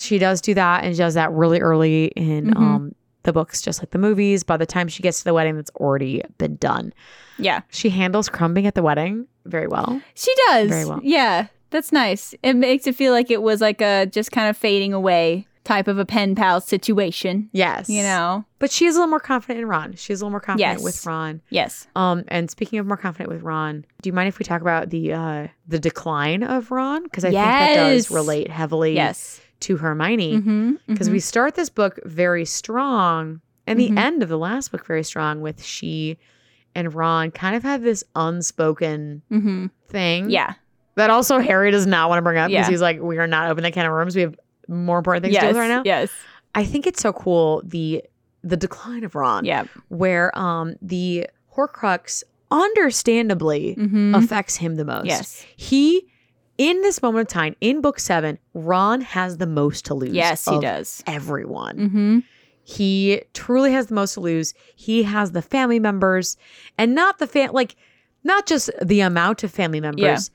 Speaker 1: She does do that and she does that really early in
Speaker 2: Mhm.
Speaker 1: um, the books, just like the movies. By the time she gets to the wedding, that's already been done.
Speaker 2: Yeah.
Speaker 1: She handles crumbing at the wedding very well.
Speaker 2: She does.
Speaker 1: Very well.
Speaker 2: Yeah, that's nice. It makes it feel like it was like a just kind of fading away type of a pen pal situation.
Speaker 1: Yes.
Speaker 2: You know?
Speaker 1: But she is a little more confident in Ron. She's a little more confident
Speaker 2: Yes.
Speaker 1: with Ron.
Speaker 2: Yes.
Speaker 1: Um, and speaking of more confident with Ron, do you mind if we talk about the uh the decline of Ron? Because I think that
Speaker 2: Yes.
Speaker 1: does relate heavily
Speaker 2: Yes.
Speaker 1: to Hermione.
Speaker 2: Mm-hmm.
Speaker 1: because we start this book very strong and the
Speaker 2: Mhm.
Speaker 1: end of the last book very strong with she and Ron kind of have this unspoken
Speaker 2: hmm
Speaker 1: thing.
Speaker 2: Yeah.
Speaker 1: That also Harry does not want to bring up because
Speaker 2: Yeah.
Speaker 1: he's like, we are not open that can of worms. We have more important things
Speaker 2: yes.
Speaker 1: to deal with right now.
Speaker 2: Yes.
Speaker 1: I think it's so cool the the decline of Ron.
Speaker 2: Yeah.
Speaker 1: Where um the Horcrux understandably
Speaker 2: Mm-hmm.
Speaker 1: affects him the most.
Speaker 2: Yes.
Speaker 1: He in this moment of time, in book seven, Ron has the most to lose.
Speaker 2: Mm-hmm. Yes, he
Speaker 1: of
Speaker 2: does.
Speaker 1: Everyone.
Speaker 2: Mm-hmm.
Speaker 1: He truly has the most to lose. He has the family members and not the fam like not just the amount of family members,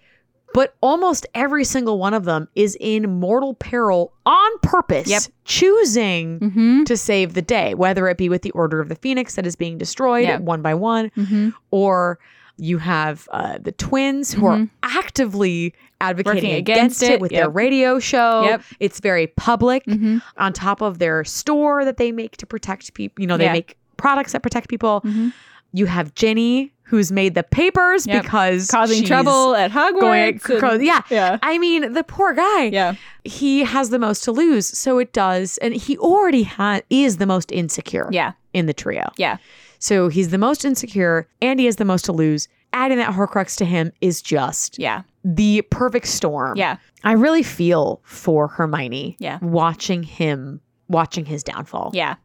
Speaker 1: But almost every single one of them is in mortal peril on purpose,
Speaker 3: Yep.
Speaker 1: choosing
Speaker 2: Mm-hmm.
Speaker 1: to save the day, whether it be with the Order of the Phoenix that is being destroyed
Speaker 2: Yep.
Speaker 1: one by one,
Speaker 2: Mm-hmm.
Speaker 1: or you have uh, the twins who are actively advocating
Speaker 2: Mm-hmm. Working
Speaker 1: against,
Speaker 2: against
Speaker 1: it,
Speaker 2: it,
Speaker 1: with
Speaker 2: yep.
Speaker 1: their radio show.
Speaker 2: Yep.
Speaker 1: It's very public
Speaker 2: Mm-hmm.
Speaker 1: on top of their store that they make to protect people. You know, they
Speaker 2: Yeah.
Speaker 1: make products that protect people.
Speaker 2: Mhm.
Speaker 1: You have Jenny, who's made the papers
Speaker 2: Yep.
Speaker 1: because
Speaker 2: Causing
Speaker 1: she's
Speaker 2: trouble at
Speaker 1: Going,
Speaker 2: Hogwarts. and-
Speaker 1: yeah.
Speaker 2: yeah.
Speaker 1: I mean, the poor guy.
Speaker 2: Yeah.
Speaker 1: He has the most to lose, so it does, and he already ha- is the most insecure
Speaker 2: Yeah.
Speaker 1: in the trio.
Speaker 2: Yeah.
Speaker 1: So he's the most insecure, and he has the most to lose. Adding that Horcrux to him is just
Speaker 2: Yeah.
Speaker 1: the perfect storm.
Speaker 2: Yeah.
Speaker 1: I really feel for Hermione.
Speaker 2: Yeah.
Speaker 1: Watching him, watching his downfall.
Speaker 2: Yeah.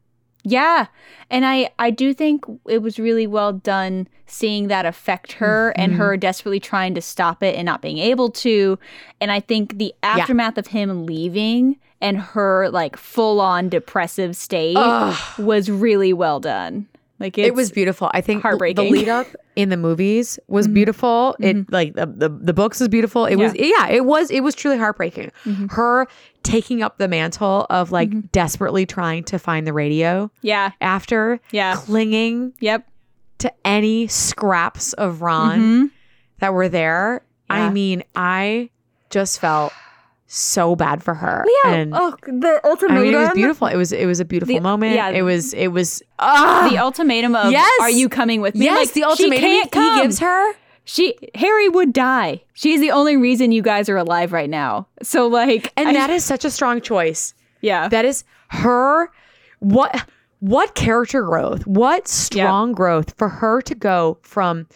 Speaker 2: Yeah. And I I do think it was really well done seeing that affect her and
Speaker 1: Mhm.
Speaker 2: her desperately trying to stop it and not being able to. And I think the aftermath of him leaving and her like full on depressive state
Speaker 3: Ugh.
Speaker 2: was really well done. Like it's,
Speaker 3: it was beautiful. I think
Speaker 2: heartbreaking.
Speaker 3: the lead up
Speaker 1: In the movies was
Speaker 2: Mhm.
Speaker 1: beautiful. It like the, the the books is beautiful. It was yeah, it was it was truly heartbreaking.
Speaker 2: Mhm.
Speaker 1: Her taking up the mantle of like
Speaker 2: Mhm.
Speaker 1: desperately trying to find the radio
Speaker 2: yeah,
Speaker 1: after
Speaker 2: yeah,
Speaker 1: clinging
Speaker 2: yep.
Speaker 1: to any scraps of Ron
Speaker 2: Mhm.
Speaker 1: that were there. I
Speaker 2: Yeah.
Speaker 1: mean, I just felt so bad for her.
Speaker 2: But yeah.
Speaker 1: And
Speaker 2: oh, the ultimatum.
Speaker 1: I mean, it was beautiful. It was it was a beautiful
Speaker 2: The-
Speaker 1: moment.
Speaker 2: yeah.
Speaker 1: It was it was ah
Speaker 2: The ultimatum of
Speaker 1: Yes!
Speaker 2: are you coming with me?
Speaker 1: yes
Speaker 2: Like,
Speaker 1: the ultimatum
Speaker 2: she can't
Speaker 1: he-
Speaker 2: come.
Speaker 1: he gives her.
Speaker 2: She Harry would die. She's the only reason you guys are alive right now. So like
Speaker 1: And
Speaker 2: I-
Speaker 1: that is such a strong choice.
Speaker 2: yeah.
Speaker 1: That is her what what character growth, what strong growth for her to go from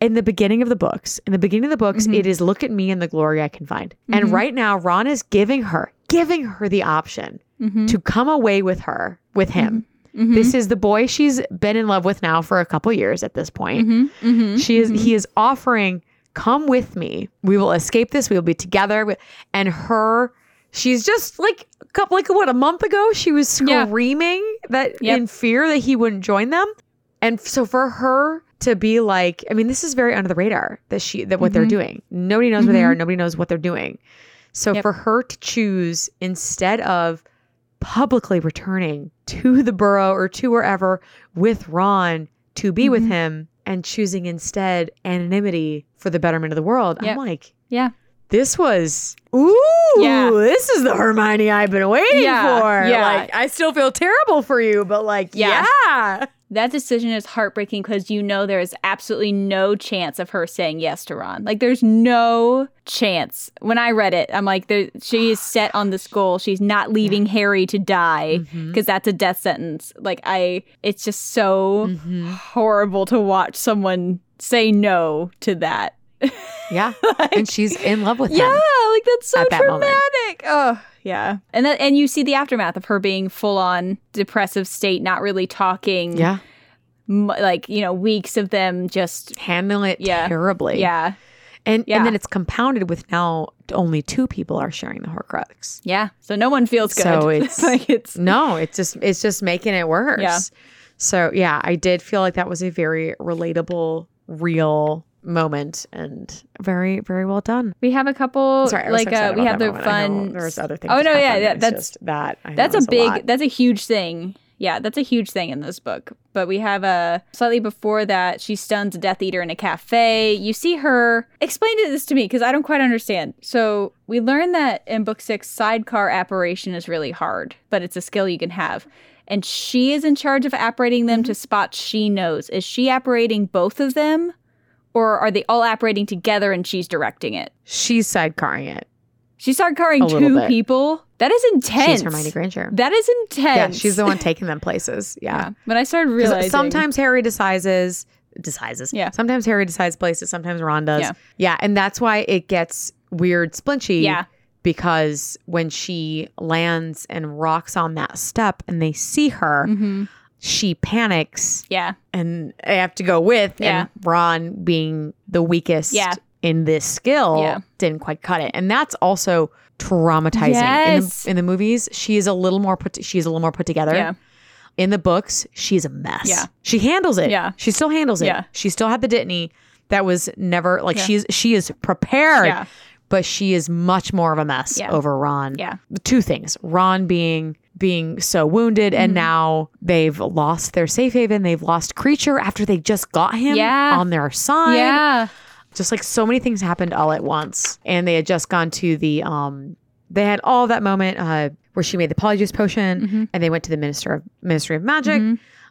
Speaker 1: in the beginning of the books. In the beginning of the books,
Speaker 2: Mm-hmm.
Speaker 1: it is look at me and the glory I can find. And right now Ron is giving her, giving her the option
Speaker 2: Mm-hmm.
Speaker 1: to come away with her, with him. This is the boy she's been in love with now for a couple years at this point.
Speaker 2: Mm-hmm.
Speaker 1: She is he is offering, come with me. We will escape this. We will be together. And her, she's just like a couple like what, a month ago, she was
Speaker 2: Yeah.
Speaker 1: screaming that
Speaker 2: Yep.
Speaker 1: in fear that he wouldn't join them. And so for her to be like, I mean, this is very under the radar that she that what
Speaker 2: Mm-hmm.
Speaker 1: they're doing. Nobody knows where they are, nobody knows what they're doing. So
Speaker 2: Yep.
Speaker 1: for her to choose instead of publicly returning to the borough or to wherever with Ron to be
Speaker 2: Mm-hmm.
Speaker 1: with him and choosing instead anonymity for the betterment of the world.
Speaker 2: Yep.
Speaker 1: I'm like,
Speaker 2: Yeah.
Speaker 1: this was ooh,
Speaker 2: Yeah.
Speaker 1: this is the Hermione I've been waiting
Speaker 2: Yeah,
Speaker 1: for.
Speaker 2: yeah.
Speaker 1: Like I still feel terrible for you, but like yeah.
Speaker 2: Yeah. That decision is heartbreaking because you know there is absolutely no chance of her saying yes to Ron. Like there's no chance. When I read it, I'm like, there, she is set on this goal. She's not leaving Harry to die because
Speaker 1: Mm-hmm.
Speaker 2: that's a death sentence. Like I, it's just so
Speaker 1: Mm-hmm.
Speaker 2: horrible to watch someone say no to that.
Speaker 1: Yeah. and she's in love with him.
Speaker 2: Yeah, like that's so
Speaker 1: at that moment.
Speaker 2: traumatic. Oh, yeah. And that and you see the aftermath of her being full on depressive state, not really talking.
Speaker 1: Yeah.
Speaker 2: m- like, you know, weeks of them just
Speaker 1: Handling it
Speaker 2: Yeah.
Speaker 1: terribly.
Speaker 2: yeah.
Speaker 1: And
Speaker 2: Yeah.
Speaker 1: and then it's compounded with now only two people are sharing the horcrux.
Speaker 2: Yeah. So no one feels good.
Speaker 1: So it's-
Speaker 2: like it's
Speaker 1: No, it's just it's just making it worse.
Speaker 2: Yeah.
Speaker 1: So yeah, I did feel like that was a very relatable, real moment and very, very well done.
Speaker 2: we have a couple
Speaker 1: Sorry, I was
Speaker 2: like
Speaker 1: excited
Speaker 2: uh, we
Speaker 1: about
Speaker 2: have
Speaker 1: that
Speaker 2: the
Speaker 1: moment. I know
Speaker 2: fun
Speaker 1: There's other things.
Speaker 2: Oh,
Speaker 1: that
Speaker 2: no, yeah,
Speaker 1: happened.
Speaker 2: yeah,
Speaker 1: It's
Speaker 2: that's-
Speaker 1: just that. I know
Speaker 2: That's a
Speaker 1: it's
Speaker 2: big
Speaker 1: lot.
Speaker 2: that's a huge thing. Yeah, that's a huge thing in this book. But we have a slightly before that she stuns a Death Eater in a cafe. You see her explain this to me because I don't quite understand. So we learn that in book six, sidecar apparition is really hard, but it's a skill you can have. And she is in charge of apparating them
Speaker 1: Mm-hmm.
Speaker 2: to spots she knows. Is she apparating both of them? Or are they all apparating together and she's directing it?
Speaker 1: She's sidecarring it.
Speaker 2: She's
Speaker 1: A
Speaker 2: sidecarring
Speaker 1: little
Speaker 2: two
Speaker 1: bit.
Speaker 2: people. That is intense.
Speaker 1: She's Hermione Granger.
Speaker 2: That is intense.
Speaker 1: yeah, she's the one taking them places. Yeah.
Speaker 2: Yeah. But I started
Speaker 1: 'Cause
Speaker 2: realizing
Speaker 1: Sometimes Harry decides decides.
Speaker 2: Yeah.
Speaker 1: Sometimes Harry decides places. Sometimes Ron does.
Speaker 2: Yeah.
Speaker 1: yeah and that's why it gets weird splinchy.
Speaker 2: Yeah.
Speaker 1: because when she lands and rocks on that step and they see her,
Speaker 2: Mm-hmm.
Speaker 1: she panics
Speaker 2: Yeah.
Speaker 1: and I have to go with
Speaker 2: Yeah.
Speaker 1: and Ron being the weakest
Speaker 2: Yeah.
Speaker 1: in this skill
Speaker 2: Yeah.
Speaker 1: didn't quite cut it. And that's also traumatizing.
Speaker 2: Yes.
Speaker 1: In, the, in the movies, she is a little more put she's a little more put together.
Speaker 2: Yeah.
Speaker 1: In the books, she's a mess.
Speaker 2: Yeah.
Speaker 1: She handles it.
Speaker 2: Yeah.
Speaker 1: She still handles it.
Speaker 2: Yeah.
Speaker 1: She still had the Dittany. that was never like
Speaker 2: Yeah.
Speaker 1: she's she is prepared,
Speaker 2: Yeah.
Speaker 1: but she is much more of a mess
Speaker 2: Yeah.
Speaker 1: over Ron.
Speaker 2: Yeah.
Speaker 1: Two things. Ron being being so wounded
Speaker 2: Mm-hmm.
Speaker 1: and now they've lost their safe haven. They've lost creature after they just got him
Speaker 2: Yeah.
Speaker 1: on their side
Speaker 2: Yeah.
Speaker 1: just like so many things happened all at once and they had just gone to the um they had all that moment uh where she made the polyjuice potion
Speaker 2: Mm-hmm.
Speaker 1: and they went to the minister of ministry of magic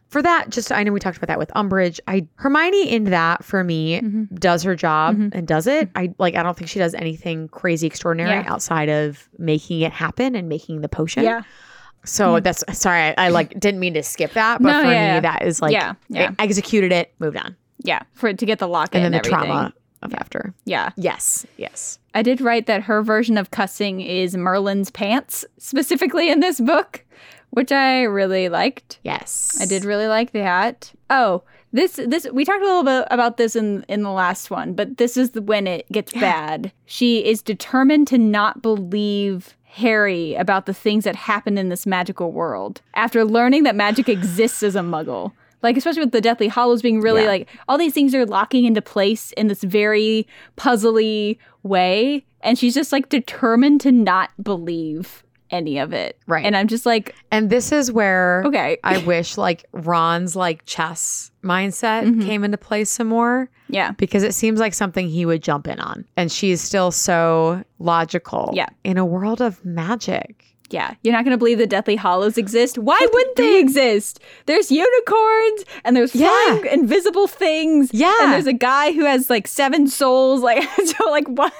Speaker 1: for that just i know we talked about that with umbridge i hermione in that for me
Speaker 2: Mm-hmm.
Speaker 1: does her job and does it i like i don't think she does anything crazy extraordinary
Speaker 2: Yeah.
Speaker 1: outside of making it happen and making the potion so that's sorry I, I like didn't mean to skip that but
Speaker 2: Mm-hmm. No,
Speaker 1: for
Speaker 2: yeah,
Speaker 1: me
Speaker 2: yeah.
Speaker 1: that is like
Speaker 2: Yeah, yeah.
Speaker 1: I executed it moved on
Speaker 2: Yeah. For it to get the locket
Speaker 1: and,
Speaker 2: and,
Speaker 1: then the
Speaker 2: everything.
Speaker 1: trauma of after
Speaker 2: Yeah.
Speaker 1: yes yes
Speaker 2: I did write that her version of cussing is Merlin's pants, specifically in this book, which I really liked.
Speaker 1: Yes.
Speaker 2: I did really like that. Oh, this this we talked a little bit about this in in the last one, but this is the, when it gets bad. She is determined to not believe Harry about the things that happen in this magical world after learning that magic exists as a muggle. Like especially with the Deathly Hollows being really
Speaker 1: Yeah.
Speaker 2: like all these things are locking into place in this very puzzly way, and she's just like determined to not believe any of it.
Speaker 1: Right.
Speaker 2: And I'm just like,
Speaker 1: And this is where
Speaker 2: okay,
Speaker 1: I wish like Ron's like chess mindset
Speaker 2: Mhm.
Speaker 1: came into play some more
Speaker 2: yeah,
Speaker 1: because it seems like something he would jump in on. And she's still so logical.
Speaker 2: Yeah.
Speaker 1: In a world of magic.
Speaker 2: Yeah, you're not going to believe the Deathly Hollows exist. Why wouldn't they exist? There's unicorns and there's
Speaker 1: Yeah.
Speaker 2: flying invisible things.
Speaker 1: Yeah.
Speaker 2: And there's a guy who has like seven souls. Like, so, like, why,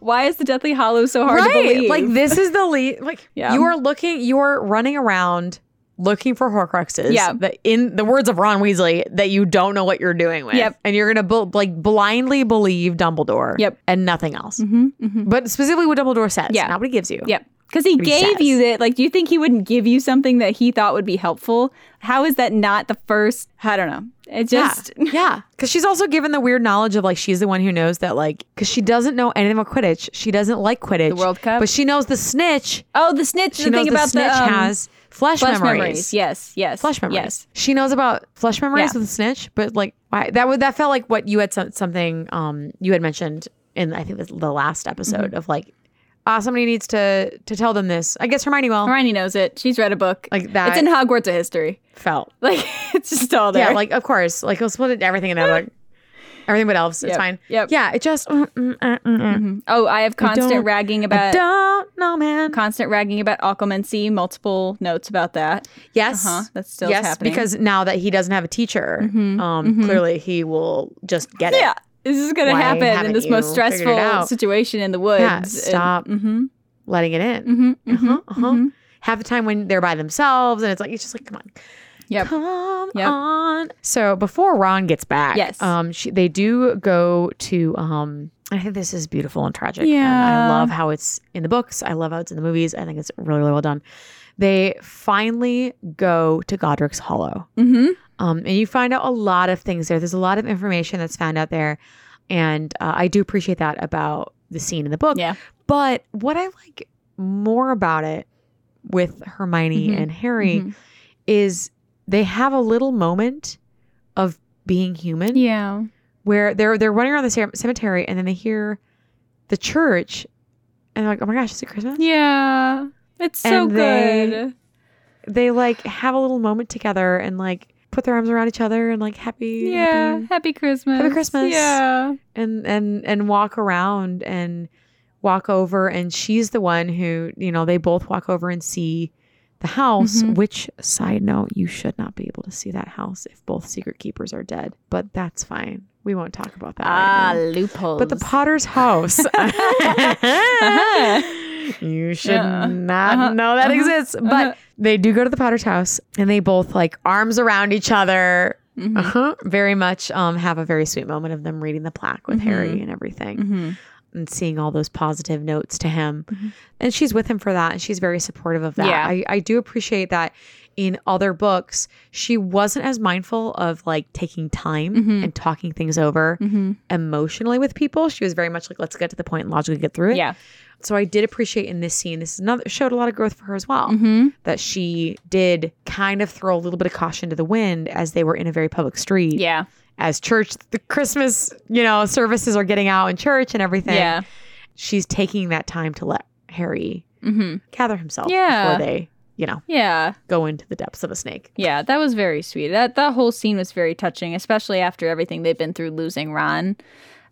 Speaker 2: why is the Deathly Hollow so hard to believe?
Speaker 1: Like this is the lead like
Speaker 2: Yeah.
Speaker 1: you are looking you are running around looking for horcruxes
Speaker 2: Yeah.
Speaker 1: that in the words of Ron Weasley that you don't know what you're doing with.
Speaker 2: Yep.
Speaker 1: And you're going to bl- like blindly believe Dumbledore
Speaker 2: Yep.
Speaker 1: and nothing else.
Speaker 2: hmm hmm
Speaker 1: But specifically what Dumbledore says,
Speaker 2: Yeah.
Speaker 1: not what he gives you.
Speaker 2: Yep. Because he
Speaker 1: What he
Speaker 2: gave
Speaker 1: says.
Speaker 2: you that. Like, do you think he wouldn't give you something that he thought would be helpful? How is that not the first? I don't know. It just,
Speaker 1: yeah, yeah. Because she's also given the weird knowledge of like she's the one who knows that like because she doesn't know anything about Quidditch. She doesn't like Quidditch. The
Speaker 2: World Cup?
Speaker 1: but she knows the snitch.
Speaker 2: oh, the snitch.
Speaker 1: She
Speaker 2: the
Speaker 1: knows
Speaker 2: thing
Speaker 1: the
Speaker 2: about
Speaker 1: snitch
Speaker 2: the um,
Speaker 1: has flesh,
Speaker 2: flesh
Speaker 1: memories.
Speaker 2: Yes, yes.
Speaker 1: Flesh memories.
Speaker 2: Yes.
Speaker 1: She knows about flesh memories
Speaker 2: Yeah.
Speaker 1: with the snitch, but like why that would that felt like what you had some, something um you had mentioned in I think it was the last
Speaker 2: Mm-hmm.
Speaker 1: episode of like ah somebody needs to to tell them this. I guess Hermione will
Speaker 2: Hermione knows it. She's read a book.
Speaker 1: Like that-
Speaker 2: It's in Hogwarts of History.
Speaker 1: felt
Speaker 2: Like it's just all there.
Speaker 1: Yeah, like of course, like let's put everything in that book. Everything but elves, it's
Speaker 2: Yep,
Speaker 1: fine.
Speaker 2: yep.
Speaker 1: Yeah, it just mm, mm, mm, mm, mm.
Speaker 2: oh, I have constant
Speaker 1: don't-
Speaker 2: ragging
Speaker 1: I
Speaker 2: about
Speaker 1: don't know, man.
Speaker 2: constant ragging about Occlumency. Multiple notes about that.
Speaker 1: yes,
Speaker 2: Uh-huh, that's still
Speaker 1: yes,
Speaker 2: happening. Mm-hmm.
Speaker 1: because now that he doesn't have a teacher, um, clearly he will just get it.
Speaker 2: Yeah, this is gonna
Speaker 1: Why
Speaker 2: happen in
Speaker 1: haven't
Speaker 2: this most
Speaker 1: you figured it
Speaker 2: stressful
Speaker 1: out?
Speaker 2: situation in the woods.
Speaker 1: Yeah, stop
Speaker 2: Mm-hmm.
Speaker 1: letting it in.
Speaker 2: Mm-hmm.
Speaker 1: Uh-huh, uh-huh. Half the time when they're by themselves, and it's like it's just like come on,
Speaker 2: Yep.
Speaker 1: come
Speaker 2: Yep.
Speaker 1: on. So before Ron gets back,
Speaker 2: Yes.
Speaker 1: um, she, they do go to um. I think this is beautiful and tragic. and
Speaker 2: Yeah.
Speaker 1: I love how it's in the books. I love how it's in the movies. I think it's really, really well done. They finally go to Godric's Hollow.
Speaker 2: Mm-hmm.
Speaker 1: Um, and you find out a lot of things there. There's a lot of information that's found out there. And uh, I do appreciate that about the scene in the book.
Speaker 2: Yeah.
Speaker 1: But what I like more about it with Hermione
Speaker 2: Mhm.
Speaker 1: and Harry
Speaker 2: Mhm.
Speaker 1: is they have a little moment of being human
Speaker 2: Yeah.
Speaker 1: where they're they're running around the ce- cemetery and then they hear the church and they're like, oh my gosh, is it Christmas?
Speaker 2: Yeah. It's so
Speaker 1: And they-
Speaker 2: good.
Speaker 1: They like have a little moment together and like put their arms around each other and like happy,
Speaker 2: Yeah.
Speaker 1: happy
Speaker 2: Happy, Christmas.
Speaker 1: Christmas.
Speaker 2: Yeah.
Speaker 1: and and and walk around and walk over and she's the one who you know they both walk over and see the house
Speaker 2: Mhm.
Speaker 1: which side note you should not be able to see that house if both secret keepers are dead but that's fine we won't talk about that right
Speaker 2: Ah,
Speaker 1: now.
Speaker 2: loopholes.
Speaker 1: but the potter's house Uh-huh. you should
Speaker 2: Yeah.
Speaker 1: not
Speaker 2: Uh-huh.
Speaker 1: know that
Speaker 2: Uh-huh.
Speaker 1: exists but
Speaker 2: Uh-huh.
Speaker 1: they do go to the potter's house and they both like arms around each other
Speaker 2: Mhm.
Speaker 1: uh-huh. very much um, have a very sweet moment of them reading the plaque with
Speaker 2: Mhm.
Speaker 1: Harry and everything
Speaker 2: Mhm.
Speaker 1: and seeing all those positive notes to him.
Speaker 2: Mhm.
Speaker 1: And she's with him for that and she's very supportive of that.
Speaker 2: Yeah.
Speaker 1: I, I do appreciate that in other books, she wasn't as mindful of like taking time
Speaker 2: Mhm.
Speaker 1: and talking things over
Speaker 2: Mhm.
Speaker 1: emotionally with people. She was very much like, let's get to the point and logically get through it.
Speaker 2: Yeah.
Speaker 1: So I did appreciate in this scene, this is another showed a lot of growth for her as well
Speaker 2: Mm-hmm.
Speaker 1: that she did kind of throw a little bit of caution to the wind as they were in a very public street
Speaker 2: Yeah.
Speaker 1: as church, the Christmas, you know, services are getting out in church and everything.
Speaker 2: Yeah.
Speaker 1: She's taking that time to let Harry
Speaker 2: hmm
Speaker 1: gather himself
Speaker 2: Yeah.
Speaker 1: before they, you know,
Speaker 2: Yeah.
Speaker 1: go into the depths of a snake.
Speaker 2: Yeah. That was very sweet. That that whole scene was very touching, especially after everything they've been through losing Ron.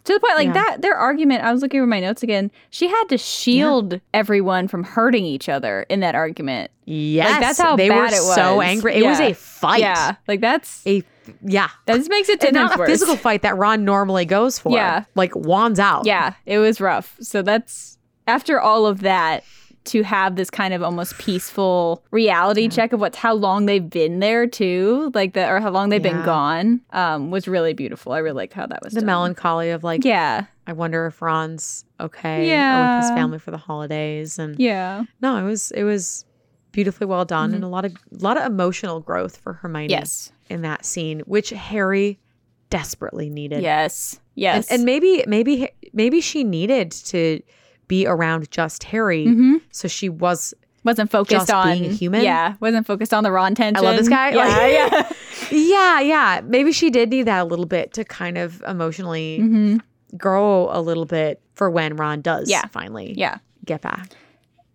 Speaker 2: To the point, like
Speaker 1: Yeah.
Speaker 2: that, their argument. I was looking over my notes again. She had to shield everyone from hurting each other in that argument.
Speaker 1: Yes.
Speaker 2: that's how
Speaker 1: they
Speaker 2: bad
Speaker 1: were
Speaker 2: it
Speaker 1: so
Speaker 2: was.
Speaker 1: angry. It was
Speaker 2: Yeah.
Speaker 1: a fight.
Speaker 2: Yeah, like that's
Speaker 1: A yeah.
Speaker 2: that just makes it ten
Speaker 1: And not a
Speaker 2: times worse.
Speaker 1: physical fight that Ron normally goes for.
Speaker 2: Yeah.
Speaker 1: Like wands out.
Speaker 2: Yeah, it was rough. So that's after all of that to have this kind of almost peaceful reality check of what's how long they've been there too, like the or how long they've been
Speaker 1: Yeah.
Speaker 2: gone, um, was really beautiful. I really liked how that was
Speaker 1: The
Speaker 2: done.
Speaker 1: melancholy of like,
Speaker 2: Yeah,
Speaker 1: I wonder if Ron's okay or with his
Speaker 2: Yeah.
Speaker 1: family for the holidays. And
Speaker 2: yeah, Mm-hmm.
Speaker 1: no, it was it was beautifully well done and a lot of lot of emotional growth for Hermione
Speaker 2: yes,
Speaker 1: in that scene, which Harry desperately needed.
Speaker 2: yes,
Speaker 1: And,
Speaker 2: yes,
Speaker 1: and maybe maybe maybe she needed to be around just Harry,
Speaker 2: Mhm.
Speaker 1: so she was.
Speaker 2: wasn't focused
Speaker 1: just
Speaker 2: on
Speaker 1: being a human?
Speaker 2: Yeah, wasn't focused on the Ron tension.
Speaker 1: this guy.
Speaker 2: Yeah,
Speaker 1: Like-
Speaker 2: yeah.
Speaker 1: Yeah, yeah. Maybe she did need that a little bit to kind of emotionally
Speaker 2: Mhm.
Speaker 1: grow a little bit for when Ron does
Speaker 2: Yeah.
Speaker 1: finally
Speaker 2: yeah.
Speaker 1: get back.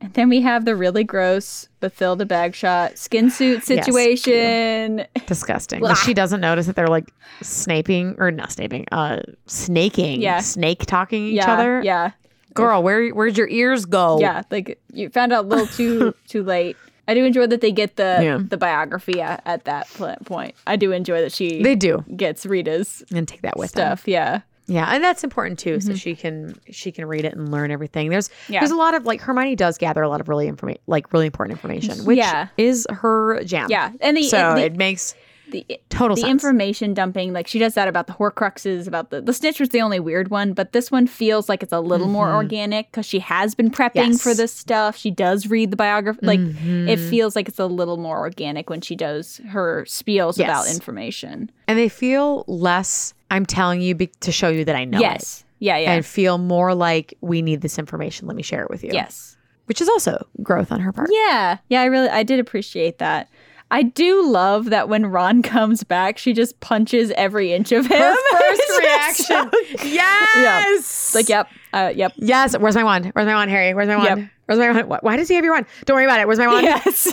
Speaker 2: And then we have the really gross Bathilda Bagshot skin suit
Speaker 1: Yes, cute.
Speaker 2: situation.
Speaker 1: Disgusting.
Speaker 2: Blah.
Speaker 1: But she doesn't notice that they're like snaping or not snaping, uh, snaking,
Speaker 2: Yeah.
Speaker 1: snake talking each
Speaker 2: yeah,
Speaker 1: other.
Speaker 2: yeah.
Speaker 1: Girl, where where'd your ears go?
Speaker 2: yeah like you found out a little too too late i do enjoy that they get the
Speaker 1: Yeah.
Speaker 2: the biography at, at that pl- point i do enjoy that she
Speaker 1: they do.
Speaker 2: gets rita's
Speaker 1: And take that with them.
Speaker 2: stuff yeah
Speaker 1: Yeah, and that's important too, so she can she can read it and learn everything. There's
Speaker 2: Yeah.
Speaker 1: there's a lot of like Hermione does gather a lot of really information, like really important information, which
Speaker 2: Yeah.
Speaker 1: is her jam.
Speaker 2: yeah and the
Speaker 1: so
Speaker 2: the,
Speaker 1: it makes
Speaker 2: the,
Speaker 1: total
Speaker 2: the
Speaker 1: sense.
Speaker 2: information dumping like she does that about the horcruxes about the the snitch was the only weird one but this one feels like it's a little more organic because she has been prepping
Speaker 1: Mm-hmm.
Speaker 2: for
Speaker 1: Yes.
Speaker 2: this stuff she does read the biography like it
Speaker 1: Mhm.
Speaker 2: feels like it's a little more organic when she does her spiels about
Speaker 1: Yes.
Speaker 2: information
Speaker 1: and they feel less. I'm telling you be- to show you that I know it,"
Speaker 2: yes yeah yeah
Speaker 1: and feel more like we need this information. Let me share it with you.
Speaker 2: yes
Speaker 1: which is also growth on her part.
Speaker 2: Yeah. Yeah, I really I did appreciate that. I do love that when Ron comes back, she just punches every inch of him. It's just so-
Speaker 1: yes.
Speaker 2: like, yep. Uh, yep.
Speaker 1: Yes. Where's my wand? Where's my wand, Harry? Where's my wand?
Speaker 2: Yep.
Speaker 1: Where's my wand? Why- Why does he have your wand? Don't worry about it. Where's my wand?
Speaker 2: Yes.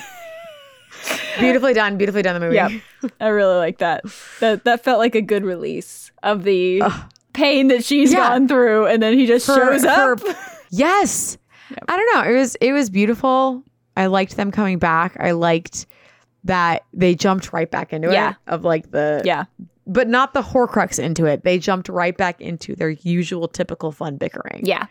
Speaker 1: Beautifully done. Beautifully done. The movie.
Speaker 2: yep. I really like that. That that felt like a good release of the pain that she's
Speaker 1: Yeah.
Speaker 2: gone through and then he just
Speaker 1: Her-
Speaker 2: shows
Speaker 1: her-
Speaker 2: up.
Speaker 1: yes. I don't know. It was it was beautiful. I liked them coming back. I liked that they jumped right back into
Speaker 2: Yeah.
Speaker 1: it of like the
Speaker 2: yeah.
Speaker 1: but not the horcrux into it. They jumped right back into their usual typical fun bickering.
Speaker 2: Yeah.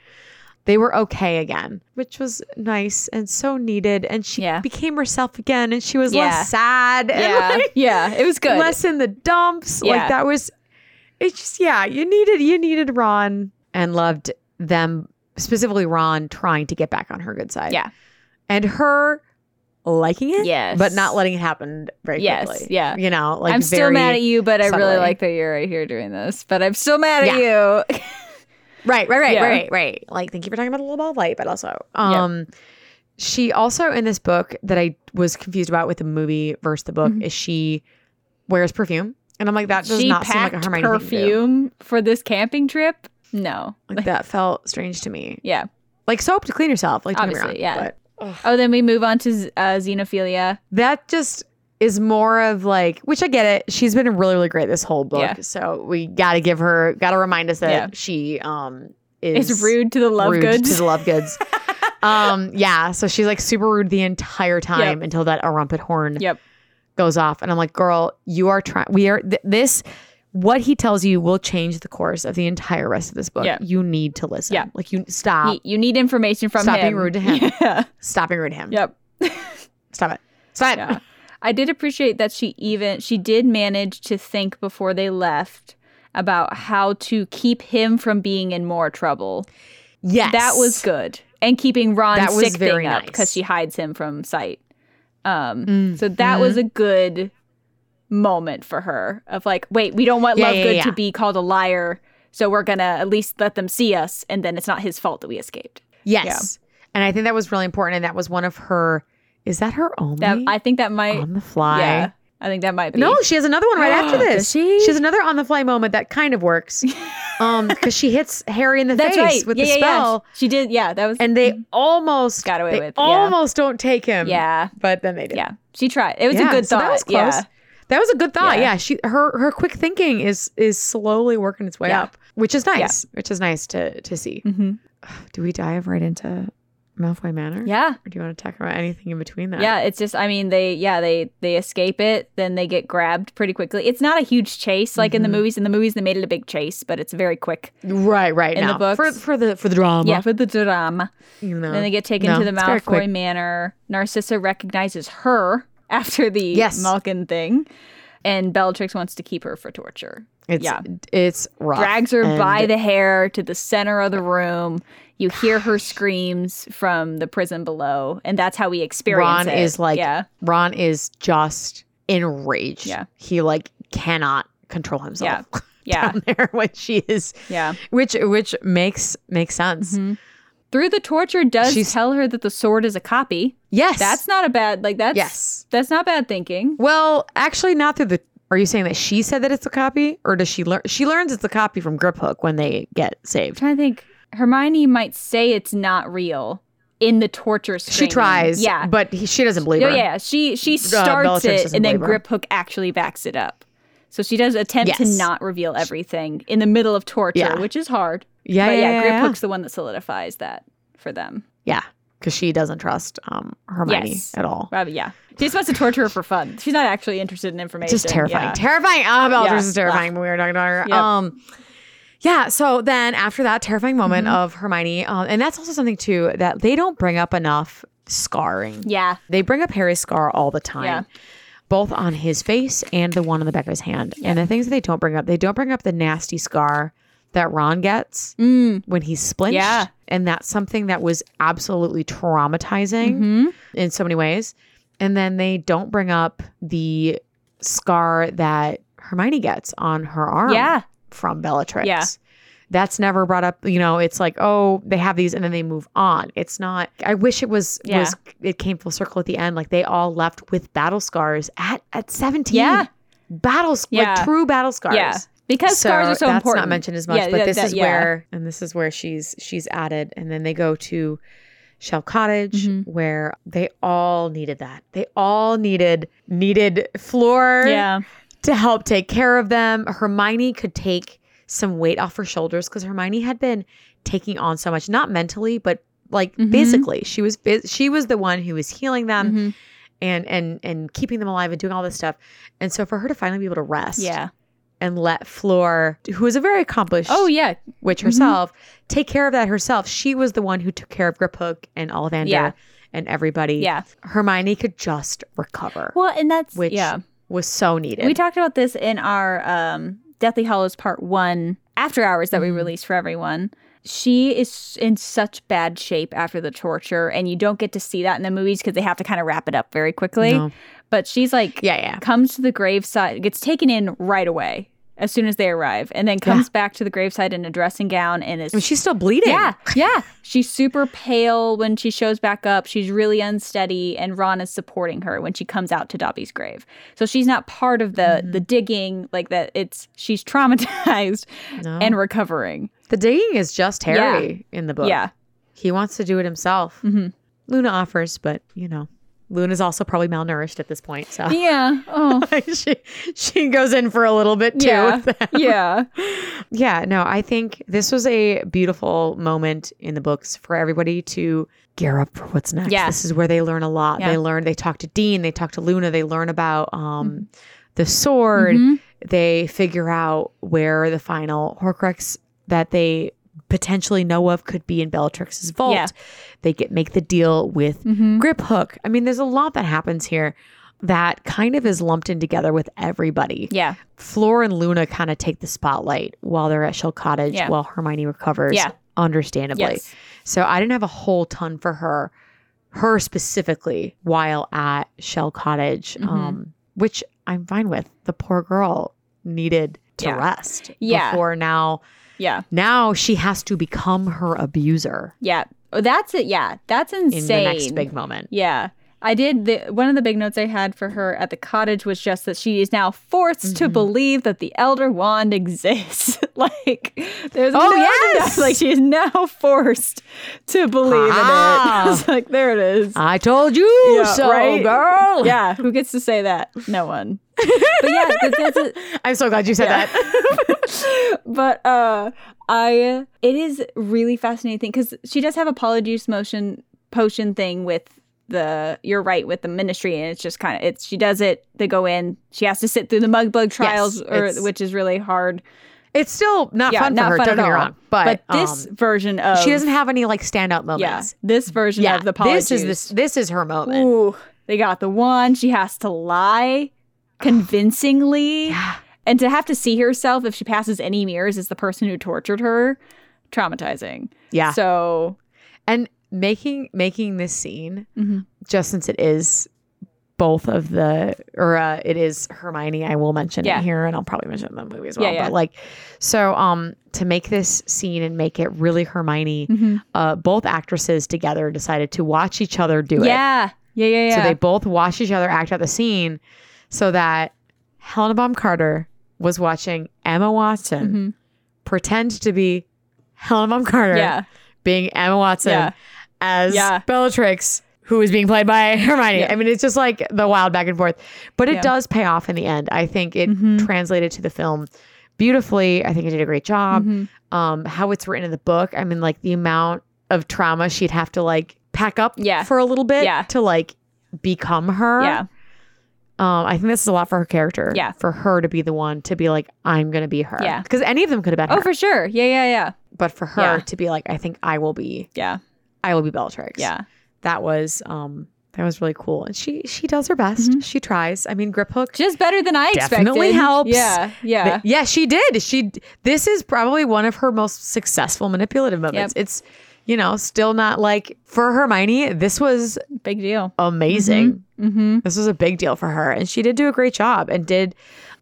Speaker 1: They were okay again, which was nice and so needed and she
Speaker 2: Yeah.
Speaker 1: became herself again and she was
Speaker 2: Yeah.
Speaker 1: less sad and
Speaker 2: Yeah.
Speaker 1: like,
Speaker 2: Yeah. It was good.
Speaker 1: less in the dumps.
Speaker 2: Yeah.
Speaker 1: Like that was it's just yeah, you needed you needed Ron and loved them specifically Ron trying to get back on her good side.
Speaker 2: Yeah.
Speaker 1: And her liking it,
Speaker 2: Yes.
Speaker 1: but not letting it happen very
Speaker 2: Yes,
Speaker 1: quickly.
Speaker 2: yeah.
Speaker 1: You know, like
Speaker 2: I'm still
Speaker 1: very-
Speaker 2: mad at you, but I really
Speaker 1: subtly.
Speaker 2: like that you're right here doing this. But I'm still mad at you.
Speaker 1: Right, right, right,
Speaker 2: Yeah.
Speaker 1: right, right. Like, thank you for talking about the little ball of light, but also, um, she also in this book that I was confused about with the movie versus the book is she wears perfume, and I'm like, that does
Speaker 2: Mm-hmm. she
Speaker 1: not seem like a
Speaker 2: packed
Speaker 1: Hermione thing to do.
Speaker 2: perfume for this camping trip? No.
Speaker 1: Like that felt strange to me.
Speaker 2: Yeah.
Speaker 1: Like soap to clean yourself, like don't get me
Speaker 2: Obviously,
Speaker 1: wrong,
Speaker 2: yeah.
Speaker 1: but-
Speaker 2: Oh, then we move on to z- uh, xenophilia.
Speaker 1: that just is more of like which i get it she's been really really great this whole book
Speaker 2: Yeah.
Speaker 1: so we gotta give her gotta remind us that
Speaker 2: Yeah.
Speaker 1: she um
Speaker 2: It's,
Speaker 1: is
Speaker 2: rude to the love
Speaker 1: rude
Speaker 2: goods.
Speaker 1: to the love goods um yeah so she's like super rude the entire time
Speaker 2: Yep.
Speaker 1: until that a rumpet horn
Speaker 2: yep.
Speaker 1: goes off and i'm like girl you are trying we are th- this what he tells you will change the course of the entire rest of this book
Speaker 2: Yeah.
Speaker 1: you need to listen
Speaker 2: Yeah.
Speaker 1: like you stop
Speaker 2: Y- you need information from
Speaker 1: Stop
Speaker 2: him.
Speaker 1: being rude to him.
Speaker 2: Yeah.
Speaker 1: stop being rude to him
Speaker 2: Yep.
Speaker 1: stop it stop it
Speaker 2: Yeah. I did appreciate that she even she did manage to think before they left about how to keep him from being in more trouble.
Speaker 1: yes
Speaker 2: That was good. And keeping Ron
Speaker 1: That was
Speaker 2: sick
Speaker 1: very
Speaker 2: thing up
Speaker 1: nice. Mm-hmm.
Speaker 2: because she hides him from sight. Um, So that was a good moment for her of like, wait, we don't want
Speaker 1: Yeah,
Speaker 2: Love
Speaker 1: yeah,
Speaker 2: Good to
Speaker 1: yeah.
Speaker 2: be called a liar, so we're gonna at least let them see us, and then it's not his fault that we escaped.
Speaker 1: Yes. And I think that was really important. And that was one of her, is that her only
Speaker 2: That I think that might,
Speaker 1: on the fly
Speaker 2: yeah, I think that might be.
Speaker 1: No, she has another one right after this.
Speaker 2: Does she?
Speaker 1: has another on the fly moment that kind of works. Um, because she hits Harry in the
Speaker 2: that's
Speaker 1: face
Speaker 2: right.
Speaker 1: with
Speaker 2: yeah,
Speaker 1: the
Speaker 2: yeah, yeah.
Speaker 1: spell.
Speaker 2: She did. Yeah, that was.
Speaker 1: And they almost
Speaker 2: Got away
Speaker 1: they
Speaker 2: with- yeah.
Speaker 1: almost don't take him.
Speaker 2: yeah,
Speaker 1: But then they did.
Speaker 2: yeah. She tried. It was a
Speaker 1: Yeah,
Speaker 2: good
Speaker 1: so
Speaker 2: thought.
Speaker 1: that was close.
Speaker 2: Yeah.
Speaker 1: That was a good thought.
Speaker 2: Yeah.
Speaker 1: Yeah. She her her quick thinking is is slowly working its way
Speaker 2: Yeah.
Speaker 1: up, which is nice. Which is nice to to see.
Speaker 2: Mm-hmm.
Speaker 1: Do we dive right into Malfoy Manor?
Speaker 2: Yeah.
Speaker 1: Or do you want to talk about anything in between that?
Speaker 2: Yeah, it's just I mean they yeah, they they escape it, then they get grabbed pretty quickly. It's not a huge chase like in the
Speaker 1: Mhm.
Speaker 2: movies. In the movies they made it a big chase, but it's very quick.
Speaker 1: Right, right.
Speaker 2: In the
Speaker 1: now. for
Speaker 2: books.
Speaker 1: for the for the drama.
Speaker 2: yeah, for the drama.
Speaker 1: You know.
Speaker 2: Then they get taken
Speaker 1: No,
Speaker 2: to the
Speaker 1: it's very
Speaker 2: Malfoy
Speaker 1: quick.
Speaker 2: Manor. Narcissa recognizes her after the
Speaker 1: Yes.
Speaker 2: Malkin thing. And Bellatrix wants to keep her for torture.
Speaker 1: it's
Speaker 2: yeah.
Speaker 1: it's rough.
Speaker 2: Drags her
Speaker 1: And
Speaker 2: by the hair to the center of the room. You hear her screams from the prison below, and that's how we
Speaker 1: Ron
Speaker 2: experience it.
Speaker 1: is like
Speaker 2: yeah,
Speaker 1: Ron is just enraged.
Speaker 2: Yeah.
Speaker 1: He like cannot control himself
Speaker 2: yeah,
Speaker 1: down there when she is
Speaker 2: yeah.
Speaker 1: which which makes makes sense.
Speaker 2: Mhm. Through the torture does
Speaker 1: She's-
Speaker 2: tell her that the sword is a copy.
Speaker 1: Yes.
Speaker 2: That's not a bad like that's
Speaker 1: yes.
Speaker 2: that's not bad thinking.
Speaker 1: Well, actually not through the are you saying that she said that it's a copy or does she learn she learns it's a copy from Grip Hook when they get
Speaker 2: I'm
Speaker 1: saved.
Speaker 2: trying to think. Hermione might say it's not real in the torture screen.
Speaker 1: She tries,
Speaker 2: Yeah.
Speaker 1: but he, she doesn't believe
Speaker 2: No,
Speaker 1: her.
Speaker 2: yeah. She she starts
Speaker 1: Uh, Bellatrix
Speaker 2: it
Speaker 1: doesn't
Speaker 2: and then
Speaker 1: believe her.
Speaker 2: Grip Hook actually backs it up. So she does attempt to
Speaker 1: Yes.
Speaker 2: not reveal everything in the middle of torture,
Speaker 1: Yeah.
Speaker 2: which is hard.
Speaker 1: Yeah,
Speaker 2: but
Speaker 1: yeah,
Speaker 2: yeah,
Speaker 1: yeah,
Speaker 2: Grip
Speaker 1: yeah.
Speaker 2: Hook's the one that solidifies that for them.
Speaker 1: Yeah, because she doesn't trust um, Hermione
Speaker 2: Yes.
Speaker 1: at all.
Speaker 2: Rob, yeah. She just wants to torture her for fun. She's not actually interested in information.
Speaker 1: Just terrifying,
Speaker 2: Yeah.
Speaker 1: terrifying. Oh, Bellatrix
Speaker 2: Yeah.
Speaker 1: is terrifying. when We were talking about her.
Speaker 2: Yep.
Speaker 1: Um, yeah. So then after that terrifying moment
Speaker 2: Mm-hmm.
Speaker 1: of Hermione, um, and that's also something too that they don't bring up enough scarring.
Speaker 2: yeah.
Speaker 1: They bring up Harry's scar all the time.
Speaker 2: Yeah.
Speaker 1: Both on his face and the one on the back of his hand. And the things that they don't bring up, they don't bring up the nasty scar that Ron gets
Speaker 2: Mm.
Speaker 1: when he's splinched.
Speaker 2: Yeah.
Speaker 1: And that's something that was absolutely traumatizing
Speaker 2: hmm
Speaker 1: in so many ways. And then they don't bring up the scar that Hermione gets on her arm
Speaker 2: Yeah.
Speaker 1: from Bellatrix.
Speaker 2: Yeah.
Speaker 1: That's never brought up, you know, it's like, oh, they have these and then they move on. It's not I wish it was
Speaker 2: Yeah.
Speaker 1: was it came full circle at the end. Like they all left with battle scars at at 17.
Speaker 2: Yeah.
Speaker 1: Battle scars,
Speaker 2: Yeah.
Speaker 1: like true battle scars.
Speaker 2: Yeah. Because
Speaker 1: So
Speaker 2: scars are so
Speaker 1: that's
Speaker 2: important.
Speaker 1: not mentioned as much,
Speaker 2: Yeah,
Speaker 1: but
Speaker 2: that-
Speaker 1: this
Speaker 2: that-
Speaker 1: is
Speaker 2: yeah.
Speaker 1: where and this is where she's she's added, and then they go to Shell Cottage
Speaker 2: Mhm.
Speaker 1: where they all needed that. They all needed needed Floor
Speaker 2: Yeah.
Speaker 1: to help take care of them. Hermione could take some weight off her shoulders because Hermione had been taking on so much, not mentally, but like
Speaker 2: Mhm.
Speaker 1: physically. She was phys- she was the one who was healing them
Speaker 2: Mhm.
Speaker 1: and and and keeping them alive and doing all this stuff. And so for her to finally be able to rest
Speaker 2: Yeah.
Speaker 1: and let Floor, who is a very accomplished
Speaker 2: Oh yeah.
Speaker 1: witch herself, take care of that herself. She was the one who took care of Grip Hook and Ollivander
Speaker 2: Yeah.
Speaker 1: and everybody.
Speaker 2: Yeah.
Speaker 1: Hermione could just recover,
Speaker 2: Well, and that's
Speaker 1: which
Speaker 2: yeah.
Speaker 1: was so needed.
Speaker 2: We talked about this in our um, Deathly Hollows Part One after hours that we
Speaker 1: Mhm.
Speaker 2: released for everyone. She is in such bad shape after the torture, and you don't get to see that in the movies because they have to kind of wrap it up very quickly.
Speaker 1: No.
Speaker 2: But she's like,
Speaker 1: Yeah, yeah.
Speaker 2: comes to the graveside, gets taken in right away as soon as they arrive, and then comes back to the graveside in a dressing gown and is
Speaker 1: I mean, she's still bleeding.
Speaker 2: Yeah, yeah. She's super pale when she shows back up. She's really unsteady, and Ron is supporting her when she comes out to Dobby's grave. So she's not part of the
Speaker 1: Mm-hmm.
Speaker 2: the digging like that. It's she's traumatized
Speaker 1: No.
Speaker 2: and recovering.
Speaker 1: the digging is just Harry in the book.
Speaker 2: Yeah,
Speaker 1: He wants to do it himself.
Speaker 2: Mhm.
Speaker 1: Luna offers, but you know, Luna's also probably malnourished at this point. So
Speaker 2: yeah. Oh,
Speaker 1: she she goes in for a little bit too.
Speaker 2: yeah, yeah.
Speaker 1: Yeah, no, I think this was a beautiful moment in the books for everybody to gear up for what's next.
Speaker 2: Yeah.
Speaker 1: This is where they learn a lot.
Speaker 2: Yeah.
Speaker 1: They learn, they talk to Dean, they talk to Luna, they learn about um,
Speaker 2: Mm-hmm.
Speaker 1: the sword,
Speaker 2: Mhm.
Speaker 1: they figure out where the final Horcrux that they potentially know of could be in Bellatrix's vault.
Speaker 2: Yeah.
Speaker 1: They get make the deal with
Speaker 2: Mhm.
Speaker 1: Grip Hook. I mean, there's a lot that happens here that kind of is lumped in together with everybody.
Speaker 2: Yeah,
Speaker 1: Floor and Luna kind of take the spotlight while they're at Shell Cottage
Speaker 2: Yeah.
Speaker 1: while Hermione recovers.
Speaker 2: Yeah.
Speaker 1: Understandably.
Speaker 2: yes,
Speaker 1: So I didn't have a whole ton for her, her specifically, while at Shell Cottage,
Speaker 2: Mm-hmm.
Speaker 1: um, which I'm fine with. The poor girl needed to
Speaker 2: Yeah.
Speaker 1: rest
Speaker 2: Yeah.
Speaker 1: before now.
Speaker 2: yeah,
Speaker 1: Now she has to become her abuser
Speaker 2: yeah. Oh, that's it. Yeah, that's
Speaker 1: in
Speaker 2: insane.
Speaker 1: the next big moment.
Speaker 2: Yeah. I did the one of the big notes I had for her at the cottage was just that she is now forced
Speaker 3: Mm-hmm.
Speaker 2: to believe that the elder wand exists. like there's
Speaker 3: Oh,
Speaker 2: no other
Speaker 3: yes!
Speaker 2: doubt. like she is now forced to believe
Speaker 3: Ah.
Speaker 2: in it. It's like there it is.
Speaker 1: I told you
Speaker 2: Yeah,
Speaker 1: so,
Speaker 2: right?
Speaker 1: girl.
Speaker 2: Yeah, who gets to say that? No one. but yeah, that- that's a,
Speaker 1: I'm so glad you said
Speaker 2: Yeah.
Speaker 1: that.
Speaker 2: but uh i it is really fascinating because she does have a polyjuice motion potion thing with the you're right with the ministry and it's just kind of it's she does it they go in she has to sit through the mug bug trials
Speaker 1: it's-
Speaker 2: or, which is really hard
Speaker 1: It's still not
Speaker 2: Yeah,
Speaker 1: fun
Speaker 2: not
Speaker 1: for her.
Speaker 2: fun
Speaker 1: don't
Speaker 2: at
Speaker 1: get me
Speaker 2: all.
Speaker 1: wrong, but,
Speaker 2: but, this
Speaker 1: um,
Speaker 2: version of
Speaker 1: she doesn't have any like standout
Speaker 2: yeah
Speaker 1: moments.
Speaker 2: this version of the polyjuice
Speaker 1: this is this this is her moment.
Speaker 2: ooh they got the one she has to lie convincingly
Speaker 1: Yeah.
Speaker 2: and to have to see herself if she passes any mirrors as the person who tortured her traumatizing
Speaker 1: Yeah.
Speaker 2: so
Speaker 1: and making making this scene
Speaker 2: Mhm.
Speaker 1: just since it is both of the or uh, it is Hermione I will mention
Speaker 2: Yeah.
Speaker 1: it here and I'll probably mention it in the movie as well
Speaker 2: Yeah, yeah.
Speaker 1: but like so um to make this scene and make it really Hermione
Speaker 2: Mhm.
Speaker 1: uh both actresses together decided to watch each other do it
Speaker 2: yeah. yeah yeah yeah
Speaker 1: so they both watched each other act out the scene so that Helena Bonham Carter was watching Emma Watson
Speaker 2: Mhm.
Speaker 1: pretend to be Helena Bonham Carter
Speaker 2: yeah
Speaker 1: being Emma Watson
Speaker 2: Yeah.
Speaker 1: as
Speaker 2: Yeah.
Speaker 1: Bellatrix, who is being played by Hermione.
Speaker 2: Yeah.
Speaker 1: I mean, it's just like the wild back and forth, but it
Speaker 2: Yeah.
Speaker 1: does pay off in the end. I think it
Speaker 2: Mhm.
Speaker 1: translated to the film beautifully. I think it did a great job.
Speaker 2: Mhm.
Speaker 1: Um, how it's written in the book, I mean, like the amount of trauma she'd have to like pack up
Speaker 2: Yeah.
Speaker 1: for a little bit
Speaker 2: Yeah.
Speaker 1: to like become her.
Speaker 2: yeah
Speaker 1: Um, I think this is a lot for her character.
Speaker 2: Yeah.
Speaker 1: For her to be the one to be like, I'm gonna be her.
Speaker 2: Yeah.
Speaker 1: Because any of them could have been her.
Speaker 2: oh for sure yeah yeah yeah
Speaker 1: but for her
Speaker 2: Yeah.
Speaker 1: to be like, I think I will be
Speaker 2: yeah
Speaker 1: I will be Bellatrix.
Speaker 2: yeah
Speaker 1: that was um that was really cool and she she does her best
Speaker 2: Mm-hmm.
Speaker 1: she tries i mean grip hook
Speaker 2: just better than i expected
Speaker 1: Definitely helps.
Speaker 2: yeah yeah
Speaker 1: th- yeah she did she this is probably one of her most successful manipulative moments it's you know still not like for hermione this was
Speaker 2: big deal
Speaker 1: amazing
Speaker 2: mm-hmm
Speaker 1: this was a big deal for her and she did do a great job and did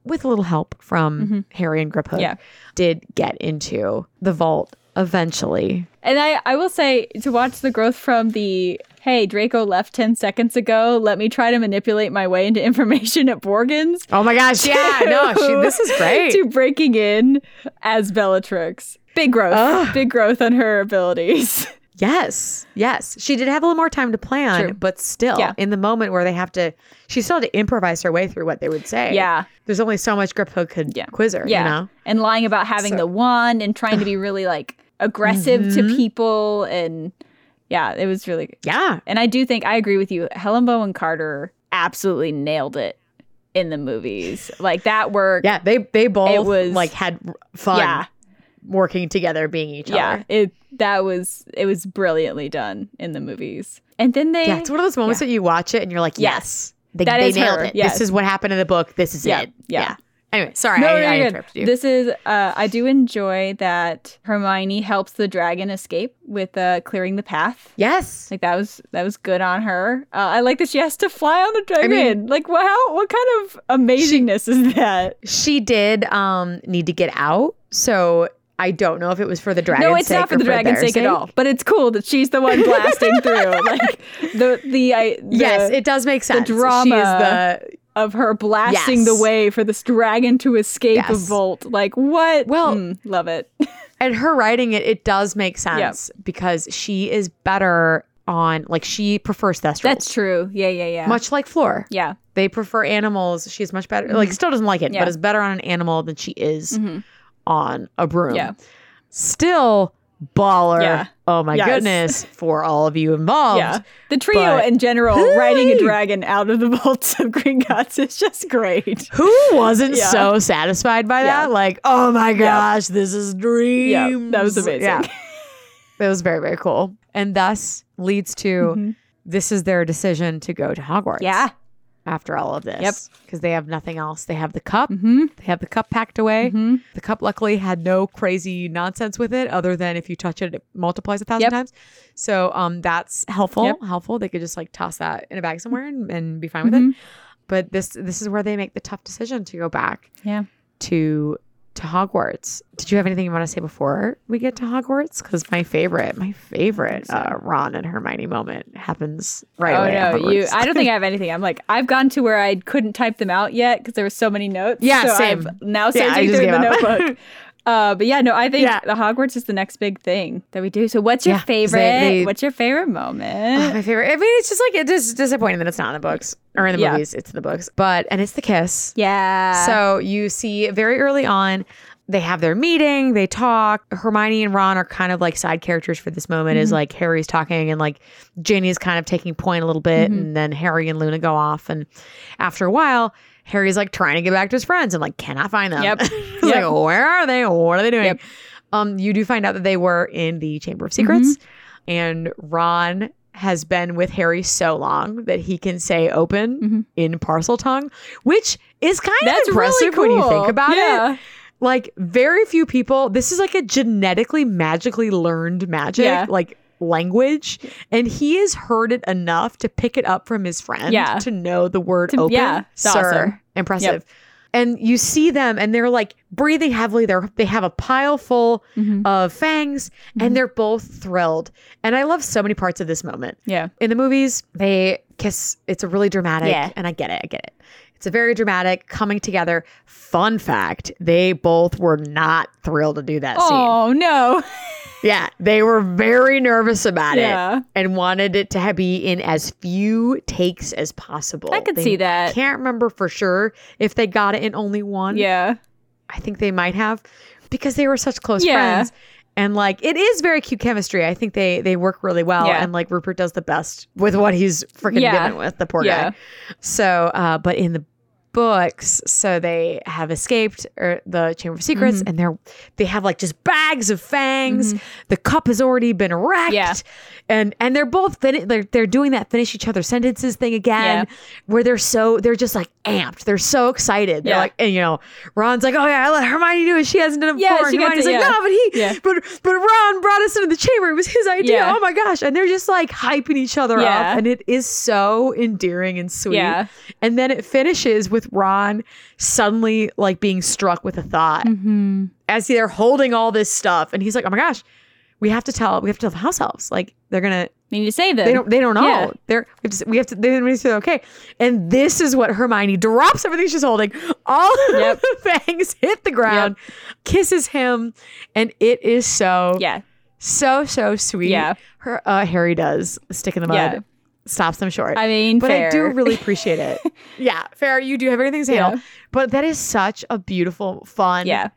Speaker 1: with a little help from harry and grip hook
Speaker 2: Mm-hmm. Yeah.
Speaker 1: did get into the vault eventually
Speaker 2: And I, I will say to watch the growth from the hey Draco left ten seconds ago. Let me try to manipulate my way into information at Borgans.
Speaker 1: oh my gosh yeah no she, this is great
Speaker 2: to breaking in as Bellatrix. Big growth,
Speaker 1: Ugh.
Speaker 2: big growth on her abilities.
Speaker 1: Yes, yes. She did have a little more time to plan,
Speaker 2: True.
Speaker 1: but still,
Speaker 2: Yeah.
Speaker 1: in the moment where they have to, she still had to improvise her way through what they would say.
Speaker 2: yeah,
Speaker 1: There's only so much Grip Hook could
Speaker 2: Yeah.
Speaker 1: quiz her,
Speaker 2: yeah.
Speaker 1: you know?
Speaker 2: And lying about having
Speaker 1: So- Mm-hmm.
Speaker 2: the wand and trying to be really like aggressive to people and yeah, it was really.
Speaker 1: Yeah.
Speaker 2: And I do think I agree with you. Helen Bowen Carter absolutely nailed it in the movies. Like that work.
Speaker 1: Yeah. They they both
Speaker 2: was-
Speaker 1: like had r- fun
Speaker 2: Yeah.
Speaker 1: working together, being each
Speaker 2: yeah,
Speaker 1: other.
Speaker 2: it that was it was brilliantly done in the movies. And then they
Speaker 1: Yeah. It's one of those moments that you watch it and you're like,
Speaker 2: Yeah.
Speaker 1: yes, they,
Speaker 2: That
Speaker 1: they
Speaker 2: is
Speaker 1: nailed
Speaker 2: her.
Speaker 1: it.
Speaker 2: Yes.
Speaker 1: This is what happened in the book. This is
Speaker 2: Yeah.
Speaker 1: it.
Speaker 2: Yeah.
Speaker 1: Anyway, sorry,
Speaker 2: No,
Speaker 1: I,
Speaker 2: no,
Speaker 1: I
Speaker 2: you're good.
Speaker 1: interrupted you.
Speaker 2: This is uh, I do enjoy that Hermione helps the dragon escape with uh, clearing the path.
Speaker 1: yes.
Speaker 2: Like that was that was good on her. Uh, I like that she has to fly on the dragon. like what how what kind of amazingness is that?
Speaker 1: She did um need to get out. So I don't know if it was for the dragon's
Speaker 2: no, it's
Speaker 1: sake
Speaker 2: not for
Speaker 1: or
Speaker 2: the dragon's
Speaker 1: their
Speaker 2: sake, at all. But it's cool that she's the one blasting through. Like the the, I, the
Speaker 1: yes, it does make sense. She is
Speaker 2: drama.
Speaker 1: the
Speaker 2: of her blasting the
Speaker 1: Yes.
Speaker 2: way for this dragon to escape a
Speaker 1: Yes.
Speaker 2: vault. Like what?
Speaker 1: Well-
Speaker 2: Mm, love it.
Speaker 1: and her writing it. It does make sense because she is better on like she prefers thestrals.
Speaker 2: true. Yeah, yeah, yeah.
Speaker 1: much like Floor.
Speaker 2: yeah.
Speaker 1: They prefer animals. She's much better. Like still doesn't like it,
Speaker 2: Mm-hmm. Yeah.
Speaker 1: but is better on an animal than she is
Speaker 2: Mhm.
Speaker 1: on a broom.
Speaker 2: Yeah.
Speaker 1: Still baller.
Speaker 2: Yeah.
Speaker 1: Oh my
Speaker 2: Yes.
Speaker 1: goodness for all of you involved.
Speaker 2: Yeah. The trio
Speaker 1: but-
Speaker 2: in general riding a
Speaker 1: Hey!
Speaker 2: dragon out of the vaults of Green Gods is just great.
Speaker 1: Who wasn't
Speaker 2: Yeah.
Speaker 1: so satisfied by
Speaker 2: Yeah.
Speaker 1: that? Like, oh my gosh, this is dreams.
Speaker 2: Yeah, that was amazing.
Speaker 1: That was very, very cool. And thus leads to
Speaker 2: Mm-hmm.
Speaker 1: this is their decision to go to Hogwarts. After all of this.
Speaker 2: Yep.
Speaker 1: Because they have nothing else. They have the cup.
Speaker 2: Mm-hmm.
Speaker 1: They have the cup packed away.
Speaker 2: Mhm.
Speaker 1: The cup luckily had no crazy nonsense with it, other than if you touch it, it multiplies a thousand
Speaker 2: Yep.
Speaker 1: times. So um that's helpful.
Speaker 2: Yep.
Speaker 1: Helpful. They could just like toss that in a bag somewhere and, and be fine with it. But this this is where they make the tough decision to go back
Speaker 2: Yeah.
Speaker 1: to to Hogwarts. Did you have anything you want to say before we get to Hogwarts? Because my favorite, my favorite uh, Ron and Hermione moment happens right away. at
Speaker 2: oh no, you!
Speaker 1: Hogwarts.
Speaker 2: I don't think I have anything. I'm like I've gone to where I couldn't type them out yet because there were so many notes.
Speaker 1: Yeah,
Speaker 2: so
Speaker 1: same.
Speaker 2: I've now
Speaker 1: Yeah, I
Speaker 2: searching
Speaker 1: just
Speaker 2: through the
Speaker 1: gave up.
Speaker 2: notebook. Uh, but yeah, no, I think
Speaker 1: Yeah.
Speaker 2: the Hogwarts is the next big thing that we do. So what's your
Speaker 1: Yeah, 'cause they-
Speaker 2: favorite?
Speaker 1: they-
Speaker 2: what's your favorite
Speaker 1: Oh,
Speaker 2: moment?
Speaker 1: my favorite. I mean, it's just like it is disappointing that it's not in the books or in the
Speaker 2: Yeah.
Speaker 1: movies. It's in the books, but and it's the kiss.
Speaker 2: yeah.
Speaker 1: So you see very early on, they have their meeting, they talk. Hermione and Ron are kind of like side characters for this moment,
Speaker 2: Mm-hmm.
Speaker 1: is like Harry's talking and like Ginny is kind of taking point a little bit,
Speaker 2: Mm-hmm.
Speaker 1: and then Harry and Luna go off. And after a while, Harry's like trying to get back to his friends and like cannot find them.
Speaker 2: Yep.
Speaker 1: He's
Speaker 2: Yep.
Speaker 1: like, where are they? What are they doing?
Speaker 2: Yep.
Speaker 1: Um, you do find out that they were in the Chamber of Secrets,
Speaker 2: Mm-hmm.
Speaker 1: and Ron has been with Harry so long that he can say open
Speaker 2: Mhm.
Speaker 1: in parcel tongue, which is kind
Speaker 2: That's
Speaker 1: of impressive
Speaker 2: really cool.
Speaker 1: when you think about it.
Speaker 2: yeah.
Speaker 1: Like very few people, this is like a genetically magically learned magic,
Speaker 2: Yeah.
Speaker 1: like language, and he has heard it enough to pick it up from his friend
Speaker 2: Yeah.
Speaker 1: to know the word
Speaker 2: To-
Speaker 1: open.
Speaker 2: yeah, it's
Speaker 1: sir,
Speaker 2: awesome.
Speaker 1: impressive. And you see them, and they're like breathing heavily. They're they have a pile full
Speaker 2: Mhm.
Speaker 1: of fangs,
Speaker 2: Mhm.
Speaker 1: and they're both thrilled. And I love so many parts of this moment
Speaker 2: Yeah.
Speaker 1: in the movies they kiss it's a really dramatic
Speaker 2: Yeah.
Speaker 1: and i get it i get it it's a very dramatic coming together fun fact they both were not thrilled to do that
Speaker 2: Oh no.
Speaker 1: scene yeah they were very nervous about it
Speaker 2: Yeah.
Speaker 1: and wanted it to ha- be in as few takes as possible
Speaker 2: I could
Speaker 1: They
Speaker 2: see that.
Speaker 1: can't remember for sure if they got it in only one
Speaker 2: Yeah.
Speaker 1: i think they might have because they were such close
Speaker 2: Yeah.
Speaker 1: friends and like it is very cute chemistry. I think they they work really well.
Speaker 2: Yeah.
Speaker 1: And like Rupert does the best with what he's freaking
Speaker 2: Yeah.
Speaker 1: given with the poor
Speaker 2: Yeah.
Speaker 1: guy. So, uh, but in the books, so they have escaped er, the Chamber of Secrets,
Speaker 2: Mm-hmm.
Speaker 1: and they're they have like just bags of fangs. The cup has already been wrecked.
Speaker 2: Yeah.
Speaker 1: And and they're both fin- they're they're doing that finish each other sentences thing again, where they're so they're just like amped. They're so excited. They're
Speaker 2: Yeah.
Speaker 1: like and you know Ron's like oh yeah I let Hermione do it. She hasn't done it
Speaker 2: Yeah,
Speaker 1: before.
Speaker 2: she
Speaker 1: And
Speaker 2: got
Speaker 1: Hermione's
Speaker 2: to-
Speaker 1: like
Speaker 2: yeah.
Speaker 1: no but he
Speaker 2: Yeah.
Speaker 1: but but Ron brought us into the chamber. It was his idea.
Speaker 2: Yeah.
Speaker 1: Oh my gosh. And they're just like hyping each other
Speaker 2: Yeah.
Speaker 1: up. And it is so endearing and sweet.
Speaker 2: Yeah.
Speaker 1: And then it finishes with Ron suddenly like being struck with a thought
Speaker 2: Mm-hmm.
Speaker 1: as they're holding all this stuff. And he's like, Oh my gosh, we have to tell we have to tell the house elves. Like they're gonna
Speaker 2: Need to say that.
Speaker 1: they don't they don't know.
Speaker 2: Yeah.
Speaker 1: They're we have to, we have to they need to say okay. And this is what Hermione drops everything she's holding. All of
Speaker 2: Yep.
Speaker 1: the fangs hit the ground, kisses him, and it is so
Speaker 2: Yeah.
Speaker 1: so so sweet.
Speaker 2: Yeah.
Speaker 1: her uh, Harry does stick in the mud,
Speaker 2: Yeah.
Speaker 1: stops them short.
Speaker 2: I mean,
Speaker 1: but I do
Speaker 2: fair.
Speaker 1: really appreciate it. yeah, fair. You do have everything to handle,
Speaker 2: Yeah.
Speaker 1: but that is such a beautiful, fun,
Speaker 2: Yeah.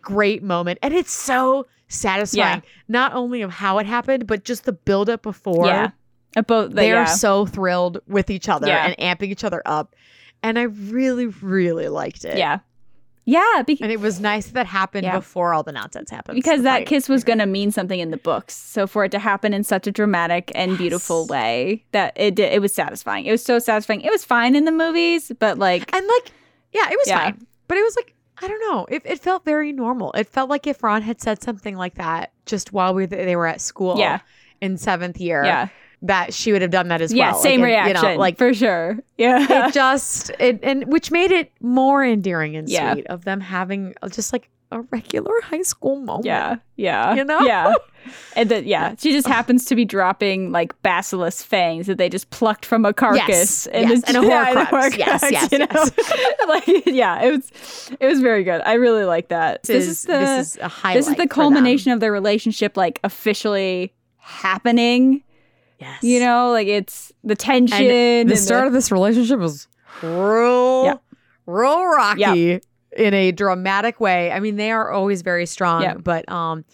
Speaker 1: great moment, and it's so satisfying. Not only of how it happened, but just the build up before.
Speaker 2: yeah. About the
Speaker 1: They
Speaker 2: yeah.
Speaker 1: are so thrilled with each other
Speaker 2: Yeah.
Speaker 1: and amping each other up, and I really, really liked it.
Speaker 2: yeah. Yeah, be-
Speaker 1: And it was nice that, that happened
Speaker 2: Yeah.
Speaker 1: before all the nonsense happened.
Speaker 2: because
Speaker 1: The
Speaker 2: that
Speaker 1: fight.
Speaker 2: kiss was going to mean something in the books. So for it to happen in such a dramatic and beautiful
Speaker 1: Yes.
Speaker 2: way, that it did, it was satisfying. It was so satisfying. It was fine in the movies, but like
Speaker 1: And like, yeah, it was
Speaker 2: Yeah.
Speaker 1: fine. But it was like, I don't know. It, it felt very normal. It felt like if Ron had said something like that just while we they were at school
Speaker 2: Yeah.
Speaker 1: in seventh year,
Speaker 2: yeah.
Speaker 1: that she would have done that as
Speaker 2: yeah,
Speaker 1: well. Like,
Speaker 2: same
Speaker 1: and,
Speaker 2: reaction.
Speaker 1: You know, like
Speaker 2: for sure. Yeah.
Speaker 1: it just it and which made it more endearing and
Speaker 2: Yeah.
Speaker 1: sweet of them having just like a regular high school moment.
Speaker 2: Yeah, yeah,
Speaker 1: You know?
Speaker 2: yeah, and that yeah, she just happens to be dropping like basilisk fangs that they just plucked from a carcass
Speaker 1: Yes, yes,
Speaker 2: it's-
Speaker 1: and a
Speaker 2: yeah,
Speaker 1: Horcrux. Yes,
Speaker 2: Horcrux,
Speaker 1: yes,
Speaker 2: you know? like yeah, it was it was very good. I really like that.
Speaker 1: This,
Speaker 2: This,
Speaker 1: is,
Speaker 2: is the
Speaker 1: this is a highlight.
Speaker 2: this is the
Speaker 1: for them.
Speaker 2: culmination of their relationship, like officially happening.
Speaker 1: Yes.
Speaker 2: You know, like it's the tension. and
Speaker 3: the start of this relationship was
Speaker 1: real,
Speaker 2: Yep.
Speaker 1: real rocky in a dramatic way. I mean, they are always very strong,
Speaker 2: Yep.
Speaker 1: but um,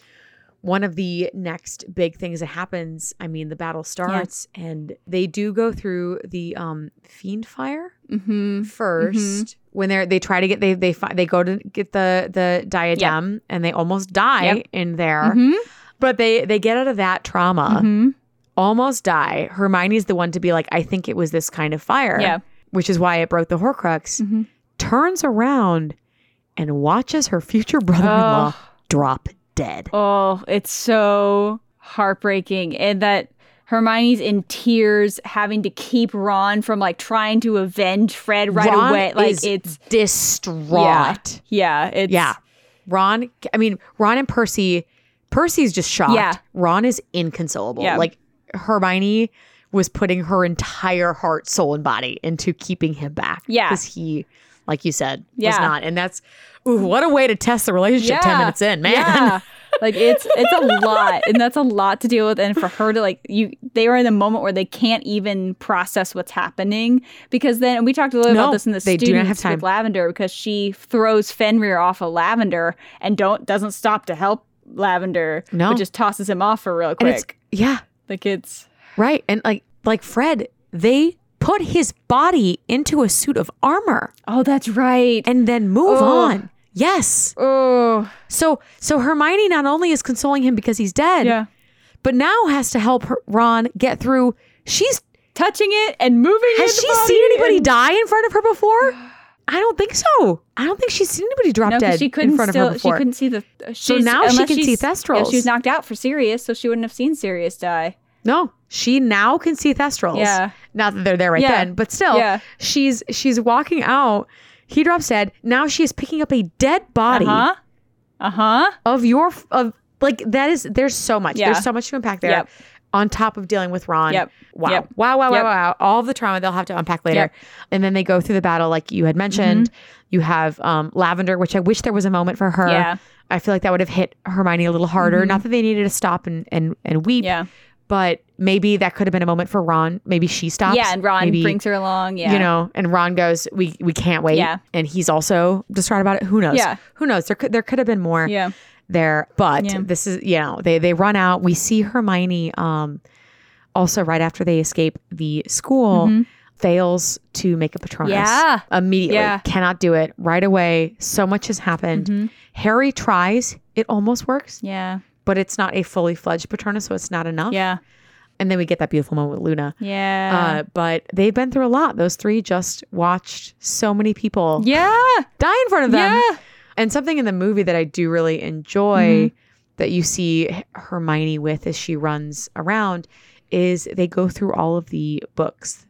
Speaker 1: one of the next big things that happens, I mean, the battle starts and they do go through the um fiend fire
Speaker 2: hmm
Speaker 1: 1st When they're they try to get they they fi- they go to get the the diadem and they almost die
Speaker 2: Yep.
Speaker 1: in there,
Speaker 2: hmm
Speaker 1: but they they get out of that trauma,
Speaker 2: mm-hmm.
Speaker 1: almost die. Hermione's the one to be like, I think it was this kind of fire
Speaker 2: yeah,
Speaker 1: which is why it broke the Horcrux,
Speaker 2: Mhm.
Speaker 1: turns around and watches her future brother in law drop dead.
Speaker 2: Oh, it's so heartbreaking. And that Hermione's in tears, having to keep Ron from like trying to avenge Fred right
Speaker 1: Ron
Speaker 2: away. Like
Speaker 1: is
Speaker 2: it's
Speaker 1: distraught.
Speaker 2: yeah, it's
Speaker 1: Yeah. Ron, I mean, Ron and Percy, Percy's just shocked.
Speaker 2: Yeah.
Speaker 1: Ron is inconsolable.
Speaker 2: Yeah.
Speaker 1: Like Hermione was putting her entire heart, soul, and body into keeping him back.
Speaker 2: Yeah.
Speaker 1: Because he, like you said, was
Speaker 2: Yeah.
Speaker 1: not. And that's, ooh, what a way to test the relationship 10
Speaker 2: Yeah.
Speaker 1: minutes in, man.
Speaker 2: Yeah. Like it's it's a lot and that's a lot to deal with and for her to like you they are in a moment where they can't even process what's happening because then and we talked a little
Speaker 1: No,
Speaker 2: about this in the
Speaker 1: they do
Speaker 2: students
Speaker 1: not have time.
Speaker 2: with Lavender because she throws Fenrir off of Lavender and don't doesn't stop to help Lavender
Speaker 1: No.
Speaker 2: but just tosses him off for real
Speaker 1: And it's-
Speaker 2: quick.
Speaker 1: Yeah.
Speaker 2: Like it's
Speaker 1: Right. And like, like Fred, they put his body into a suit of armor
Speaker 2: Oh, that's right.
Speaker 1: and then move
Speaker 2: Ugh.
Speaker 1: on. Yes.
Speaker 2: oh,
Speaker 1: So so Hermione not only is consoling him because he's dead,
Speaker 2: yeah.
Speaker 1: but now has to help her, Ron get through. She's
Speaker 2: Touching it and moving
Speaker 1: has
Speaker 2: it.
Speaker 1: she seen anybody die in front of her before? I don't think so. I don't think she's seen anybody drop
Speaker 2: No, 'cause
Speaker 1: dead
Speaker 2: she couldn't
Speaker 1: in front
Speaker 2: still,
Speaker 1: of her before.
Speaker 2: She couldn't see the.
Speaker 1: So
Speaker 2: she's-
Speaker 1: now she
Speaker 2: unless
Speaker 1: can see
Speaker 2: she's-
Speaker 1: Thestrals.
Speaker 2: Yeah, she was knocked out for Sirius, so she wouldn't have seen Sirius die.
Speaker 1: no, she now can see Thestrals.
Speaker 2: Yeah.
Speaker 1: Not that they're there right
Speaker 2: Yeah.
Speaker 1: then, but still,
Speaker 2: Yeah.
Speaker 1: she's she's walking out. He drops dead. Now she is picking up a dead body
Speaker 2: Uh huh. Uh huh.
Speaker 1: of your of like that is there's so much.
Speaker 2: Yeah.
Speaker 1: There's so much to unpack there.
Speaker 2: Yep.
Speaker 1: On top of dealing with Ron.
Speaker 2: Yep.
Speaker 1: Wow.
Speaker 2: Yep.
Speaker 1: Wow, wow, wow,
Speaker 2: Yep.
Speaker 1: wow. All of the trauma they'll have to unpack later.
Speaker 2: Yep. Mm-hmm.
Speaker 1: And then they go through the battle like you had mentioned. You have um, Lavender, which I wish there was a moment for her.
Speaker 2: Yeah. Mm-hmm.
Speaker 1: I feel like that would have hit Hermione a little harder. Not that they needed to stop and and, and weep,
Speaker 2: Yeah.
Speaker 1: but maybe that could have been a moment for Ron. Maybe she stops.
Speaker 2: Yeah, and Ron
Speaker 1: Maybe,
Speaker 2: brings her along. Yeah.
Speaker 1: You know, and Ron goes, "We we can't wait."
Speaker 2: Yeah.
Speaker 1: And he's also distraught about it. Who knows?
Speaker 2: Yeah.
Speaker 1: Who knows? There could there could have been more
Speaker 2: Yeah.
Speaker 1: there. But
Speaker 2: Yeah.
Speaker 1: this is, you know, they they run out. We see Hermione um also right after they escape the school fails to make a Patronus.
Speaker 2: Mm-hmm. Yeah.
Speaker 1: Immediately.
Speaker 2: Yeah. Mm-hmm.
Speaker 1: Cannot do it right away. So much has happened. Harry tries. It almost works,
Speaker 2: Yeah.
Speaker 1: but it's not a fully fledged Patronus, so it's not enough.
Speaker 2: Yeah.
Speaker 1: And then we get that beautiful moment with Luna.
Speaker 2: Yeah.
Speaker 1: Uh, but they've been through a lot. Those three just watched so many people
Speaker 2: yeah.
Speaker 1: die in front of them.
Speaker 2: Yeah.
Speaker 1: And something in the movie that I do really enjoy
Speaker 2: Mm-hmm.
Speaker 1: that you see H- Hermione with as she runs around is they go through all of the books.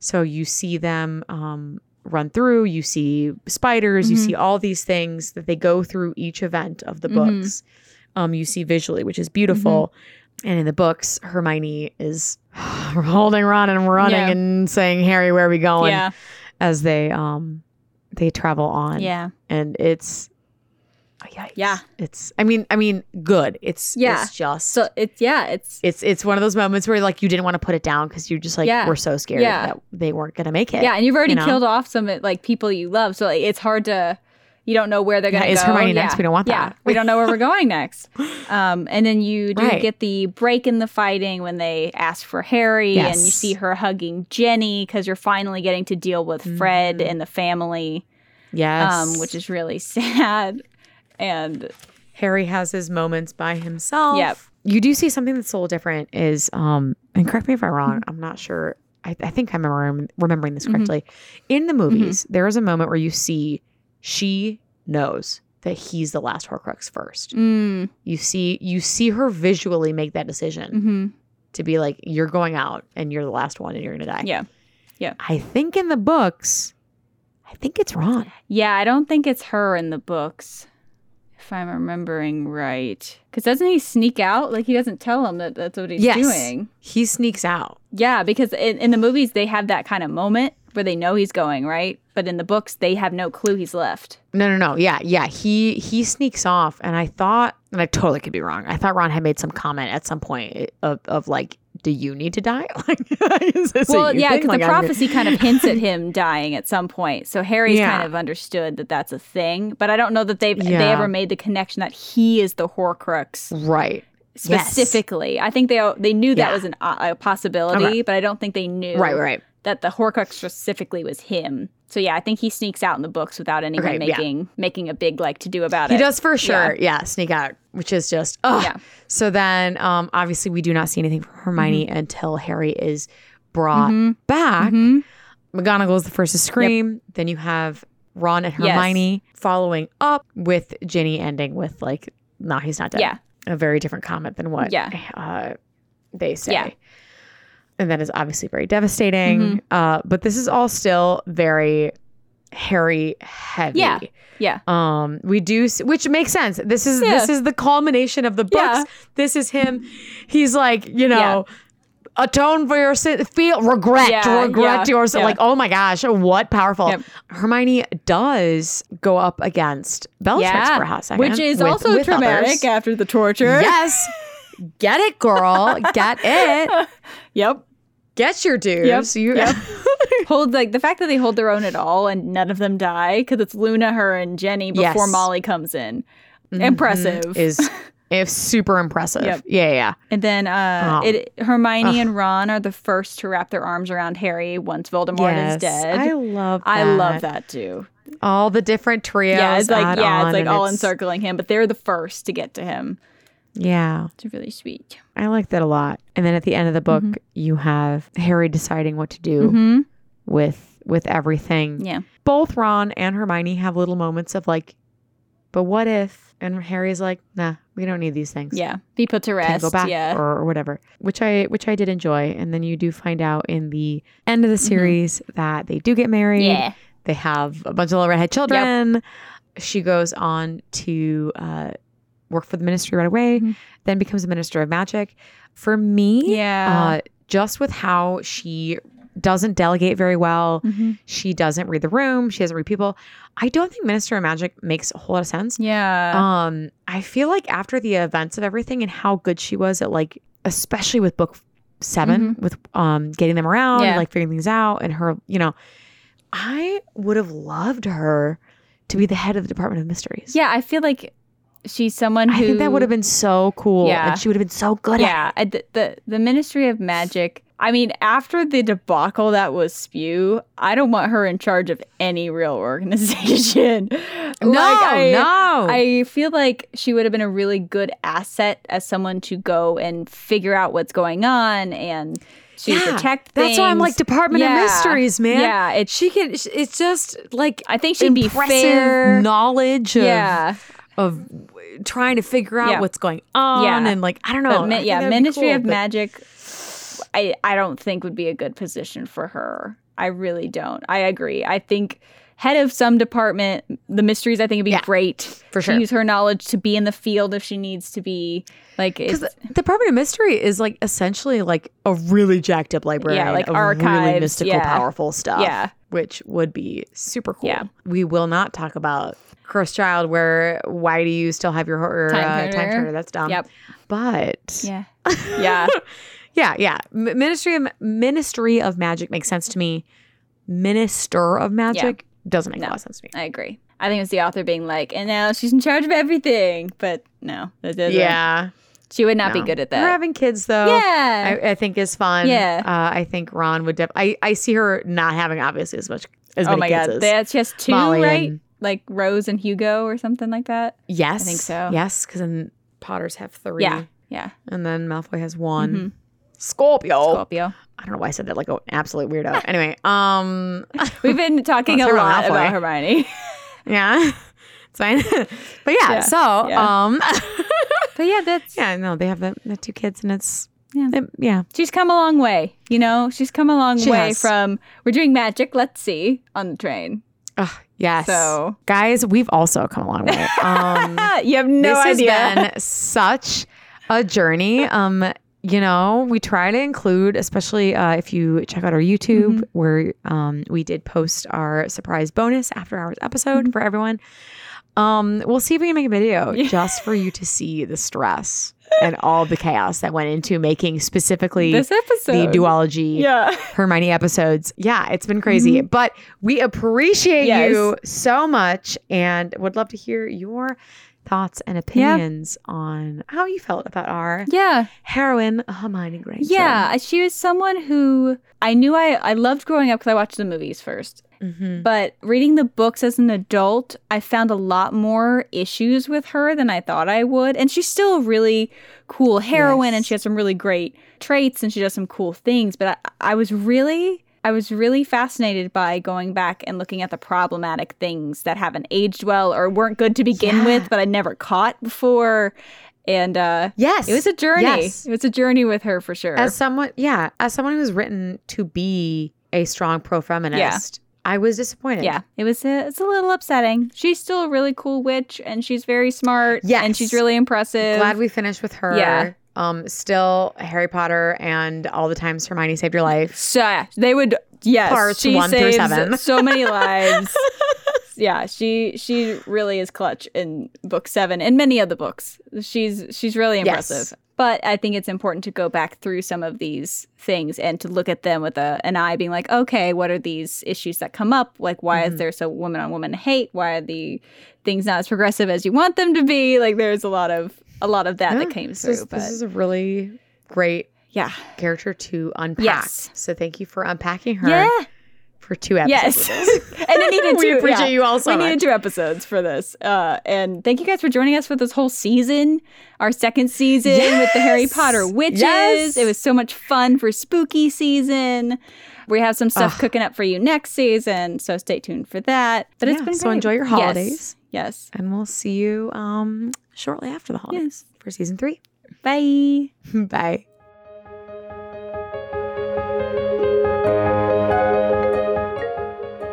Speaker 1: So you see them um, run through, you see spiders, you
Speaker 2: Mhm.
Speaker 1: see all these things that they go through each event of the
Speaker 2: Mhm.
Speaker 1: books. Um, you see visually, which is beautiful.
Speaker 2: Mm-hmm.
Speaker 1: And in the books, Hermione is holding Ron and running
Speaker 2: Yeah.
Speaker 1: and saying, "Harry, where are we going?"
Speaker 2: Yeah.
Speaker 1: As they um they travel on
Speaker 2: Yeah.
Speaker 1: and it's oh, yikes.
Speaker 2: Yeah.
Speaker 1: it's i mean i mean good it's
Speaker 2: Yeah.
Speaker 1: it's just
Speaker 2: So it's yeah. It's
Speaker 1: it's it's one of those moments where like you didn't want to put it down because you just like
Speaker 2: Yeah.
Speaker 1: were so scared
Speaker 2: Yeah.
Speaker 1: that they weren't gonna make it
Speaker 2: yeah, and you've already
Speaker 1: you know?
Speaker 2: killed off some like people you love, so like, it's hard to. You don't know where they're
Speaker 1: Yeah,
Speaker 2: going to
Speaker 1: is
Speaker 2: go.
Speaker 1: Hermione next? We don't want
Speaker 2: Yeah,
Speaker 1: that.
Speaker 2: we don't know where we're going next. Um, and then you do
Speaker 1: Right.
Speaker 2: get the break in the fighting when they ask for Harry, and you
Speaker 1: Yes.
Speaker 2: see her hugging Jenny because you're finally getting to deal with Fred and the family,
Speaker 1: Mm-hmm. yes
Speaker 2: um, which is really sad. And
Speaker 1: harry has his moments by himself
Speaker 2: Yep.
Speaker 1: you do see something that's a little different is um and correct me if i'm wrong
Speaker 2: Mm-hmm.
Speaker 1: i'm not sure i, I think i'm remem- remembering this correctly in the movies
Speaker 2: Mm-hmm.
Speaker 1: there is a moment where you see she knows that he's the last horcrux first
Speaker 2: mm,
Speaker 1: you see you see her visually make that decision
Speaker 2: hmm
Speaker 1: to be like you're going out and you're the last one and you're gonna die
Speaker 2: Yeah. Yeah.
Speaker 1: i think in the books i think it's ron
Speaker 2: yeah, I don't think it's her in the books, if I'm remembering right. Because doesn't he sneak out? Like he doesn't tell him that that's what he's
Speaker 1: Yes.
Speaker 2: doing.
Speaker 1: he sneaks out
Speaker 2: Yeah, because in, in the movies they have that kind of moment where they know he's going, right? But in the books they have no clue he's left.
Speaker 1: no no no yeah yeah he he sneaks off and i thought and i totally could be wrong i thought ron had made some comment at some point of, of like do you need to die like is this a
Speaker 2: well,
Speaker 1: you
Speaker 2: yeah,
Speaker 1: thing?
Speaker 2: because
Speaker 1: Like,
Speaker 2: the
Speaker 1: I'm-
Speaker 2: prophecy kind of hints at him dying at some point. So Harry's
Speaker 1: Yeah.
Speaker 2: kind of understood that that's a thing, but I don't know that they've they
Speaker 1: Yeah.
Speaker 2: ever made the connection that he is the Horcrux
Speaker 1: right Yes.
Speaker 2: specifically. I think they they knew that
Speaker 1: Yeah.
Speaker 2: was an, uh, a possibility,
Speaker 1: Okay.
Speaker 2: but I don't think they knew
Speaker 1: right right
Speaker 2: that the Horcrux specifically was him. So yeah, I think he sneaks out in the books without anyone
Speaker 1: Okay, yeah.
Speaker 2: making making a big like to do about
Speaker 1: He
Speaker 2: it.
Speaker 1: does for sure. Yeah. sneak out, which is just oh.
Speaker 2: Yeah.
Speaker 1: So then, um, obviously, we do not see anything from Hermione
Speaker 2: Mm-hmm.
Speaker 1: until Harry is brought
Speaker 2: Mhm.
Speaker 1: back.
Speaker 2: Mhm.
Speaker 1: McGonagall is the first to scream. Then you have Ron and
Speaker 2: Yes.
Speaker 1: Hermione following up with Ginny ending with like, "No, he's not dead."
Speaker 2: Yeah.
Speaker 1: a very different comment than what
Speaker 2: Yeah.
Speaker 1: uh, they say.
Speaker 2: Yeah. Mm-hmm.
Speaker 1: And that is obviously very devastating. Uh, but this is all still very Harry heavy.
Speaker 2: Yeah. Yeah.
Speaker 1: Um, we do, s- which makes sense. This is
Speaker 2: Yeah.
Speaker 1: this is the culmination of the books.
Speaker 2: Yeah.
Speaker 1: This is him. He's like, you know, atone for your sin, feel regret,
Speaker 2: Yeah,
Speaker 1: regret
Speaker 2: yeah,
Speaker 1: your sin.
Speaker 2: yeah.
Speaker 1: Like, oh my gosh, what powerful.
Speaker 2: Yep.
Speaker 1: Hermione does go up against Bellatrix for a hot second,
Speaker 2: Which is
Speaker 1: with-
Speaker 2: also
Speaker 1: with
Speaker 2: traumatic
Speaker 1: others.
Speaker 2: after the torture.
Speaker 1: Yes, get it, girl, get it,
Speaker 2: Yep.
Speaker 1: get your dudes. You,
Speaker 2: yep. Hold like the fact that they hold their own at all and none of them die because it's Luna, her, and Jenny before
Speaker 1: Yes. Mm-hmm.
Speaker 2: Molly comes in. Impressive.
Speaker 1: is if super impressive.
Speaker 2: Yep.
Speaker 1: Yeah, yeah.
Speaker 2: and then uh,
Speaker 1: Oh.
Speaker 2: it, Hermione and Ron are the first to wrap their arms around Harry once Voldemort is dead.
Speaker 1: I love. That.
Speaker 2: I love that too.
Speaker 1: All the different trios.
Speaker 2: yeah, it's like
Speaker 1: add
Speaker 2: yeah,
Speaker 1: on,
Speaker 2: it's like
Speaker 1: and
Speaker 2: all encircling him, but they're the first to get to him.
Speaker 1: Yeah,
Speaker 2: It's really sweet.
Speaker 1: I like that a lot. And then at the end of the book, you have Harry deciding what to do
Speaker 2: Mm-hmm.
Speaker 1: with with everything.
Speaker 2: Yeah.
Speaker 1: Both Ron and Hermione have little moments of like, but what if? And Harry's like, nah, we don't need these things.
Speaker 2: Yeah. Be put to
Speaker 1: Can
Speaker 2: rest.
Speaker 1: go back
Speaker 2: yeah.
Speaker 1: or, or whatever, which I which I did enjoy. And then you do find out in the end of the series that they do get married.
Speaker 2: Mm-hmm. yeah.
Speaker 1: They have a bunch of little redhead children. She goes on to uh, work for the ministry right away,
Speaker 2: Mhm.
Speaker 1: then becomes a minister of magic. For me,
Speaker 2: Yeah.
Speaker 1: uh, just with how she doesn't delegate very well,
Speaker 2: Mhm.
Speaker 1: she doesn't read the room, she doesn't read people. I don't think minister of magic makes a whole lot of sense.
Speaker 2: Yeah.
Speaker 1: Um, I feel like after the events of everything and how good she was at like, especially with book 7 with um getting them around, and
Speaker 2: Mm-hmm. Yeah.
Speaker 1: like figuring things out, and her, you know, I would have loved her to be the head of the Department of Mysteries.
Speaker 2: yeah. I feel like she's someone who
Speaker 1: I think that would have been so cool,
Speaker 2: Yeah.
Speaker 1: and she would have been so good at.
Speaker 2: yeah, at the, the the Ministry of Magic. I mean, after the debacle that was Spew, I don't want her in charge of any real organization.
Speaker 1: No,
Speaker 2: I,
Speaker 1: no.
Speaker 2: I feel like she would have been a really good asset as someone to go and figure out what's going on and to
Speaker 1: Yeah,
Speaker 2: protect
Speaker 1: That's why I'm
Speaker 2: things.
Speaker 1: like Department
Speaker 2: Yeah.
Speaker 1: of Mysteries, man.
Speaker 2: Yeah, it,
Speaker 1: she can. sh- It's just like
Speaker 2: I think she'd be
Speaker 1: impressive
Speaker 2: fair.
Speaker 1: knowledge. Of,
Speaker 2: yeah,
Speaker 1: of w- trying to figure out
Speaker 2: Yeah.
Speaker 1: what's going on
Speaker 2: Yeah.
Speaker 1: and like I don't know.
Speaker 2: but
Speaker 1: I
Speaker 2: mi-
Speaker 1: think
Speaker 2: yeah,
Speaker 1: that'd be
Speaker 2: Ministry
Speaker 1: cool,
Speaker 2: of
Speaker 1: but-
Speaker 2: Magic, I I don't think would be a good position for her. I really don't. I agree. I think head of some department, the mysteries, I think would be
Speaker 1: Yeah,
Speaker 2: great
Speaker 1: for
Speaker 2: to
Speaker 1: sure.
Speaker 2: use her knowledge to be in the field if she needs to be. Like,
Speaker 1: Because
Speaker 2: it's,
Speaker 1: the Department of Mystery is like essentially like a really jacked up librarian
Speaker 2: like
Speaker 1: of really
Speaker 2: archives,
Speaker 1: mystical,
Speaker 2: yeah.
Speaker 1: powerful stuff.
Speaker 2: Yeah.
Speaker 1: Which would be super cool.
Speaker 2: Yeah.
Speaker 1: We will not talk about Cursed Child where why do you still have your horror
Speaker 2: Time
Speaker 1: uh, time
Speaker 2: turner.
Speaker 1: turner? That's dumb.
Speaker 2: Yep.
Speaker 1: But
Speaker 2: yeah, yeah,
Speaker 1: yeah, yeah. M- Ministry of Ministry of Magic makes sense to me. Minister of Magic doesn't make a
Speaker 2: No.
Speaker 1: lot of sense to me.
Speaker 2: I agree. I think it's the author being like, and now she's in charge of everything. But no, that doesn't-
Speaker 1: Yeah.
Speaker 2: she would not be
Speaker 1: No.
Speaker 2: good at
Speaker 1: We're
Speaker 2: that.
Speaker 1: having kids though.
Speaker 2: yeah,
Speaker 1: I, I think is fun.
Speaker 2: Yeah.
Speaker 1: Uh, I think Ron would. Def- I I see her not having obviously as much as
Speaker 2: oh
Speaker 1: many
Speaker 2: my
Speaker 1: kids
Speaker 2: god,
Speaker 1: as-
Speaker 2: that's just two,
Speaker 1: Molly
Speaker 2: right?
Speaker 1: and-
Speaker 2: Like Rose and Hugo or something like that.
Speaker 1: yes,
Speaker 2: think so.
Speaker 1: Yes, because then Potters have three.
Speaker 2: Yeah, Mm-hmm. yeah.
Speaker 1: and then Malfoy has one. Scorpio.
Speaker 2: Scorpio.
Speaker 1: I don't know why I said that like an absolute weirdo. anyway, um,
Speaker 2: We've been talking a
Speaker 1: Let's talk about
Speaker 2: lot about
Speaker 1: Malfoy.
Speaker 2: Hermione,
Speaker 1: yeah, it's fine. but yeah,
Speaker 2: Yeah,
Speaker 1: so
Speaker 2: yeah.
Speaker 1: um,
Speaker 2: but yeah, that's
Speaker 1: yeah, no, they have the, the two kids, and it's
Speaker 2: Yeah.
Speaker 1: it- yeah.
Speaker 2: she's come a long way. You know, she's come a long
Speaker 1: She
Speaker 2: way
Speaker 1: has.
Speaker 2: from we're doing magic. Let's see on the train.
Speaker 1: Ugh, yes.
Speaker 2: So-
Speaker 1: guys, we've also come a long way. Um.
Speaker 2: Ah, you have no
Speaker 1: this
Speaker 2: idea.
Speaker 1: has been such a journey. Um, you know, we try to include, especially uh, if you check out our YouTube,
Speaker 2: Mm-hmm.
Speaker 1: where um, we did post our surprise bonus after hours episode
Speaker 2: Mm-hmm.
Speaker 1: for everyone. Um, we'll see if we can make a video just for you to see the stress and all the chaos that went into making specifically
Speaker 2: this
Speaker 1: the
Speaker 2: episode.
Speaker 1: duology
Speaker 2: yeah.
Speaker 1: Hermione episodes. Yeah, it's been crazy, but we appreciate
Speaker 2: Mm-hmm. Yes.
Speaker 1: you so much and would love to hear your thoughts and opinions on how you felt about our
Speaker 2: Yeah.
Speaker 1: heroine Hermione Granger.
Speaker 2: Yeah. She was someone who I knew I, I loved growing up because I watched the movies first.
Speaker 1: Mhm.
Speaker 2: But reading the books as an adult, I found a lot more issues with her than I thought I would. And she's still a really cool heroine
Speaker 1: Yes.
Speaker 2: and she has some really great traits and she does some cool things. But I, I was really. I was really fascinated by going back and looking at the problematic things that haven't aged well or weren't good to begin
Speaker 1: Yeah.
Speaker 2: with, but I never caught before. And uh,
Speaker 1: Yes.
Speaker 2: it was a journey.
Speaker 1: Yes.
Speaker 2: It was a journey with her for sure.
Speaker 1: As someone, yeah, as someone who's written to be a strong pro feminist, I was disappointed.
Speaker 2: Yeah, it was a, it's a little upsetting. She's still a really cool witch, and she's very smart.
Speaker 1: Yes.
Speaker 2: and she's really impressive.
Speaker 1: Glad we finished with her.
Speaker 2: Yeah.
Speaker 1: Um, still Harry Potter and all the times Hermione saved your life.
Speaker 2: so they would yes,
Speaker 1: Parts
Speaker 2: she
Speaker 1: one through
Speaker 2: saves
Speaker 1: seven.
Speaker 2: so many lives. yeah, she she really is clutch in book seven and many other books. She's she's really
Speaker 1: Yes.
Speaker 2: impressive. But I think it's important to go back through some of these things and to look at them with a, an eye, being like, okay, what are these issues that come up? Like, why
Speaker 1: Mm-hmm.
Speaker 2: is there so woman on woman hate? Why are the things not as progressive as you want them to be? Like, there's a lot of a lot of that
Speaker 1: Yeah,
Speaker 2: that came
Speaker 1: this
Speaker 2: through.
Speaker 1: Is,
Speaker 2: but
Speaker 1: this is a really great
Speaker 2: yeah,
Speaker 1: character to unpack.
Speaker 2: Yes.
Speaker 1: So thank you for unpacking her
Speaker 2: yeah,
Speaker 1: for two episodes.
Speaker 2: yes, and it needed
Speaker 1: we
Speaker 2: to.
Speaker 1: appreciate
Speaker 2: yeah.
Speaker 1: you all so
Speaker 2: we
Speaker 1: much.
Speaker 2: needed two episodes for this. Uh, and thank you guys for joining us for this whole season, our second season with the Harry
Speaker 1: Yes!
Speaker 2: Potter witches.
Speaker 1: Yes!
Speaker 2: It was so much fun for spooky season. We have some stuff
Speaker 1: Ugh.
Speaker 2: cooking up for you next season, so stay tuned for that. But it's
Speaker 1: Yeah,
Speaker 2: been
Speaker 1: so
Speaker 2: great.
Speaker 1: enjoy your
Speaker 2: Yes.
Speaker 1: holidays.
Speaker 2: Yes.
Speaker 1: And we'll see you um shortly after the holidays
Speaker 2: Yes.
Speaker 1: for season three.
Speaker 2: Bye.
Speaker 1: Bye.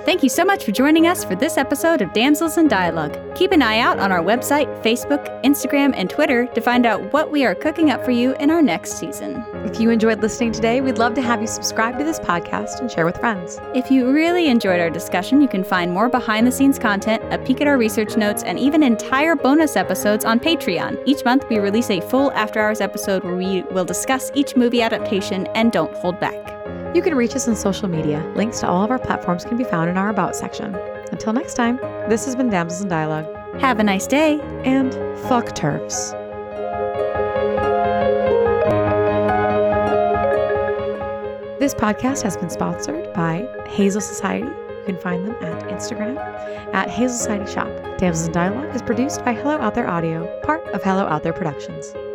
Speaker 2: Thank you so much for joining us for this episode of Damsels in Dialogue. Keep an eye out on our website, Facebook, Instagram, and Twitter to find out what we are cooking up for you in our next season.
Speaker 1: If you enjoyed listening today, we'd love to have you subscribe to this podcast and share with friends.
Speaker 2: If you really enjoyed our discussion, you can find more behind the scenes content, a peek at our research notes, and even entire bonus episodes on Patreon. Each month, we release a full after hours episode where we will discuss each movie adaptation and don't hold back.
Speaker 1: You can reach us on social media. Links to all of our platforms can be found in our About section. Until next time, this has been Damsels in Dialogue
Speaker 2: Have a nice day.
Speaker 1: and fuck turfs. This podcast has been sponsored by Hazel Society. You can find them at Instagram at Hazel Society Shop. Damsels in Dialogue is produced by Hello Out There Audio, part of Hello Out There Productions.